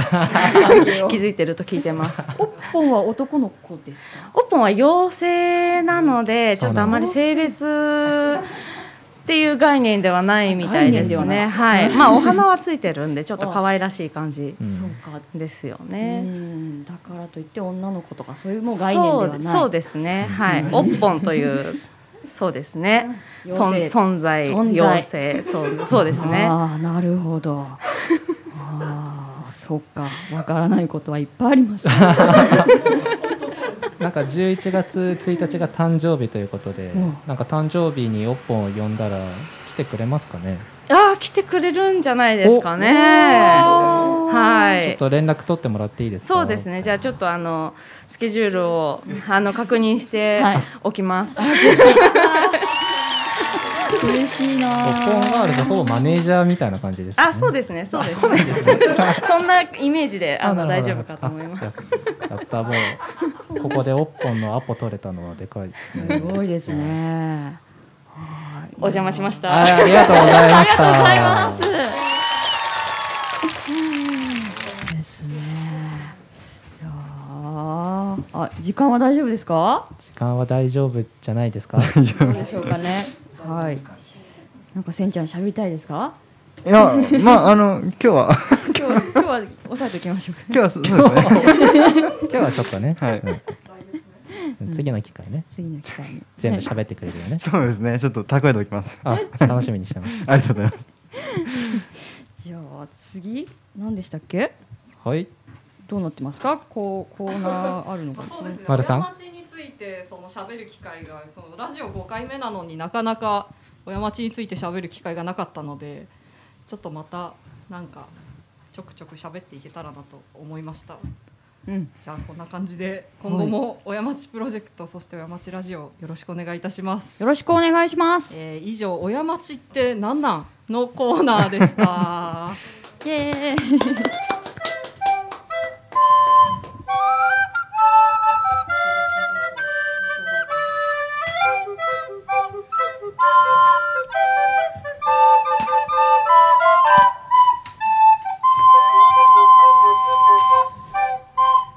[SPEAKER 5] 築いてると聞いてます。
[SPEAKER 2] おっぽんは男の子ですか
[SPEAKER 5] オッポンは妖精なので、ちょっとあまり性別っていう概念ではないみたいです
[SPEAKER 2] あ概念で
[SPEAKER 5] ね。
[SPEAKER 2] は
[SPEAKER 5] は
[SPEAKER 2] ない
[SPEAKER 5] い、まあお花はついてるんで、ちょっと可愛らしい感じ
[SPEAKER 2] そうか
[SPEAKER 5] ですよ
[SPEAKER 2] う
[SPEAKER 5] ね。
[SPEAKER 2] んだからといって女の子とかそういうもう概念ではない
[SPEAKER 5] そうそうですね。はい、オッポンという。そうですね。
[SPEAKER 2] 妖
[SPEAKER 5] 存
[SPEAKER 2] 精
[SPEAKER 5] 存在
[SPEAKER 2] 存在
[SPEAKER 5] 妖精そうそうですね。
[SPEAKER 2] ああなるほど。ああそっかわからないことはいっぱいあります、ね。
[SPEAKER 9] なんか11月1日が誕生日ということで、
[SPEAKER 2] うん
[SPEAKER 9] なんか誕生日にオッポンを呼んだら来てくれますかね。
[SPEAKER 5] ああ来てくれるんじゃないですかね。は
[SPEAKER 9] ちょっ
[SPEAKER 5] い。
[SPEAKER 9] と連絡取ってもらっていいですか。
[SPEAKER 5] そうですね。じゃあちょっとあのスケジュールをあの確認しておきます。
[SPEAKER 2] 嬉しいな
[SPEAKER 9] オッポンガールの方マネージャーみたいな感じですか、
[SPEAKER 5] あ、そうですね。そうですね。 そんなイメージであの
[SPEAKER 9] なる
[SPEAKER 5] 大
[SPEAKER 9] ほど
[SPEAKER 5] 丈夫かと思います。
[SPEAKER 9] あやったも うここでオッポンのアポ取れたのはでかいですね。
[SPEAKER 2] すごいですね。
[SPEAKER 5] お邪魔しました。
[SPEAKER 9] はいありがとうございました
[SPEAKER 2] ありがとうございます。うんですね。いやーあ時間は大丈夫ですか？
[SPEAKER 9] 時間は大丈夫じゃないですか。
[SPEAKER 2] どうでしょうかね。はい。なんかせんちゃん喋りたいですか？
[SPEAKER 10] いやまああの今日は
[SPEAKER 2] 今 日は今日は抑えておきましょうか。
[SPEAKER 10] 今日はそうそうですね
[SPEAKER 9] 今日はちょっとね。
[SPEAKER 10] はい
[SPEAKER 9] うん次の機会ね。
[SPEAKER 2] 次の機会に。
[SPEAKER 9] 全部喋ってくれるよね。
[SPEAKER 10] そうですねちょっと蓄えておきます
[SPEAKER 9] あ、楽しみにしてます。
[SPEAKER 10] ありがとうございます
[SPEAKER 2] じゃあ次何でしたっけ？
[SPEAKER 9] はい。
[SPEAKER 2] どうなってますか？こうコーナーあるのかな。
[SPEAKER 1] そうですね。
[SPEAKER 9] 丸さん
[SPEAKER 1] 親町についてその喋る機会がそのラジオ5回目なのになかなか親町について喋る機会がなかったので、ちょっとまたなんかちょくちょく喋っていけたらなと思いました。
[SPEAKER 2] うん。
[SPEAKER 1] じゃあこんな感じで今後も親町プロジェクトそして親町ラジオよろしくお願いいたします。
[SPEAKER 2] よろしくお願いします。
[SPEAKER 1] えー以上親町ってなんなんのコーナーで した。
[SPEAKER 11] イエーイ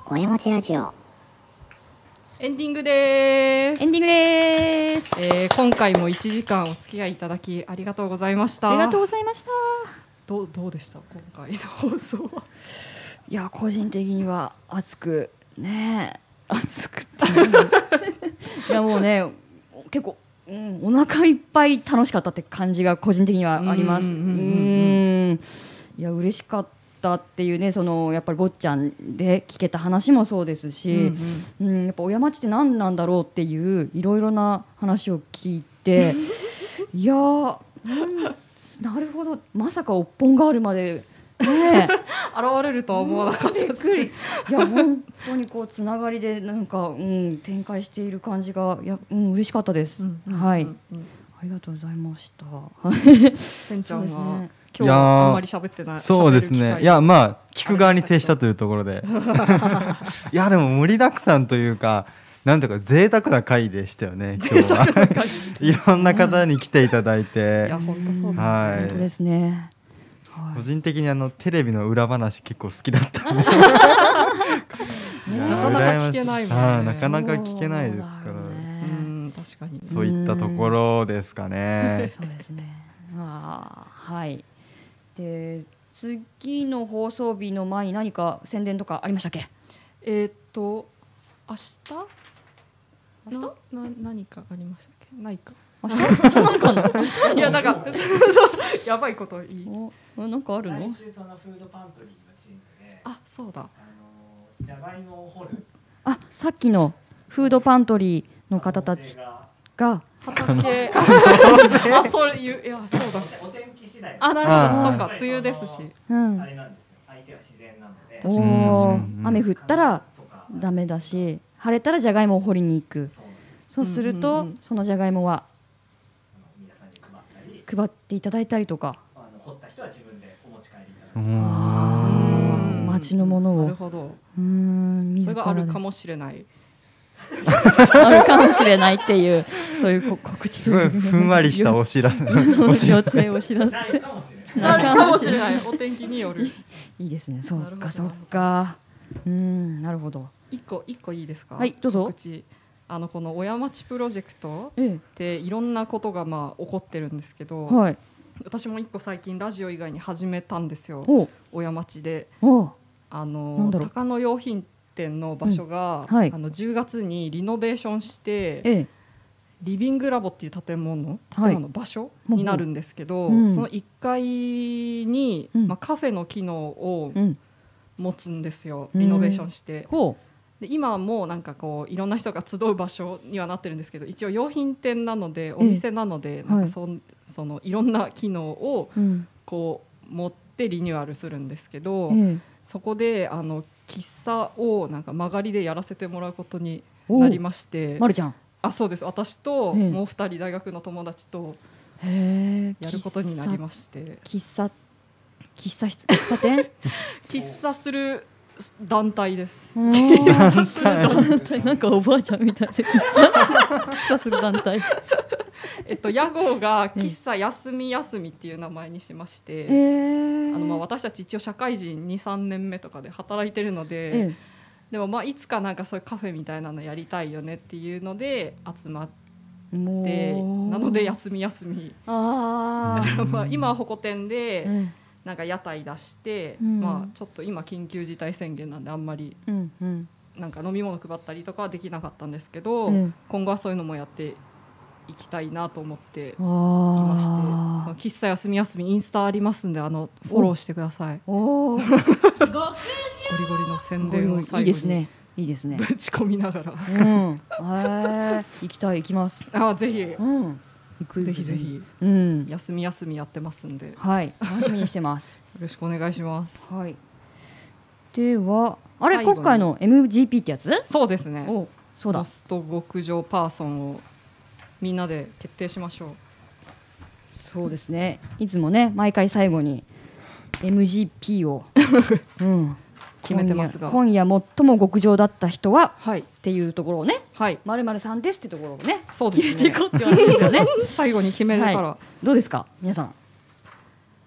[SPEAKER 6] 小山町ラジオ
[SPEAKER 1] エンディングです。
[SPEAKER 11] エンディングでーす。
[SPEAKER 1] えー今回も1時間お付き合いいただきありがとうございました。
[SPEAKER 11] ありがとうございました。
[SPEAKER 1] どうどうでした今回の放送は。
[SPEAKER 2] いや個人的には熱くねえ熱くていやもうね結構、うん、お腹いっぱい楽しかったって感じが個人的にはあります。
[SPEAKER 1] う
[SPEAKER 2] うんん
[SPEAKER 1] うんうんうん
[SPEAKER 2] いや嬉しかったっていうねそのやっぱり坊ちゃんで聞けた話もそうですし。うん、やっぱ親町って何なんだろうっていういろいろな話を聞い ていやーうんなるほどまさかおっぽんがあるまでね え
[SPEAKER 1] 現れるとは思わなかった
[SPEAKER 2] びっ
[SPEAKER 1] です
[SPEAKER 2] くりいや本当にこうつながりでなんか、うん、展開している感じがいや、うん、嬉しかったです、
[SPEAKER 1] うんうんうん
[SPEAKER 2] はい
[SPEAKER 1] うん
[SPEAKER 2] ありがとうございましたはい
[SPEAKER 1] せんちゃん
[SPEAKER 2] そうです
[SPEAKER 1] は
[SPEAKER 2] ね
[SPEAKER 1] 今日
[SPEAKER 10] いやー
[SPEAKER 1] あんまり喋ってない。
[SPEAKER 10] そうです
[SPEAKER 1] 喋る機
[SPEAKER 10] ね
[SPEAKER 1] 会
[SPEAKER 10] いや まあ聞く側に徹したというところでいやでも盛りだくさんというかなんだか贅沢な会でしたよね今日は いろんな方に来ていただいて
[SPEAKER 2] いや本当そうですね
[SPEAKER 10] は い
[SPEAKER 2] 本当ですね
[SPEAKER 10] 個人的にあのテレビの裏話結構好きだったんでいや
[SPEAKER 1] なかなか聞けないもんね
[SPEAKER 10] 羨ましはいなかなか聞けないですから
[SPEAKER 1] うん確かに
[SPEAKER 10] そういったところですかね
[SPEAKER 2] そうですね。ああはい。で次の放送日の前に何か宣伝とかありましたっけ？
[SPEAKER 1] えーっと明日
[SPEAKER 2] 明
[SPEAKER 1] 日なな何かありましたっけないか
[SPEAKER 2] 明日明日あるかな明日あるの
[SPEAKER 1] いやなんかそうやばいこといい
[SPEAKER 2] なんかあるの
[SPEAKER 7] 来週そのフードパントリーのチームで
[SPEAKER 1] あそうだ
[SPEAKER 7] じゃがいもを掘る
[SPEAKER 2] あさっきのフードパントリーの方たちが
[SPEAKER 1] 畑あそれ言ういやそうだ
[SPEAKER 7] お天気次第
[SPEAKER 1] あなるほど
[SPEAKER 2] あ
[SPEAKER 1] そ
[SPEAKER 2] ー
[SPEAKER 1] っか梅雨ですし
[SPEAKER 2] うん
[SPEAKER 7] あれなんですよ相手は自然なので
[SPEAKER 2] おお雨降ったらダメだし晴れたらじゃがいもを掘りに行くそうすると、そのじゃがいもは配っていただいたりとか
[SPEAKER 7] あの掘った人は自分でお持ち帰りいただく
[SPEAKER 2] 町のものを
[SPEAKER 1] なるほど
[SPEAKER 2] うー
[SPEAKER 1] そ
[SPEAKER 2] ん自
[SPEAKER 1] れ
[SPEAKER 2] ら
[SPEAKER 1] があるか
[SPEAKER 2] も
[SPEAKER 1] もしれない
[SPEAKER 2] あるかもしれないっていうそういうこ告知という
[SPEAKER 10] ふんわりしたお知らせ
[SPEAKER 2] お知らせお知 らせ
[SPEAKER 1] ないかもしれないないかもしれないお天気による
[SPEAKER 2] いいいですねそっかそっかうーんなるほど
[SPEAKER 1] 一個一個いいですか。
[SPEAKER 2] はいどうぞ
[SPEAKER 1] 告知あのこの小山町プロジェクトでいろんなことがまあ起こってるんですけど、
[SPEAKER 2] はい
[SPEAKER 1] 私も一個最近ラジオ以外に始めたんですよ
[SPEAKER 2] お。
[SPEAKER 1] 小山町で
[SPEAKER 2] おう
[SPEAKER 1] あ
[SPEAKER 2] なん
[SPEAKER 1] の
[SPEAKER 2] だろう
[SPEAKER 1] 高野用品店の場所が、
[SPEAKER 2] うんはい
[SPEAKER 1] あの10月にリノベーションして、
[SPEAKER 2] ええ
[SPEAKER 1] リビングラボっていう建物建
[SPEAKER 2] はい
[SPEAKER 1] 物、場所になるんですけど、
[SPEAKER 2] ほうほううん
[SPEAKER 1] その1階に、まあ、カフェの機能を持つんですよ、
[SPEAKER 2] うん
[SPEAKER 1] リノベーションして。
[SPEAKER 2] ほ
[SPEAKER 1] で今はもうなんかこういろんな人が集う場所にはなってるんですけど一応用品店なのでお店なので、なんかそんそのいろんな機能を
[SPEAKER 2] うん
[SPEAKER 1] こう持ってリニューアルするんですけど、
[SPEAKER 2] ええ
[SPEAKER 1] そこであの喫茶をなんか曲がりでやらせてもらうことになりまして
[SPEAKER 2] おまるちゃん
[SPEAKER 1] あそうです私と
[SPEAKER 2] ええ
[SPEAKER 1] もう二人大学の友達と
[SPEAKER 2] へえ
[SPEAKER 1] やることになりまして
[SPEAKER 2] 喫茶喫茶室喫茶 店
[SPEAKER 1] 喫茶する団体です
[SPEAKER 2] うー
[SPEAKER 1] 喫
[SPEAKER 2] ん
[SPEAKER 1] 茶する団体
[SPEAKER 2] なんかおばあちゃんみたいで喫茶 喫茶する団体
[SPEAKER 1] えっと、屋号が喫茶休み休みっていう名前にしまして、
[SPEAKER 2] ー
[SPEAKER 1] あのまあ私たち一応社会人23年目とかで働いてるので、
[SPEAKER 2] ええ
[SPEAKER 1] でもまあいつかなんかそういうカフェみたいなのやりたいよねっていうので集まって
[SPEAKER 2] もう
[SPEAKER 1] なので休み休み
[SPEAKER 2] あ
[SPEAKER 1] だから
[SPEAKER 2] ー
[SPEAKER 1] まあ今はホコ天で、
[SPEAKER 2] うん
[SPEAKER 1] なんか屋台出して、
[SPEAKER 2] うん
[SPEAKER 1] まあ、ちょっと今緊急事態宣言なんであんまり
[SPEAKER 2] うんうん
[SPEAKER 1] なんか飲み物配ったりとかはできなかったんですけど、
[SPEAKER 2] うん
[SPEAKER 1] 今後はそういうのもやっていきたいなと思ってい
[SPEAKER 2] あ
[SPEAKER 1] ましてそ
[SPEAKER 2] ー
[SPEAKER 1] の喫茶休み休みインスタありますんであのフォローしてください。
[SPEAKER 2] お
[SPEAKER 1] ゴリゴリの宣伝を最後に
[SPEAKER 2] いいですねいいですね
[SPEAKER 1] ぶち込みながら、
[SPEAKER 2] うん、えー、行きたい行きます。
[SPEAKER 1] あぜひ、
[SPEAKER 2] うん、
[SPEAKER 1] ぜひぜひ、
[SPEAKER 2] うん、
[SPEAKER 1] 休み休みやってますんで、
[SPEAKER 2] はい、楽しみにしてます。
[SPEAKER 1] よろしくお願いします。
[SPEAKER 2] はい。では、あれ
[SPEAKER 1] 最後に
[SPEAKER 2] 今回の MGP ってやつ？
[SPEAKER 1] そうですね。
[SPEAKER 2] そうだ
[SPEAKER 1] ラスト極上パーソンをみんなで決定しましょう。
[SPEAKER 2] そうですね。いつもね、毎回最後に MGP を、うん、
[SPEAKER 1] 決めてますが
[SPEAKER 2] 今夜今夜最も極上だった人は、
[SPEAKER 1] はい、って
[SPEAKER 2] いうところをね、
[SPEAKER 1] はい、
[SPEAKER 2] まるまるさんですってところをね、
[SPEAKER 1] そう ですね
[SPEAKER 2] 決めていこうって話ですよね。
[SPEAKER 1] 最後に決めるから
[SPEAKER 2] い、どうですか、皆さん。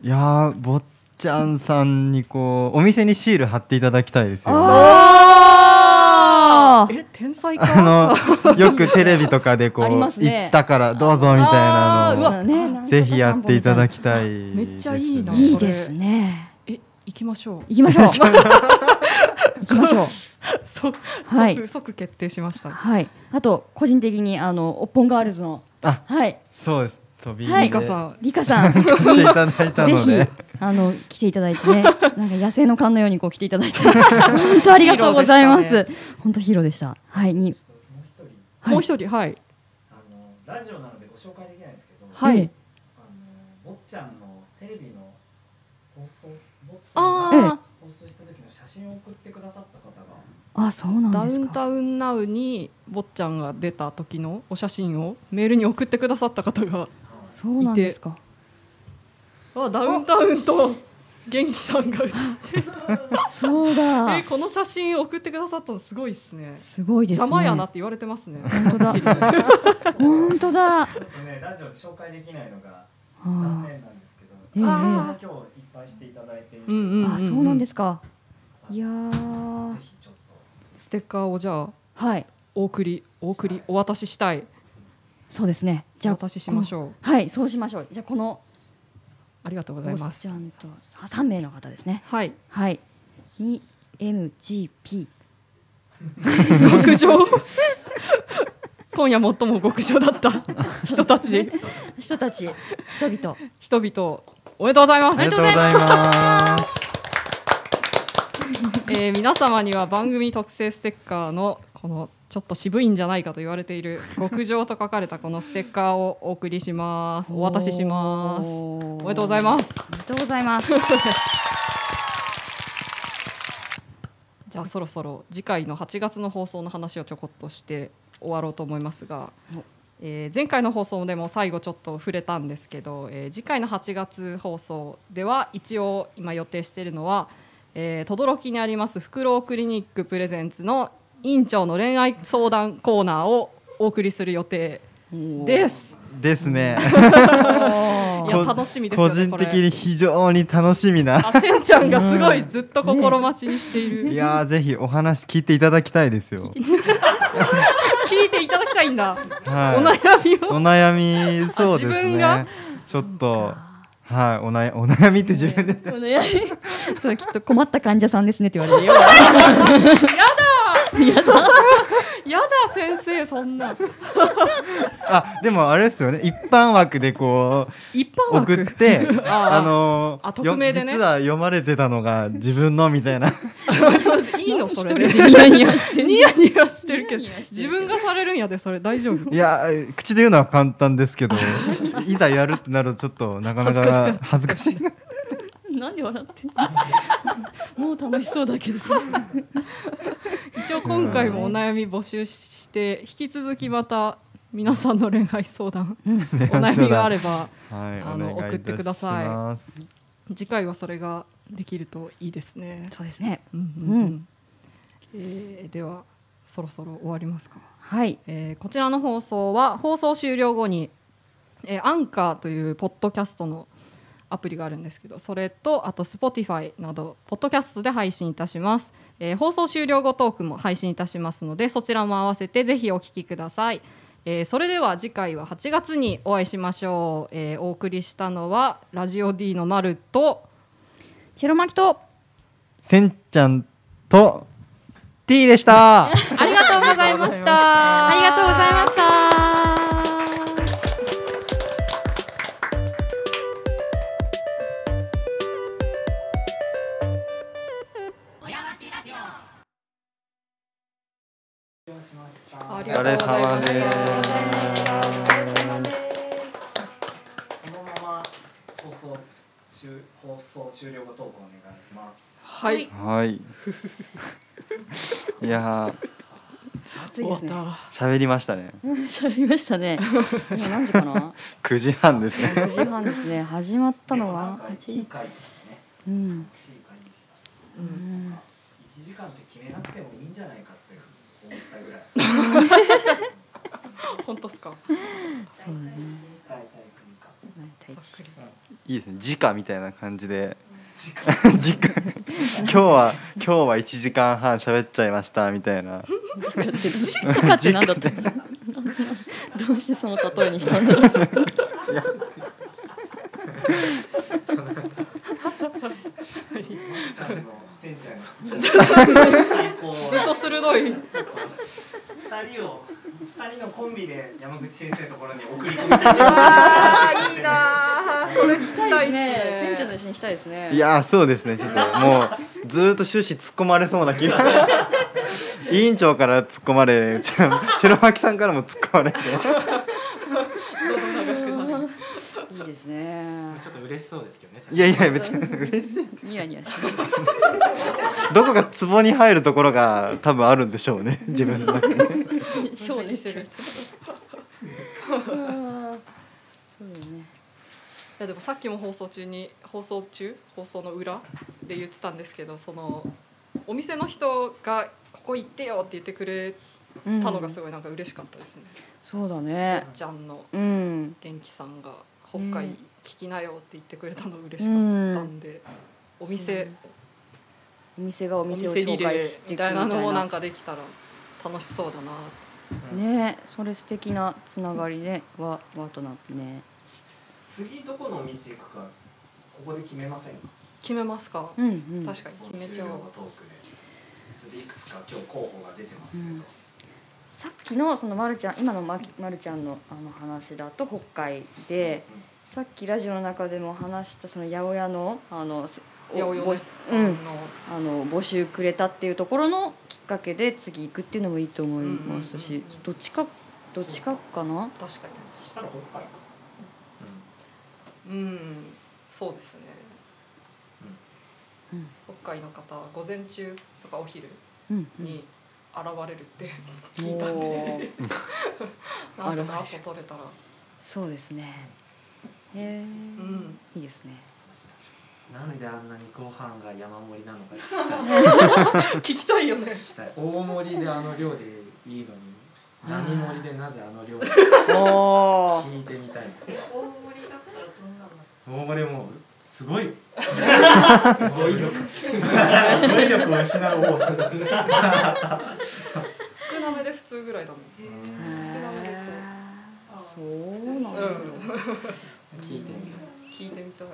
[SPEAKER 10] いやー坊っちゃんさんにこうお店にシール貼っていただきたいですよね
[SPEAKER 2] あ
[SPEAKER 1] え天才か。
[SPEAKER 10] あのよくテレビとかでこう
[SPEAKER 1] ありますね
[SPEAKER 10] 行ったからどうぞみたいな
[SPEAKER 1] あーうわ
[SPEAKER 10] のをぜひやっていただきたい
[SPEAKER 1] めっちゃいいな。
[SPEAKER 2] いい
[SPEAKER 1] それ
[SPEAKER 2] ですね。
[SPEAKER 1] え行きましょう。
[SPEAKER 2] 行きまし ょう行きましょう。
[SPEAKER 1] そ
[SPEAKER 2] はい
[SPEAKER 1] 即即決定しました。
[SPEAKER 2] はい。あと個人的にあのオッポンガールズの
[SPEAKER 10] あ
[SPEAKER 2] はい
[SPEAKER 10] そうです飛び入
[SPEAKER 2] はい
[SPEAKER 10] りで
[SPEAKER 2] リカさん、ぜ
[SPEAKER 10] 来ていただいたの
[SPEAKER 2] ひ
[SPEAKER 10] で
[SPEAKER 2] あの来ていただいてね、なんか野生の勘のようにこう来ていただいて、本当ありがとうございま
[SPEAKER 1] ヒーロー
[SPEAKER 2] す。本当ヒーローでした。はいに、
[SPEAKER 1] もう一人はい
[SPEAKER 7] ラジオなのでご紹介できないんですけど
[SPEAKER 1] はい
[SPEAKER 7] あの坊っちゃんのテレビの放送し坊っちゃ
[SPEAKER 1] あ
[SPEAKER 7] ん
[SPEAKER 1] ー
[SPEAKER 7] が放送した時の写真を送ってくださった方が
[SPEAKER 2] あそうなんです
[SPEAKER 1] ダウンタウンナウに坊っちゃんが出た時のお写真をメールに送ってくださった方がいて
[SPEAKER 2] そうなんですか。
[SPEAKER 1] あダウンタウンと元気さん が写ってる
[SPEAKER 2] そうだ
[SPEAKER 1] えこの写真送ってくださったのすごいですね
[SPEAKER 2] すごいですね
[SPEAKER 1] 邪魔やなって言われてます ね
[SPEAKER 2] 本当だ本当だ
[SPEAKER 7] ちょっとねラジオで紹介できないのが残念なんですけど、
[SPEAKER 2] ええ
[SPEAKER 7] 今日いっぱいしていただいている、
[SPEAKER 2] あそうなんですかいやー
[SPEAKER 1] ステッカーをじゃあ
[SPEAKER 2] はい
[SPEAKER 1] お送りお送りお渡ししたい
[SPEAKER 2] そうですねじゃあ
[SPEAKER 1] お渡ししましょう
[SPEAKER 2] このはいそうしましょうじゃあこの
[SPEAKER 1] ありがとうございます
[SPEAKER 2] ちゃんとあ三名の方ですね
[SPEAKER 1] はい
[SPEAKER 2] はいに MGP
[SPEAKER 1] 極上今夜最も極上だった 人たち
[SPEAKER 2] 人たち人々
[SPEAKER 1] 人々おめでとうございます
[SPEAKER 2] ありがとうございます
[SPEAKER 1] えー皆様には番組特製ステッカーのこのちょっと渋いんじゃないかと言われている「極上」と書かれたこのステッカーをお送りしますお渡ししますおめでとうございます
[SPEAKER 2] おめでとうござい ます
[SPEAKER 1] じゃあそろそろ次回の8月の放送の話をちょこっとして終わろうと思いますが、えー前回の放送でも最後ちょっと触れたんですけど、えー次回の8月放送では一応今予定しているのは「えー轟、きにありますフクロウクリニックプレゼンツ」の院長の恋愛相談コーナーをお送りする予定です。
[SPEAKER 10] です ね
[SPEAKER 1] いや
[SPEAKER 10] こ
[SPEAKER 1] 楽しみですよねこ
[SPEAKER 10] 個人
[SPEAKER 1] れ
[SPEAKER 10] 的に非常に楽しみな
[SPEAKER 1] あせんちゃんがすごいずっと心待ちにしている、
[SPEAKER 10] いやーぜひお話聞いていただきたいですよ
[SPEAKER 1] 聞いていただきたいんだ、
[SPEAKER 10] はい
[SPEAKER 1] お悩みを
[SPEAKER 10] お悩みそうですね
[SPEAKER 1] 自分が
[SPEAKER 10] ちょっとはいおなや お悩みって自分で
[SPEAKER 2] お悩みそうきっと困った患者さんですねって言われるよ
[SPEAKER 1] やだやだやだ先生そんな
[SPEAKER 10] あでもあれですよね一般枠でこう
[SPEAKER 1] 一般枠
[SPEAKER 10] 送って
[SPEAKER 1] あ
[SPEAKER 10] あ
[SPEAKER 1] ー
[SPEAKER 10] の
[SPEAKER 1] あ
[SPEAKER 10] よ
[SPEAKER 1] 匿名でね
[SPEAKER 10] 実は読まれてたのが自分のみた いな
[SPEAKER 1] いいのそれで
[SPEAKER 2] 一人でニヤニヤしてる
[SPEAKER 1] ニヤニヤしてるけど自分がされるんやでそれ大丈夫
[SPEAKER 10] いや口で言うのは簡単です けどいざやるってなるとちょっとなかなか恥ずかしいな
[SPEAKER 2] なんで笑ってんのもう楽しそうだけど
[SPEAKER 1] 一応今回もお悩み募集して引き続きまた皆さんの恋愛相談お悩みがあ れば
[SPEAKER 10] はい
[SPEAKER 1] あ
[SPEAKER 10] お
[SPEAKER 1] の
[SPEAKER 10] 願い
[SPEAKER 1] 送
[SPEAKER 10] いたします
[SPEAKER 1] ってください次回はそれができるといいですね
[SPEAKER 2] そうですね
[SPEAKER 1] うんうんうんえーではそろそろ終わりますか
[SPEAKER 2] はい、
[SPEAKER 1] えーこちらの放送は放送終了後に、えー、アンカーというポッドキャストのアプリがあるんですけどそれとあと Spotify などポッドキャストで配信いたします、えー放送終了後トークも配信いたしますのでそちらも合わせてぜひお聞きください、えーそれでは次回は8月にお会いしましょう、えーお送りしたのはラジオ D のまると
[SPEAKER 2] チェロマキと
[SPEAKER 10] せんちゃんと T でした
[SPEAKER 1] ありがとうございました
[SPEAKER 2] ありがとうございました
[SPEAKER 1] ありがとうございました
[SPEAKER 7] このまま放送終放送終了後投稿お願いします
[SPEAKER 1] はい
[SPEAKER 10] はい。いや
[SPEAKER 2] 暑いですね
[SPEAKER 10] ー、喋りましたね。
[SPEAKER 2] 喋りましたね今何時かな
[SPEAKER 10] 九時半ですね。
[SPEAKER 2] 5時半ですね始まったのは8時
[SPEAKER 7] 回でしたね
[SPEAKER 2] うん
[SPEAKER 7] いい回でした
[SPEAKER 2] うん
[SPEAKER 7] 1時間って決めなくてもいいんじゃないかって思ったぐらい
[SPEAKER 1] 本当っすか
[SPEAKER 2] そうだね
[SPEAKER 7] 大体1時間
[SPEAKER 10] いいですね。時価みたいな感じで。時価。今日は今日は一時間半喋っちゃいましたみたいな。
[SPEAKER 2] 時価って何だったんですかどうしてその例えにしたんだろう
[SPEAKER 7] さっきのせんちゃんの
[SPEAKER 1] ず
[SPEAKER 7] 土最高
[SPEAKER 1] っと鋭い
[SPEAKER 7] 2人を2人のコンビで山口先生のところに送り込みたいと思い
[SPEAKER 1] あ
[SPEAKER 7] ます
[SPEAKER 1] いいなーそれ聞きたいですね
[SPEAKER 2] 船長と一緒にしたいですね
[SPEAKER 10] いやーそうですね。ちょっともうずーっと終始突っ込まれそうな気が。委員長から突っ込まれ、ちょチェロマキさんからも突っ込まれて。
[SPEAKER 2] いいですね
[SPEAKER 7] ちょっと嬉しそうですけどね
[SPEAKER 10] いやいや別に嬉しい。
[SPEAKER 2] ニヤニヤして
[SPEAKER 10] どこか壺に入るところが多分あるんでしょうね。自分の中に。
[SPEAKER 2] ショーにしてる人。そうだよね。
[SPEAKER 1] やでもさっきも放送中に放送中放送の裏で言ってたんですけどそのお店の人が「ここ行ってよ」って言ってくれたのがすごいなんか嬉しかったですね。
[SPEAKER 2] そうだね
[SPEAKER 1] ちゃんの
[SPEAKER 2] うん
[SPEAKER 1] 元気さんが「北海聞きなよ」って言ってくれたの嬉しかったんで、お店
[SPEAKER 2] お店がお
[SPEAKER 1] お
[SPEAKER 2] 店を
[SPEAKER 1] 店リ
[SPEAKER 2] 紹
[SPEAKER 1] レ
[SPEAKER 2] 介し
[SPEAKER 1] ー
[SPEAKER 2] て
[SPEAKER 1] み
[SPEAKER 2] いくみた
[SPEAKER 1] た
[SPEAKER 2] い
[SPEAKER 1] い
[SPEAKER 2] な
[SPEAKER 1] なのもなんかできたら楽しそうだな
[SPEAKER 2] ねそれ素敵なつながりねわわとなってね
[SPEAKER 7] 次どこのお店行くかここで決めませんか
[SPEAKER 1] 決めますか、
[SPEAKER 2] うんうん
[SPEAKER 1] 確かに決めちゃお
[SPEAKER 7] そ
[SPEAKER 1] う
[SPEAKER 7] の終了後トークでそれでいくつか今日候補が出てますけど、
[SPEAKER 2] さっきのそのまるちゃん今のままるちゃんのあの話だと北海でさっきラジオの中でも話したその八百屋のあのせ
[SPEAKER 1] 八百屋
[SPEAKER 2] ぼ
[SPEAKER 1] さ
[SPEAKER 2] うん
[SPEAKER 1] の
[SPEAKER 2] ん、あの募集くれたっていうところのきっかけで次行くっていうのもいいと思いますし、どっちかどっちかかな
[SPEAKER 1] 確かに
[SPEAKER 7] そしたら北海か
[SPEAKER 1] うんそうですね、
[SPEAKER 2] うん
[SPEAKER 1] 北海の方は午前中とかお昼
[SPEAKER 2] うん
[SPEAKER 1] に現れるって 聞いたんでなんとかアポ取れたら
[SPEAKER 2] そうですねへえ、いいですね
[SPEAKER 12] なんであんなにご飯が山盛りなのか
[SPEAKER 1] 聞きたいよね
[SPEAKER 12] 聞きたい大盛りであの量でいいのに何盛りでなぜあの量で
[SPEAKER 2] お
[SPEAKER 12] 聞いてみたいです
[SPEAKER 5] 大盛りだったらどんなの
[SPEAKER 12] 大盛りもすごい語
[SPEAKER 7] 彙
[SPEAKER 12] 彙
[SPEAKER 7] 力
[SPEAKER 12] 力語彙力を失う多さ
[SPEAKER 1] 少なめで普通ぐらいだもん少なめでこ
[SPEAKER 2] そうなんだ、
[SPEAKER 1] うん
[SPEAKER 12] 聞いてみ
[SPEAKER 1] う聞いてみたい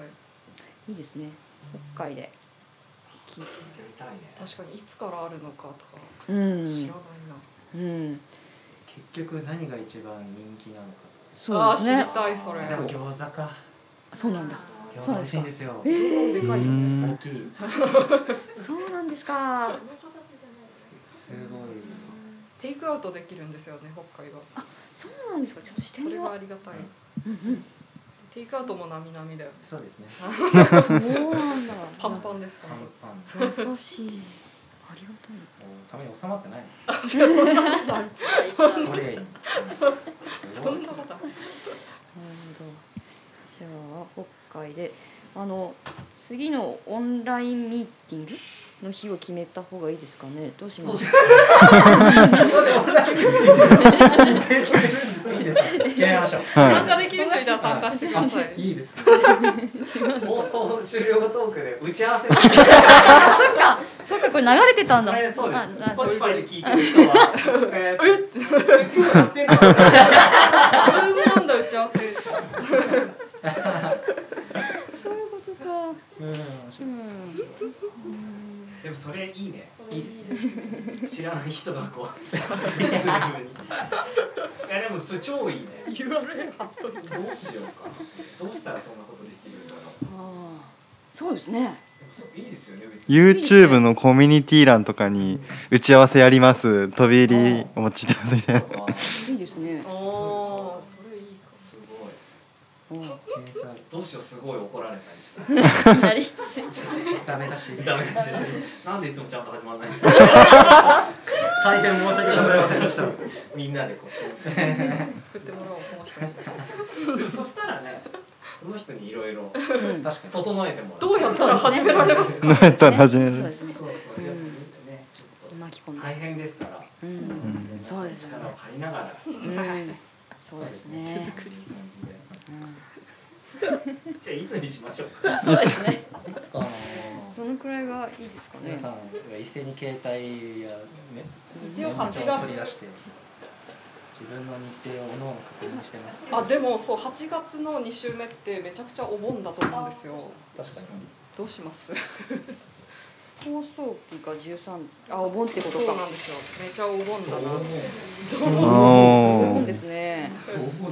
[SPEAKER 2] いいですね北海で聞いて
[SPEAKER 7] たいね
[SPEAKER 1] 確かにいつからあるのかとか知ら
[SPEAKER 2] う
[SPEAKER 1] ないな、
[SPEAKER 2] んうん
[SPEAKER 12] 結局何が一番人気なのか
[SPEAKER 2] そうですね
[SPEAKER 1] あー知りたいそれ
[SPEAKER 12] でも餃子か
[SPEAKER 2] そうなんだ
[SPEAKER 12] 餃
[SPEAKER 2] そ
[SPEAKER 12] 子
[SPEAKER 2] う
[SPEAKER 12] 美味しい
[SPEAKER 2] ですか
[SPEAKER 12] んですよ、
[SPEAKER 2] えー
[SPEAKER 1] でかいよ
[SPEAKER 12] ね大きいす
[SPEAKER 2] そうなんですか
[SPEAKER 12] ごい
[SPEAKER 1] テイクアウトできるんですよね北海は
[SPEAKER 2] そうなんですかちょっとして
[SPEAKER 1] そ
[SPEAKER 2] み
[SPEAKER 1] れ
[SPEAKER 2] よ
[SPEAKER 1] はあ
[SPEAKER 2] う
[SPEAKER 1] りがたい、テイクアウトもなみなみだよね
[SPEAKER 12] そうですね
[SPEAKER 2] そうなんだ
[SPEAKER 1] パンパンですか
[SPEAKER 12] パン
[SPEAKER 2] 優しいありがたい
[SPEAKER 12] ために収まってない
[SPEAKER 1] あ違うそんなことある
[SPEAKER 12] これがいい
[SPEAKER 1] そんなことある
[SPEAKER 2] なるほど。じゃあ北海であの次のオンラインミーティングの日を決めた方がいいですかね。どうします
[SPEAKER 12] いいですか決めましょう
[SPEAKER 1] はい参加できる人いたら参加してください
[SPEAKER 12] あいいです
[SPEAKER 7] 放送終了後トークで打ち合わせ
[SPEAKER 2] あそっかそっかこれ流れてたんだ。
[SPEAKER 7] えそうです
[SPEAKER 2] あ
[SPEAKER 7] Spotify で聞いてる人はえっ
[SPEAKER 1] ズームなんだ打ち合わせ
[SPEAKER 2] そういうことか。
[SPEAKER 12] うん
[SPEAKER 7] でもそれいいね
[SPEAKER 12] いい
[SPEAKER 7] ですね知らない人がこう Zoom にいやでもそれ超いいね
[SPEAKER 1] URL 貼っとい
[SPEAKER 7] どうしようかなどうしたらそんなことできるんだろう
[SPEAKER 2] そうですね。
[SPEAKER 7] でもそういいですよね別に
[SPEAKER 10] YouTube のコミュニティ欄とかに打ち合わせやります飛び入りお持ちしてますみたいな
[SPEAKER 2] いいですね。
[SPEAKER 1] おおそれいいか
[SPEAKER 7] すごいどうしようすごい怒られたりした
[SPEAKER 2] なり
[SPEAKER 12] ダメだし
[SPEAKER 7] ダメだしなんでいつもちゃんと始まらないんですか
[SPEAKER 12] 大変申し訳ございませんでした
[SPEAKER 7] みんなでこうしよう
[SPEAKER 1] 作ってもらおうその人に
[SPEAKER 7] でもそしたらねその人にいろいろ
[SPEAKER 2] ん
[SPEAKER 7] 整えてもらう
[SPEAKER 1] どうやったら始められますか
[SPEAKER 10] どうやったら始められる
[SPEAKER 2] そうですね
[SPEAKER 7] そうそうやっぱね
[SPEAKER 2] 巻き込ん
[SPEAKER 7] 大変ですから
[SPEAKER 2] うんそうですね
[SPEAKER 7] 力を借りなが
[SPEAKER 2] う
[SPEAKER 7] ら
[SPEAKER 2] んそうですね。
[SPEAKER 7] じゃあいつにしましょう
[SPEAKER 2] そうですね。
[SPEAKER 12] いつかな
[SPEAKER 2] どのくらいがいいですか
[SPEAKER 12] 皆
[SPEAKER 2] ね
[SPEAKER 12] さ。んが一斉に携帯やね
[SPEAKER 1] 一応8月
[SPEAKER 12] メモ帳を取り出して自分の日程を各々確認してます
[SPEAKER 1] あでもそう8月の2週目ってめちゃくちゃお盆だと思うんですよ
[SPEAKER 12] 確かに
[SPEAKER 1] どうします
[SPEAKER 2] 放送日が十三、あ、お盆ってことか。
[SPEAKER 1] そうなんですよめちゃお盆だな
[SPEAKER 10] おー
[SPEAKER 2] お盆ですね。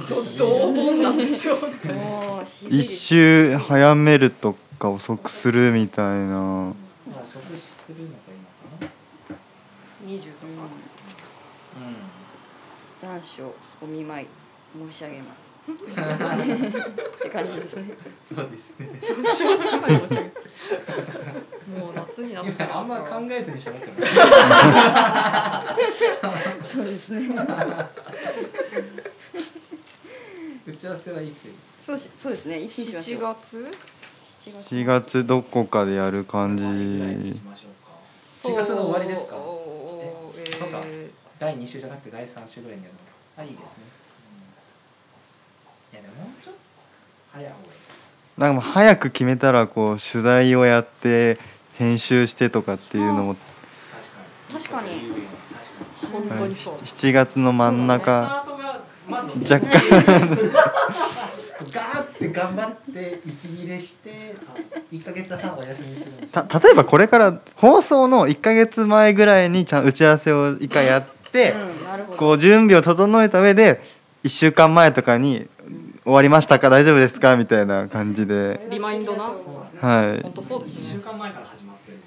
[SPEAKER 1] そうお盆なんですよ
[SPEAKER 2] おー渋いで
[SPEAKER 10] 一
[SPEAKER 2] す
[SPEAKER 10] 周早めるとか遅くするみたいな
[SPEAKER 12] まあ食事するのがいいのか
[SPEAKER 1] 20とか
[SPEAKER 12] なうん
[SPEAKER 2] 残暑お見舞い申し上げます。って感じですね。
[SPEAKER 12] そうですね
[SPEAKER 1] もう夏になった
[SPEAKER 12] いや
[SPEAKER 1] ら
[SPEAKER 12] あんま考えずに喋ってます
[SPEAKER 2] そうですね。
[SPEAKER 9] 打ち合わせはいつ
[SPEAKER 2] そうしそうですね。一日
[SPEAKER 1] 7月
[SPEAKER 2] 7月
[SPEAKER 10] 4月どこかでやる感じ
[SPEAKER 9] 7月の終わりですかえそうか第2週じゃなくて第3週ぐらいにやるのかあいいですね、うんいやでももうちょっと早い方がいい
[SPEAKER 10] なんかもう早く決めたらこう取材をやって編集してとかっていうのも
[SPEAKER 2] 確かに
[SPEAKER 1] 本当にそう
[SPEAKER 10] うん7月の真ん中
[SPEAKER 9] そうだねスタートがまず
[SPEAKER 10] 若干
[SPEAKER 9] ガーって頑張って息切れして1か月半お休みするんで す
[SPEAKER 10] た例えばこれから放送の1か月前ぐらいにちゃん打ち合わせを一回やって、こう準備を整えた上で1週間前とかに「終わりましたか大丈夫ですか?」みたいな感じで
[SPEAKER 1] リマインドな。
[SPEAKER 10] はい
[SPEAKER 1] 本当そうですね。
[SPEAKER 7] 週間前から始まってる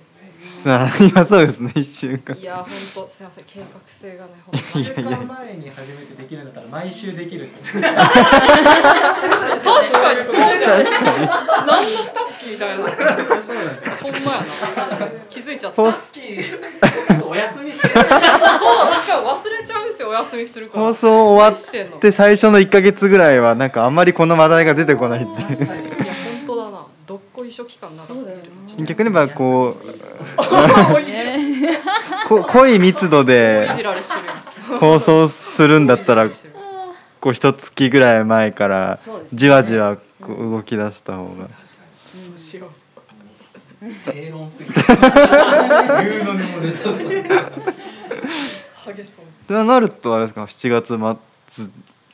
[SPEAKER 10] さあいやそうですね1週間
[SPEAKER 1] いや本当すいません計画性がね
[SPEAKER 9] 1週間
[SPEAKER 1] 本
[SPEAKER 9] 前に初めてできるんだから毎週でき るって確
[SPEAKER 1] 確かにそうじゃない何の
[SPEAKER 9] そ
[SPEAKER 1] 二月みたいな。ほんまやな。気づいちゃった。
[SPEAKER 10] ポ
[SPEAKER 1] ス
[SPEAKER 7] お休みして
[SPEAKER 1] そう、しかも忘れちゃうんですよ。お休みするから。
[SPEAKER 10] 放送終
[SPEAKER 1] 何してん
[SPEAKER 10] わ
[SPEAKER 1] のい
[SPEAKER 10] っ
[SPEAKER 1] や
[SPEAKER 10] て最初の1か月ぐらいはなんかあんまりこの話題が出てこないっていう
[SPEAKER 1] 本当だな。どっこい書期間長すぎる。
[SPEAKER 10] 逆に言えば こ
[SPEAKER 1] おいし
[SPEAKER 10] うこ濃い密度で
[SPEAKER 1] いじられしてるよ。
[SPEAKER 10] 放送するんだったらこう一月ぐらい前から
[SPEAKER 1] そうですね
[SPEAKER 10] じわじわこう動き出した方が
[SPEAKER 1] そうしよう。
[SPEAKER 7] 正論すぎ
[SPEAKER 10] て
[SPEAKER 7] 言うのにもねそうそう
[SPEAKER 1] 激しそう。
[SPEAKER 10] となるとあれですか7月末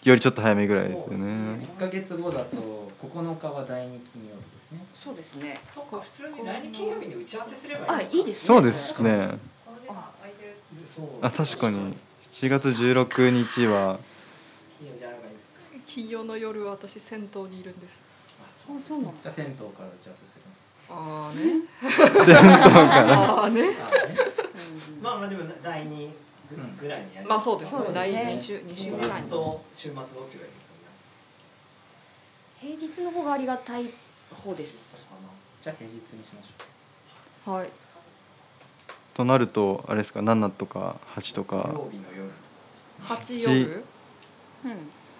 [SPEAKER 10] よりちょっと早めぐらいですよね
[SPEAKER 9] 1か月後だと9日は第2金曜日ですね
[SPEAKER 2] そうですね。
[SPEAKER 7] そうか普通に来年金曜日に打ち合わせすれば
[SPEAKER 2] あ
[SPEAKER 7] いい
[SPEAKER 2] いいですね。
[SPEAKER 10] そうですね
[SPEAKER 7] そう
[SPEAKER 10] あ確かに7月16日は
[SPEAKER 7] 金曜じゃないですか
[SPEAKER 1] 金曜の夜私銭湯にいるんです。
[SPEAKER 7] あ
[SPEAKER 1] そう そうなの。
[SPEAKER 9] じゃあ銭湯から打ち合わせするんです
[SPEAKER 1] ああね。
[SPEAKER 10] 銭湯から
[SPEAKER 1] ああね。
[SPEAKER 7] まあまあでも第二ぐらいにやり
[SPEAKER 1] まあそうですね
[SPEAKER 7] ね
[SPEAKER 1] 第二週二週ぐらいに
[SPEAKER 7] と週末どっちがいいですか皆さん
[SPEAKER 2] 平日の方がありがたい方です。
[SPEAKER 9] じゃあ平日にしましょ
[SPEAKER 1] はい。
[SPEAKER 10] となるとあれですか7とか8とか
[SPEAKER 9] う曜日の夜
[SPEAKER 1] 八夜。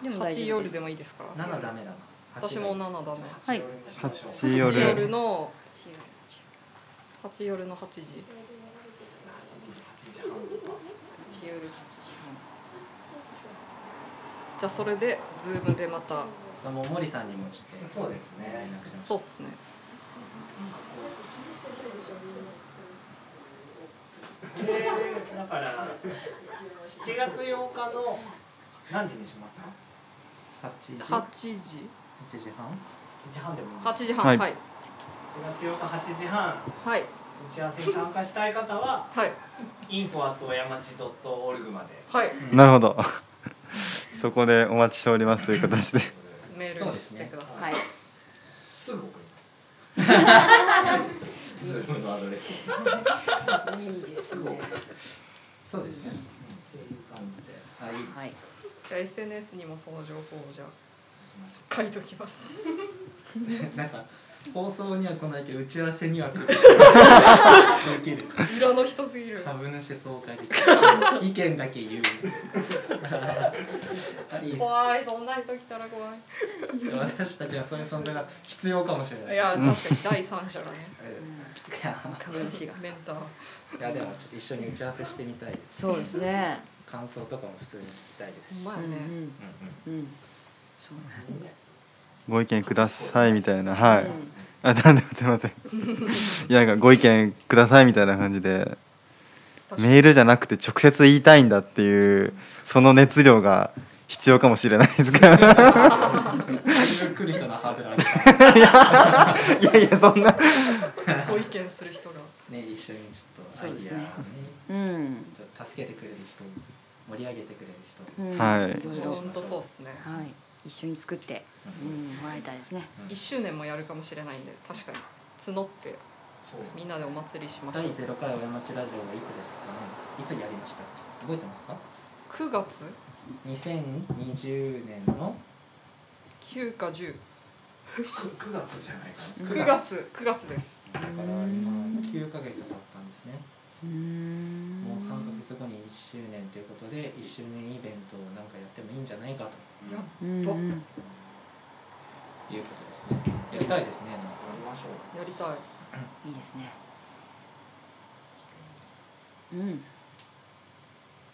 [SPEAKER 2] でも大丈夫で
[SPEAKER 1] 八夜
[SPEAKER 2] す
[SPEAKER 1] でもいいですか。
[SPEAKER 9] 7ダメだな
[SPEAKER 1] 私も七ダメ。
[SPEAKER 9] はい
[SPEAKER 10] 八夜
[SPEAKER 1] 八夜の八夜の八時。八夜八時半。じゃあそれでズームでまた
[SPEAKER 9] あもう森さんにも来てそうですね
[SPEAKER 1] そうっすね。
[SPEAKER 7] でだから7月8日の何時にしますか
[SPEAKER 9] 8時
[SPEAKER 1] 八時
[SPEAKER 9] 8時半
[SPEAKER 7] 7時半でもいいです
[SPEAKER 1] 八時半はい
[SPEAKER 7] 7月8日8時半
[SPEAKER 1] はい
[SPEAKER 7] 打ち合わせに参加したい方は、
[SPEAKER 1] はい、
[SPEAKER 7] info.yamachi.org まで
[SPEAKER 1] はい
[SPEAKER 10] なるほど そこでお待ちしておりますという形で
[SPEAKER 1] メールしてください。
[SPEAKER 7] すぐ送り
[SPEAKER 1] ます。
[SPEAKER 7] ズームのアドレス
[SPEAKER 2] いいですね。
[SPEAKER 9] そうですね
[SPEAKER 2] はい。
[SPEAKER 1] じゃあ SNS にもその情報をじゃあ書いときます。
[SPEAKER 9] なんか放送には来ないけど打ち合わせには来るできる
[SPEAKER 1] 裏の人すぎる。
[SPEAKER 9] 株主総会で意見だけ言うあいいっす
[SPEAKER 1] 怖いそんな人来たら怖い。
[SPEAKER 9] 私たちはそういう存在が必要かもしれない
[SPEAKER 1] いや確かに第三者がね。
[SPEAKER 9] うん
[SPEAKER 1] 株主がメンター。
[SPEAKER 9] いやでもちょっと一緒に打ち合わせしてみたい
[SPEAKER 13] そうですね
[SPEAKER 9] 感想とかも普通に聞きたいです
[SPEAKER 1] ほんまやね
[SPEAKER 13] うんうんうんそうなんだ
[SPEAKER 10] ご意見くださいみたいなはい、あなんですいませんいやなんかご意見くださいみたいな感じでメールじゃなくて直接言いたいんだっていうその熱量が必要かもしれないですから
[SPEAKER 9] 自分来る人のハードル上げ
[SPEAKER 10] いやいやいやそんな
[SPEAKER 9] た
[SPEAKER 1] ご意見する人が
[SPEAKER 9] ね一緒にちょっとアイデアをね
[SPEAKER 13] うん
[SPEAKER 9] ちょっと助けてくれる人盛り上げてくれる人、
[SPEAKER 13] うん
[SPEAKER 10] はい
[SPEAKER 13] ろろ
[SPEAKER 1] 本当そうっすね
[SPEAKER 13] はい一緒に作ってうんもらいたいですね
[SPEAKER 1] 一周年もやるかもしれないんで確かに募って
[SPEAKER 9] そう
[SPEAKER 1] みんなでお祭りしましょ
[SPEAKER 9] 第ゼ
[SPEAKER 1] う。
[SPEAKER 9] ロ回お山町ラジオはいつですかねいつやりましたっけ覚えてますか
[SPEAKER 1] 九月
[SPEAKER 9] 2020年の
[SPEAKER 1] 九か十。
[SPEAKER 9] 9月じゃないか
[SPEAKER 1] 九月九月です。
[SPEAKER 9] だから今9ヶ月経ったんですねもう3ヶ月後に1周年ということで1周年イベントをなんかやってもいいんじゃないかと
[SPEAKER 1] やっ
[SPEAKER 13] うんうん
[SPEAKER 9] いうことですね。やりたいですね。なんか
[SPEAKER 7] やりましょう。
[SPEAKER 14] やりたい。
[SPEAKER 2] いいですね。うん。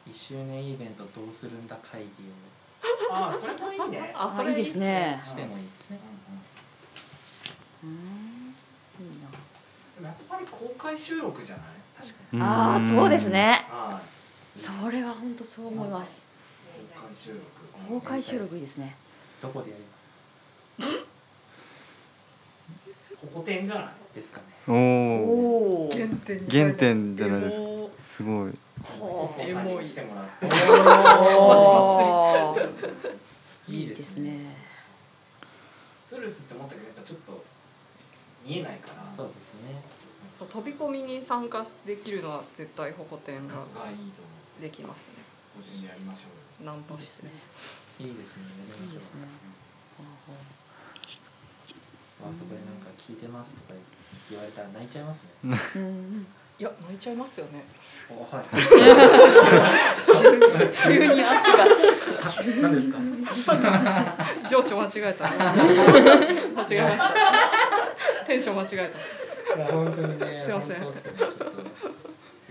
[SPEAKER 9] 一周年イベントどうするんだ会議を。
[SPEAKER 7] あーそれもいいね
[SPEAKER 2] あそれいいですね
[SPEAKER 9] してもいいですね。
[SPEAKER 2] うん。いいな。
[SPEAKER 7] でもやっぱり公開収録じゃない確かに
[SPEAKER 2] ああ、そうですね
[SPEAKER 7] は。
[SPEAKER 2] それは本当そう思います。
[SPEAKER 7] い公開収録
[SPEAKER 2] 公開収録いいですね。
[SPEAKER 9] どこでやりま
[SPEAKER 7] ここ展じゃない
[SPEAKER 9] ですかね
[SPEAKER 10] おお
[SPEAKER 7] 原点に
[SPEAKER 10] 原点じゃないですかすごい
[SPEAKER 7] お子さんに来てもらって
[SPEAKER 2] おー
[SPEAKER 7] いい
[SPEAKER 2] いい
[SPEAKER 7] で
[SPEAKER 2] ですす
[SPEAKER 7] ね
[SPEAKER 2] ね。
[SPEAKER 7] フルスって思ったけどやっぱちょっと見えないからそうですね
[SPEAKER 1] そう飛び込みに参加できるのは絶対ホコ天ができますね。
[SPEAKER 7] 個人でやりましょ
[SPEAKER 1] ナンパして。
[SPEAKER 9] す。いいですね。いいですね。あそこでなんか聞いてますとか言われたら泣いちゃいますね。
[SPEAKER 1] いや泣いちゃいますよね。。
[SPEAKER 9] おはい
[SPEAKER 1] 急に圧が。
[SPEAKER 9] 何ですか。
[SPEAKER 1] 情緒間違えた。間違えました。テンション間違え
[SPEAKER 9] いや本当にね。
[SPEAKER 1] すいません
[SPEAKER 9] 本当っすねちょっと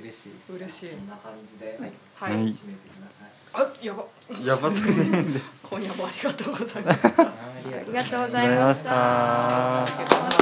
[SPEAKER 9] 嬉しい。
[SPEAKER 1] た。嬉しい。
[SPEAKER 7] そんな感じで。
[SPEAKER 1] はい。
[SPEAKER 10] はい
[SPEAKER 7] 締めてください
[SPEAKER 1] あ、やば。
[SPEAKER 10] やばったね
[SPEAKER 1] 今夜もありがとうございました。あ
[SPEAKER 9] り
[SPEAKER 2] がとうございました
[SPEAKER 1] ありがとうございました